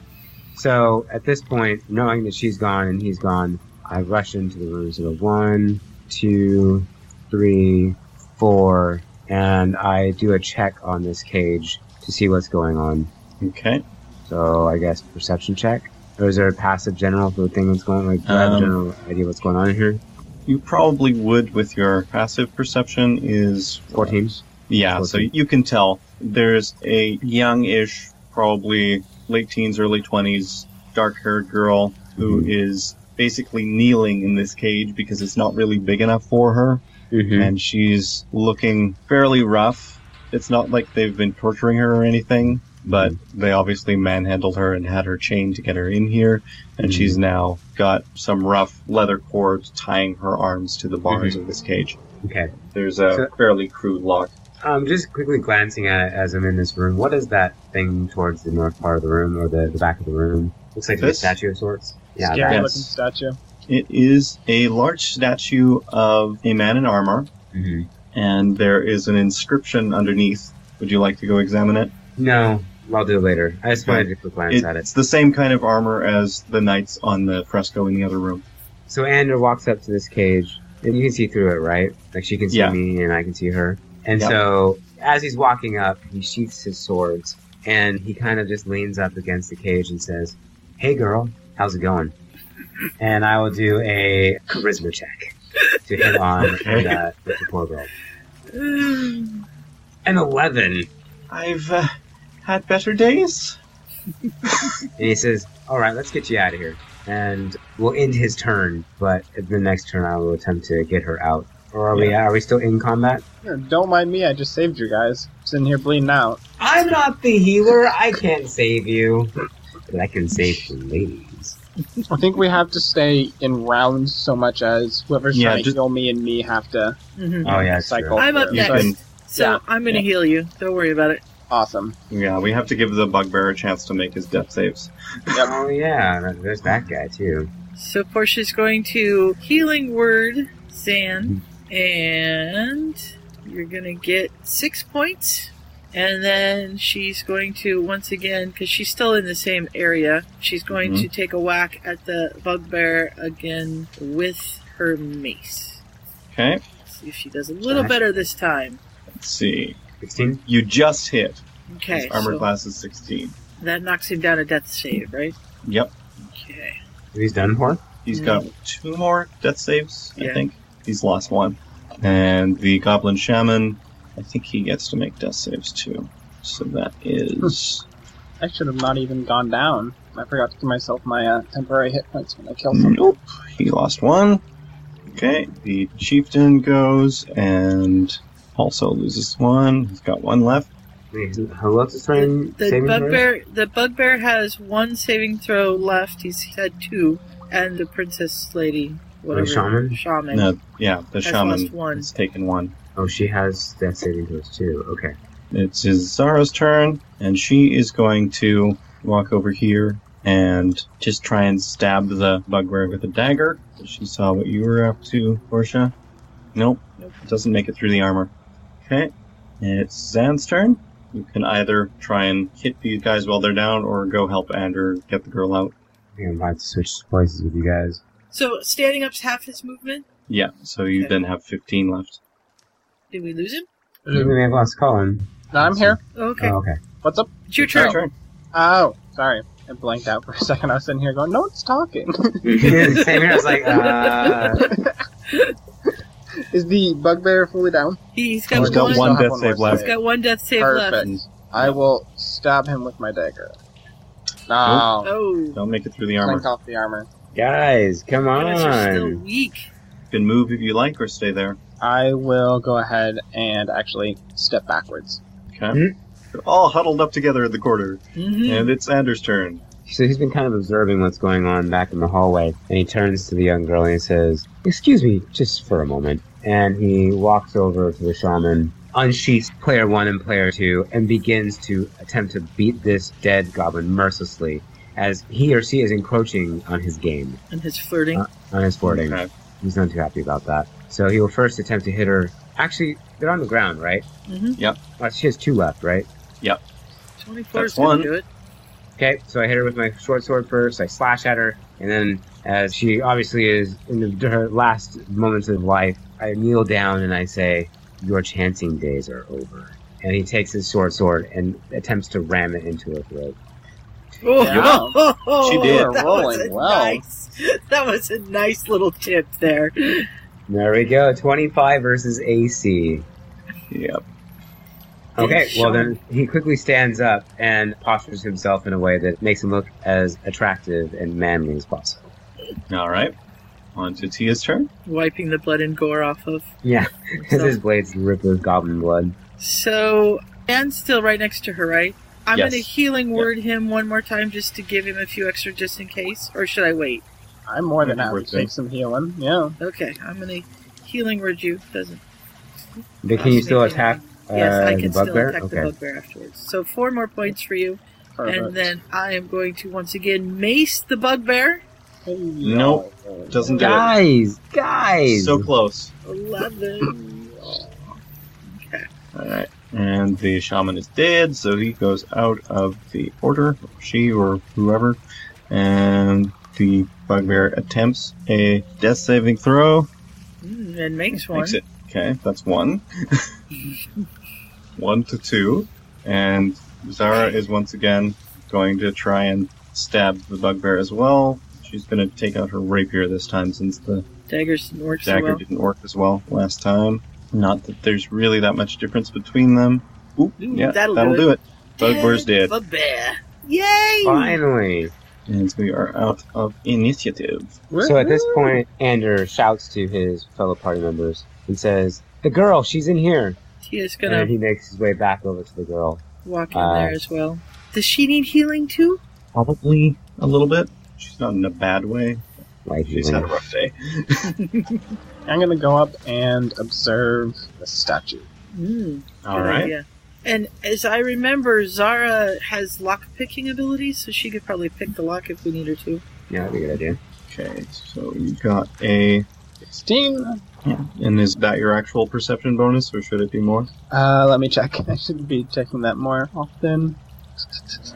So, at this point, knowing that she's gone and he's gone, I rush into the room. So, one, two, three, four, and I do a check on this cage to see what's going on. Okay. So, I guess perception check? Or is there a passive general for the thing that's going Like, do I have a Um, general idea what's going on in here? You probably would with your passive perception is 14? Yeah, so you can tell there's a youngish, probably late teens, early 20s, dark haired girl who is basically kneeling in this cage because it's not really big enough for her, Mm-hmm. and she's looking fairly rough. It's not like they've been torturing her or anything, but Hmm. they obviously manhandled her and had her chained to get her in here, and Mhm. she's now got some rough leather cords tying her arms to the bars of this cage. Hmm. Okay. There's a So- fairly crude lock. Um, just quickly glancing at it as I'm in this room, what is that thing towards the north part of the room or the, the back of the room? Looks like a This? statue of sorts. Yeah, Scary that. that's- looking statue. It is a large statue of a man in armor, Mhm. and there is an inscription underneath. Would you like to go examine it? No, I'll do it later. I just wanted to quick glance It- at it. It's the same kind of armor as the knights on the fresco in the other room. So Andrew walks up to this cage, and you can see through it, right? Like she can see Yeah. me, and I can see her. And Yeah. so as he's walking up, he sheaths his swords, and he kind of just leans up against the cage and says, "Hey, girl, how's it going?" And I will do a charisma check to hit on Okay. that with the poor girl. Mm. An eleven. I've uh, had better days. And he says, All right, let's get you out of here. And we'll end his turn, but at the next turn, I will attempt to get her out. Or are we are we still in combat? Here, Don't mind me. I just saved you guys. Sitting here bleeding out. I'm not the healer. I can't save you. But I can save the ladies. I think we have to stay in rounds so much as whoever's Yeah, trying just- to kill me and me have to Mhm. Oh, yeah, cycle. I'm up through. You next. can, So Yeah. I'm going to Yeah. heal you. Don't worry about it. Awesome. yeah, we have to give the bugbear a chance to make his death saves. Oh, yeah. There's that guy, too. So Portia's going to healing word Zan, and you're going to get six points. And then she's going to once again, because she's still in the same area, she's going Mhm. to take a whack at the bugbear again with her mace. Okay, See if she does a little Alright. better this time. let's see. 16? You just hit. Okay, His armor so class is 16. that knocks him down a death save, right? Yep. Okay. He's done for? He's got two more death saves, I Mm. Yeah. think. He's lost one. And the Goblin Shaman, I think he gets to make death saves too. So that is. I should have not even gone down. I forgot to give myself my uh, temporary hit points when I Hmm. kill someone. nope. He lost one. Okay. The Chieftain goes and also loses one. He's got one left. Wait, who who else is trying The saving throws? bugbear, the bugbear has one saving throw left. He's had two, and the princess lady, whatever, shaman? shaman. No, yeah, the has shaman lost one. has taken one. Oh, she has death saving throws too. Okay. It's Zara's turn, and she is going to walk over here and just try and stab the bugbear with a dagger. She saw what you were up to, Portia. Nope, Nope. doesn't make it through the armor. Okay, and it's Zan's turn. You can either try and hit these guys while they're down, or go help Andrew get the girl out. I think I'm about to switch places with you guys. So standing up's half his movement. Yeah, so you Okay. then have 15 left. Did we lose him? Maybe we may have lost Colin. I'm here. Okay, Oh, okay. What's up? it's your Mm. Your turn. Oh, sorry. I blanked out for a second. I was sitting here going, no one's talking. Yeah, Same here. I was like, uh, Is the bugbear fully down? He's got, Oh, He's got one. one Still have death one save more left. He's got one death save left. Perfect. I will stab him with my dagger. No. Oh, Don't make it through the armor. Clank off the armor. guys, come guys are still on. weak. You can move if you like or stay there. I will go ahead and actually step backwards. Okay. They're all huddled up together in the corner, hmm and it's Anders' turn. So he's been kind of observing what's going on back in the hallway, and he turns to the young girl and he says, "Excuse me, just for a moment." And he walks over to the shaman, unsheaths player one and player two, and begins to attempt to beat this dead goblin mercilessly as he or she is encroaching on his game, And his flirting. Uh, on his boarding. Okay. He's not too happy about that. So he will first attempt to hit her. Actually, they're on the ground, right? hmm Uh, she has two left, right? Twenty-four That's is going one. to do it. Okay, so I hit her with my short sword first. I slash at her, and then as she obviously is in the, her last moments of life, I kneel down and I say, "Your chanting days are over." And he takes his short sword and attempts to ram it into her throat. Oh, She did. That was Rolling a well. Nice, that was a nice little tip there. There we go, twenty-five versus AC. Yep. Okay, Good well shot. then he quickly stands up and postures himself in a way that makes him look as attractive and manly as possible. All right. On to Tia's turn. Wiping the blood and gore off of. Yeah, because So- his blades rip with goblin blood. So, Anne's still right next to her, right? I'm Yes. going to healing word him one more time just to give him a few extra just in case, or should I wait? I'm more than That'd be happy worth eh? to take some healing. Yeah. Okay, I'm going to healing word you. Doesn't. But can you still attack? Yes, uh, I the can still bugbear? attack Okay. the bugbear afterwards. So four more points for you, Perfect. and then I am going to once again mace the bugbear. Hey, Nope. y'all. Doesn't do it. Guys, guys. So close. Eleven. okay. All right. And the shaman is dead, so he goes out of the order, she or whoever. And the bugbear attempts a death saving throw. Mm, and makes one. Makes it. Okay, that's one. one to two. And Zara is once again going to try and stab the bugbear as well. She's going to take out her rapier this time since the Daggers didn't work so dagger well. didn't work as well last time. Not that there's really that much difference between them. Oop, Ooh, yeah, that'll that'll, do do it. Bugbear's dead. Bugbear. Yay! Finally. And we are out of initiative. So at this point, Ander shouts to his fellow party members and says, "The girl, she's in here." Tia's And gonna Uh, he makes his way back over to the girl. walk in uh, there as well. Does she need healing too? Probably a little bit. She's not in a bad way. Like She's had a rough day. I'm gonna go up and observe the statue. Mm, All good right. idea. And as I remember, Zara has lock picking abilities, so she could probably pick the lock if we need her to. yeah, that'd be a good idea. Okay, so you got a. 16. And is that your actual perception bonus, or should it be more? Uh, let me check. I should be checking that more often.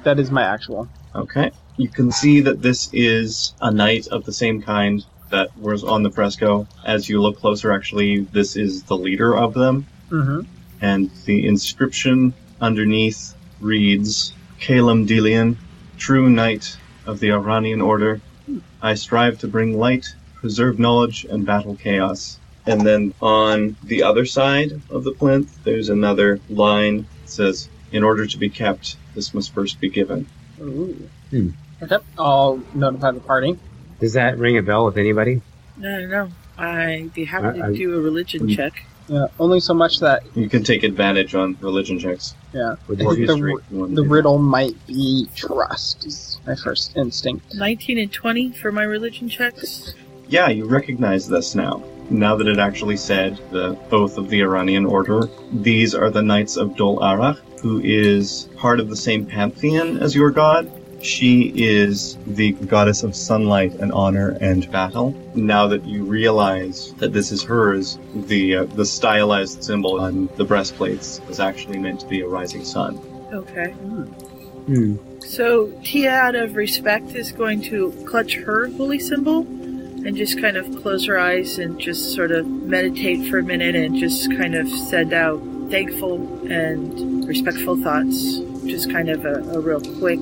That is my actual. Okay. You can see that this is a knight of the same kind that was on the fresco. As you look closer, actually, this is the leader of them. hmm And the inscription underneath reads Calum Delian, true knight of the Iranian order. I strive to bring light, preserve knowledge, and battle chaos. And then on the other side of the plinth, there's another line that says, In order to be kept, this must first be given. Ooh. Hmm. Okay. I'll notify the party. Does that ring a bell with anybody? No, no, no. I'd be happy I- to I- do a religion Mm. check. Yeah, Uh, only so much that You can take advantage on religion checks. Yeah. With I more think the, history, ri- you wanna the do that. riddle might be trust, is my first instinct. 19 and 20 for my religion checks. Yeah, you recognize this now. Now that it actually said the oath of the Iranian order, these are the Knights of Dol Arach, who is part of the same pantheon as your god. She is the goddess of sunlight and honor and battle. Now that you realize that this is hers, the uh, the stylized symbol on the breastplates is actually meant to be a rising sun. Okay. Hmm. So Tia, out of respect, is going to clutch her holy symbol and just kind of close her eyes and just sort of meditate for a minute and just kind of send out thankful and respectful thoughts. Just kind of a, a real quick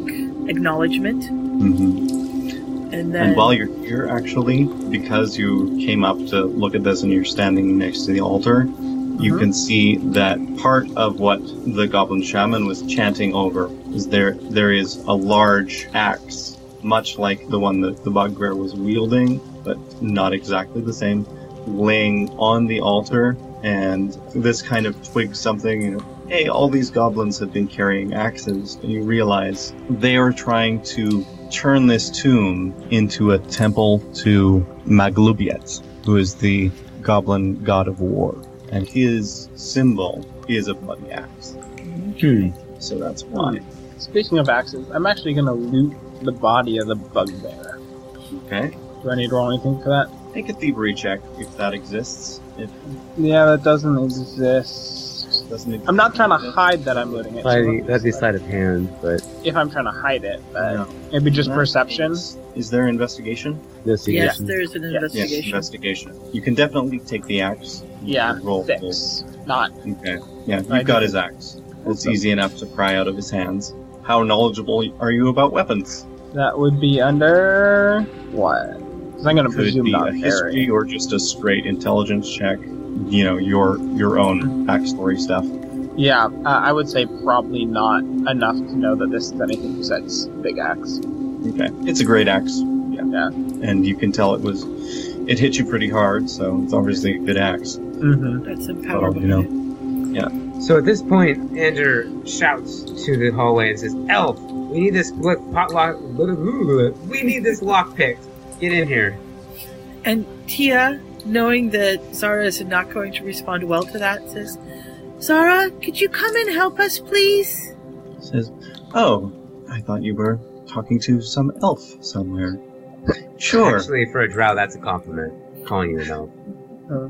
acknowledgement. Mm-hmm. And then. And while you're here, actually, because you came up to look at this and you're standing next to the altar, you Uh-huh. Mhm. can see that part of what the goblin shaman was chanting over is there. There is a large axe, much like the one that the bugbear was wielding, but not exactly the same, laying on the altar. And this kind of twigs something, you know, hey, all these goblins have been carrying axes, and you realize they are trying to turn this tomb into a temple to Maglubiet, who is the goblin god of war. And his symbol is a bloody axe. So that's why. Speaking of axes, I'm actually going to loot the body of the bugbear. Okay. Do I need to roll anything for that? Make a thievery check if that exists. If Yeah, that doesn't exist. it doesn't exist. I'm not trying to hide that I'm looting it. so Sliding- That'd be sleight of hand, but if I'm trying to hide it, but No. maybe just No. perception. Is there investigation? this yes, edition. there's an Yes, Yes, investigation. investigation. You can definitely take the axe. Yeah, Roll. six. Not Okay. Yeah, I you've got did. his axe. It's easy enough to pry out of his hands. How knowledgeable are you about weapons? that would be under what? 'Cause I'm going to Could it presume be a not history carry. or just a straight intelligence check? You know, your your own backstory stuff. Yeah, uh, I would say probably not enough to know that this is anything besides big axe. Okay, it's a great axe. Yeah. Yeah. and you can tell it was. It hit you pretty hard, so it's obviously a good axe. Mm-hmm. That's Well, empowerment. you know, So at this point, Ander shouts to the hallway and says, "Elf, we need this look, potlock. We need this lockpick. Get in here." And Tia, knowing that Zara is not going to respond well to that, says, Zara, could you come and help us, please? says, "Oh, I thought you were talking to some elf somewhere." Sure. Actually, for a drow, that's a compliment. Calling you an elf. Uh.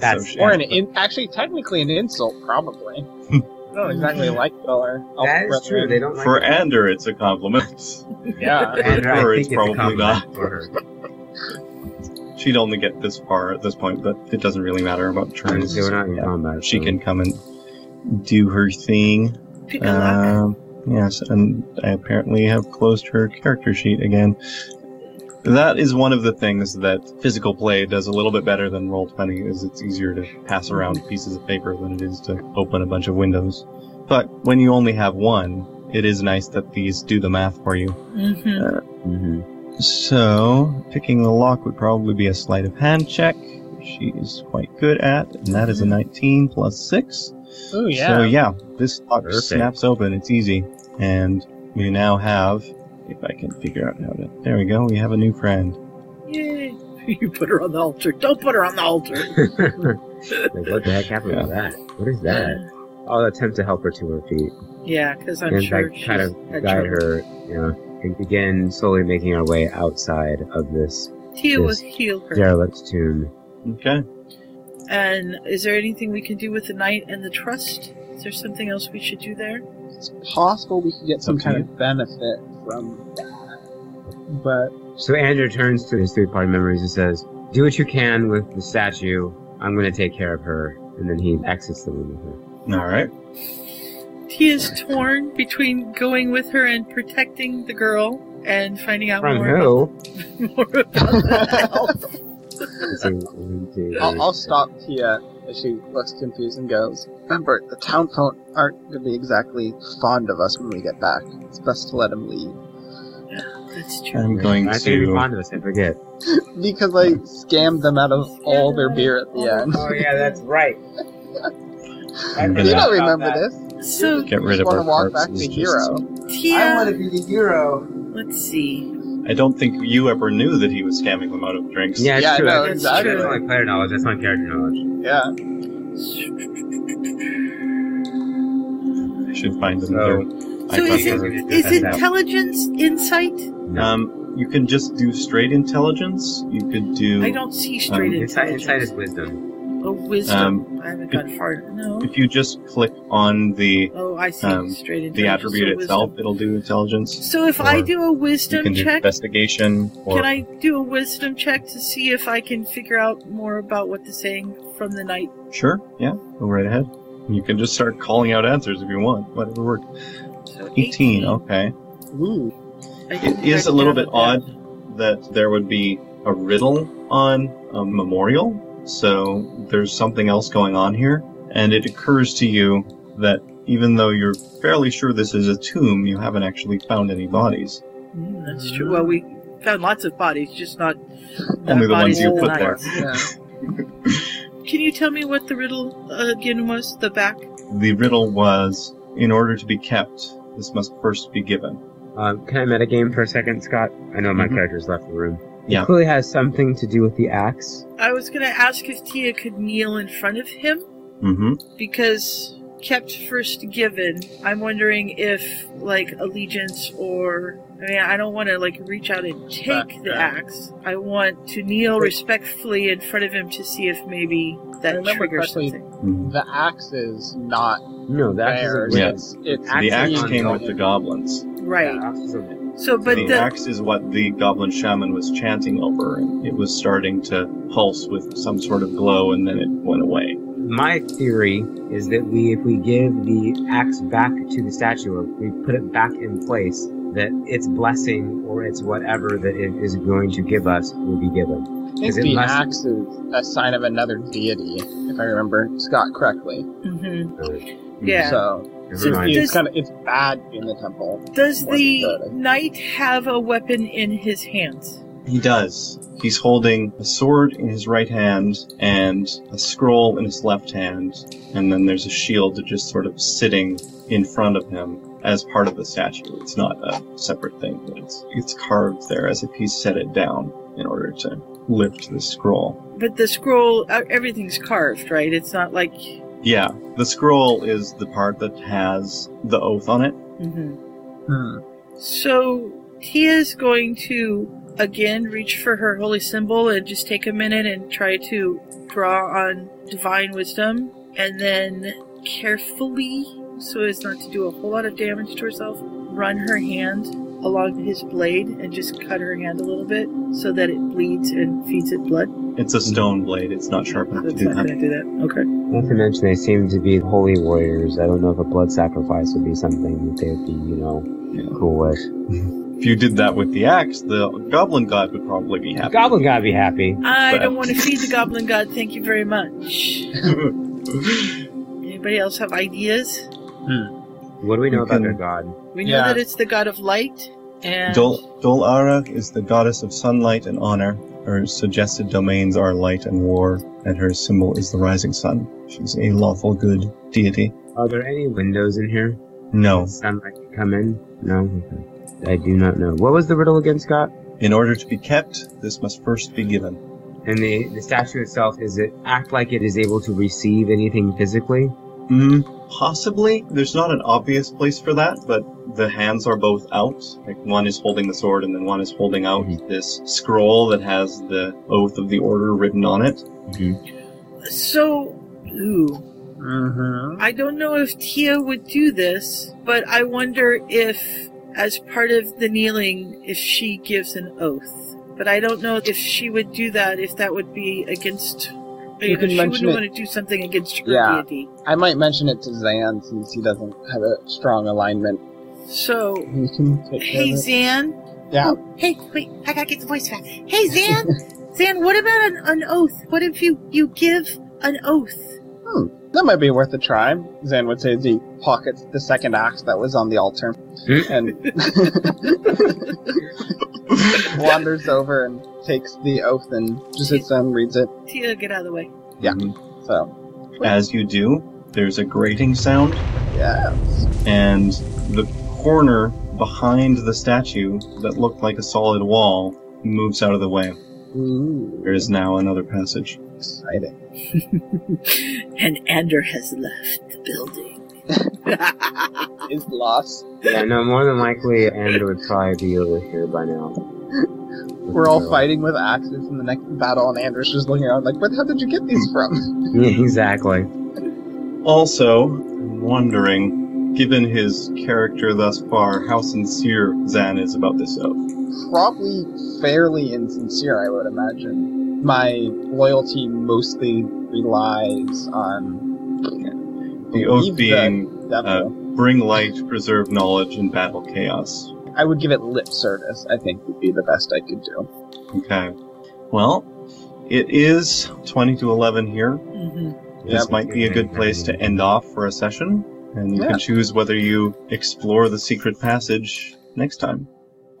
That's So she- Or an in, actually technically an insult, probably. I don't exactly like Oh, dollar. that is true. They don't like For it. Ander, it's a compliment. Yeah. Ander, I Or think it's it's a probably compliment not. for her. She'd only get this far at this point, but it doesn't really matter about turns. Honestly, we're not in combat. She so- can come and do her thing. Pick a Uh, lock. Um, yes, and I apparently have closed her character sheet again. That is one of the things that physical play does a little bit better than roll twenty. Is it's easier to pass around pieces of paper than it is to open a bunch of windows. But when you only have one, it is nice that these do the math for you. Mm-hmm. Mhm. So, picking the lock would probably be a sleight of hand check. She is quite good at, and that is a 19 plus 6. Oh yeah. So, yeah, this lock Perfect. snaps open. It's easy. And we now have, if I can figure out how to. There we go, we have a new friend. Yay. you put her on the altar. Don't put her on the altar. like, what the heck happened to that? What is that? I'll attempt to help her to her feet. Yeah, because I'm and sure like she's kind of had guide trouble. her, you know, and begin slowly making our way outside of this Tia will Yes. heal her. derelict tomb. Okay. And is there anything we can do with the knight and the trust? Is there something else we should do there? It's possible we could get some Okay. kind of benefit from that. But So Andrew turns to his three party members and says, "Do what you can with the statue. I'm going to take care of her." And then he exits the room with her. All right. Tia's torn between going with her and protecting the girl and finding out From more, who? more about I'll, Let's see, one, two, three. I'll stop Tia as she looks confused and goes, Remember, the town folk aren't going to be exactly fond of us when we get back. It's best to let them leave. That's true. I'm going I think you're to. fond of us. I forget. Because I scammed them out of Oh, all their beer at the end. yeah, that's Oh, right. I'm gonna, You don't remember this. So Get rid of want to our walk parts. back is to just- Hero. yeah, I want to be the hero. let's see. I don't think you ever knew that he was scamming them out of drinks. Yeah, it's Yeah, I true. know, That's- exactly. That's not my player knowledge. That's my character knowledge. Yeah. I should find them So- there. So I is thought it they Is That's out. intelligence insight? were- Um, you can just do straight intelligence. You could do. I don't see straight Um, Inside, intelligence. inside is wisdom. Oh, wisdom. I haven't gotten far. No. If you just click on the Oh, I see. um, straight the intelligence. attribute so itself, wisdom. it'll do intelligence. So if I or do a You wisdom can do check, investigation or can I do a wisdom check to see if I can figure out more about what they're saying from the night? Sure, yeah, go right ahead. You can just start calling out answers if you want, whatever works. So 18, okay. Ooh. I can It is track a little down bit what odd that there would be a riddle on a memorial, so there's something else going on here, and it occurs to you that even though you're fairly sure this is a tomb, you haven't actually found any bodies. that- Mm, that's true. Well, we found lots of bodies, just not Only the bodies ones you in put night. there. Yeah. Can you tell me what the riddle uh, again was? The back. The riddle was in order to be kept, this must first be given. Um, can I metagame for a second, Scott? I know my Mhm. character's left the room. Yeah. It clearly has something to do with the axe. I was gonna ask if Tia could kneel in front of him. Mm-hmm. because kept first given i'm wondering if like allegiance or i mean i don't want to like reach out and take Back, the back. axe i want to kneel respectfully in front of him to see if maybe I that remember triggers correctly- something The axe is not No, the axe there. is a Yeah. It's, it's The Axe axe is came on with the goblins. right Yeah, axe is a- so but the, the, axe is what the goblin shaman was chanting over, and it was starting to pulse with some sort of glow, and then it went away. My theory is that we, if we give the axe back to the statue, or we put it back in place, that its blessing or its whatever that it is going to give us will be given. I think Is it the less- axe is a sign of another deity, if I remember Scott correctly. Mhm. Uh, yeah So Never it's, mind. it's Does- kind of it's bad in the temple. does Wasn't the good. knight have a weapon in his hands He does. He's holding a sword in his right hand and a scroll in his left hand, and then there's a shield just sort of sitting in front of him as part of the statue. It's not a separate thing, but it's it's carved there as if he set it down in order to lift the scroll. but the scroll uh, everything's carved right it's not like Yeah, the scroll is the part that has the oath on it. hmm Hmm. So Tia's going to again reach for her holy symbol and just take a minute and try to draw on divine wisdom and then carefully so as not to do a whole lot of damage to herself run her hand along his blade and just cut her hand a little bit so that it bleeds and feeds it blood. It's a stone blade. It's not sharp enough to That's do not gonna that. do that. Okay. Not to mention, they seem to be holy warriors. I don't know if a blood sacrifice would be something that they would be, you know, cool with. If you did that with the axe, the goblin god would probably be happy. Goblin gotta be happy. I But- don't want to feed the goblin god, thank you very much. Anybody else have ideas? What do we know You about can- their god? We know Yeah. that it's the god of light, and Dol- Dolara is the goddess of sunlight and honor. Her suggested domains are light and war, and her symbol is the rising sun. She's a lawful good deity. Are there any windows in here? No. Sunlight can come in? No? Okay. I do not know. What was the riddle again, Scott? In order to be kept, this must first be given. And the, the statue itself, is it act like it is able to receive anything physically? Hmm. Possibly. There's not an obvious place for that, but the hands are both out. Like one is holding the sword, and then one is holding out this scroll that has the oath of the order written on it. So, ooh, Mm-hmm. I don't know if Tia would do this, but I wonder if, as part of the kneeling, if she gives an oath. But I don't know if she would do that, if that would be against. You can she mention wouldn't it- want to do something against her Yeah. deity. I might mention it to Zan since he doesn't have a strong alignment. So, He can take care hey, of it. Zan. Yeah. Oh, hey, wait, I gotta get the voice back. Hey, Zan! Zan, what about an, an oath? What if you, you give an oath? That might be worth a try. Zan would say as he pockets the second axe that was on the altar Hmm? and wanders over and takes the oath and just sits down and reads it. uh, Tia, get out of the way. So As you do, there's a grating sound, Yes. and the corner behind the statue that looked like a solid wall moves out of the way. Ooh, There is now another passage. exciting. And Ander has left the building. Is lost. Yeah, no, more than likely, Andrew would probably be over here by now. We're all fighting with axes in the next battle, and Anders just looking around like, "Where the hell did you get these from?" Yeah, exactly. Also, I'm wondering, given his character thus far, how sincere Zan is about this oath. Probably fairly insincere, I would imagine. My loyalty mostly relies on The oath Believe being that. uh, bring light, preserve knowledge, and battle chaos. I would give it lip service. I think would be the best I could do. Okay. Well, it is 20 to 11 here. hmm This might be a good place to end off for a session, and you Yeah. can choose whether you explore the secret passage next time.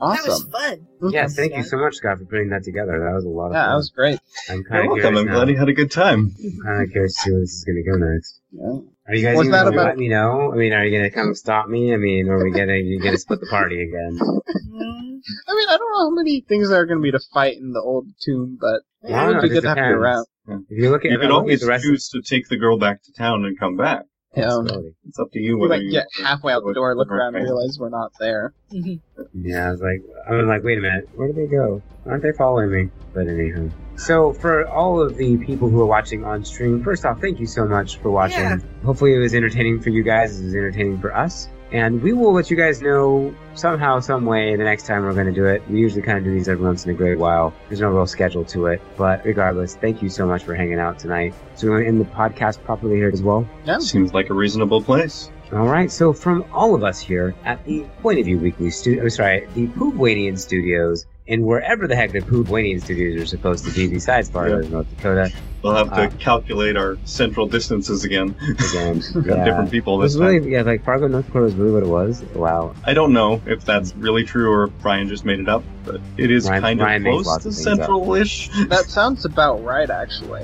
Awesome. That was fun. Yeah, thank you so much, Scott, for putting that together. That was a lot of Yeah, fun. that was great. I'm You're kind of welcome. curious. I'm glad you had a good time. kind of curious to see where this is going to go next. Yeah. Are you guys Was even that going to about- let me know? I mean, are you going to come stop me? I mean, are we going to you going to split the party again? Mhm. I mean, I don't know how many things there are going to be to fight in the old tomb, but Yeah, it would be it good to have you depends. around. If you look at, You if I can look at always the rest of choose to take the girl back to town and come back. the Um, facility. It's up to you we whether might you get halfway out the door, look around, and Okay. realize we're not there. Mhm. Yeah, I was like, I was like, wait a minute, where did they go? Aren't they following me? But anyhow, so for all of the people who are watching on stream, first off, thank you so much for watching. Yeah. Hopefully, it was entertaining for you guys. It was entertaining for us, and we will let you guys know somehow, some way, the next time we're going to do it. We usually kind of do these every once in a great while. There's no real schedule to it, but regardless, thank you so much for hanging out tonight. So we want to end the podcast properly here as well. Yeah. Seems like a reasonable place. All right, so from all of us here at the Point of View Weekly Studio, I'm sorry, the Poobwanian Studios, and wherever the heck the Poobwanian Studios are supposed to be, besides Florida, North Dakota, We'll have to Uh, calculate our central distances again. again, Got yeah. different people It this was time. really, yeah, like Fargo, North Dakota was really what it was. Wow. I don't know if that's really true or if Brian just made it up, but it is Ryan- kind of Ryan makes close lots to of things up. central-ish. That sounds about right, actually.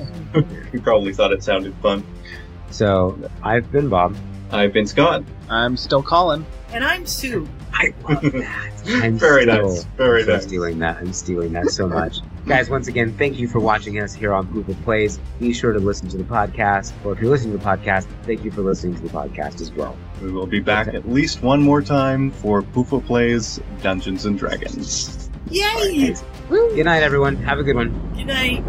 you probably thought it sounded fun. So I've been Bob. I've been Scott. I'm still calling. And I'm Sue. I love that. I'm Very still, nice. Very I'm still nice. stealing that. I'm stealing that so much. Guys, once again, thank you for watching us here on Google Plays. Be sure to listen to the podcast, or if you're listening to the podcast, thank you for listening to the podcast as well. We will be back Okay. at least one more time for Poofo Plays Dungeons and Dragons. Yay! Good night, everyone. Have a good one. Good night.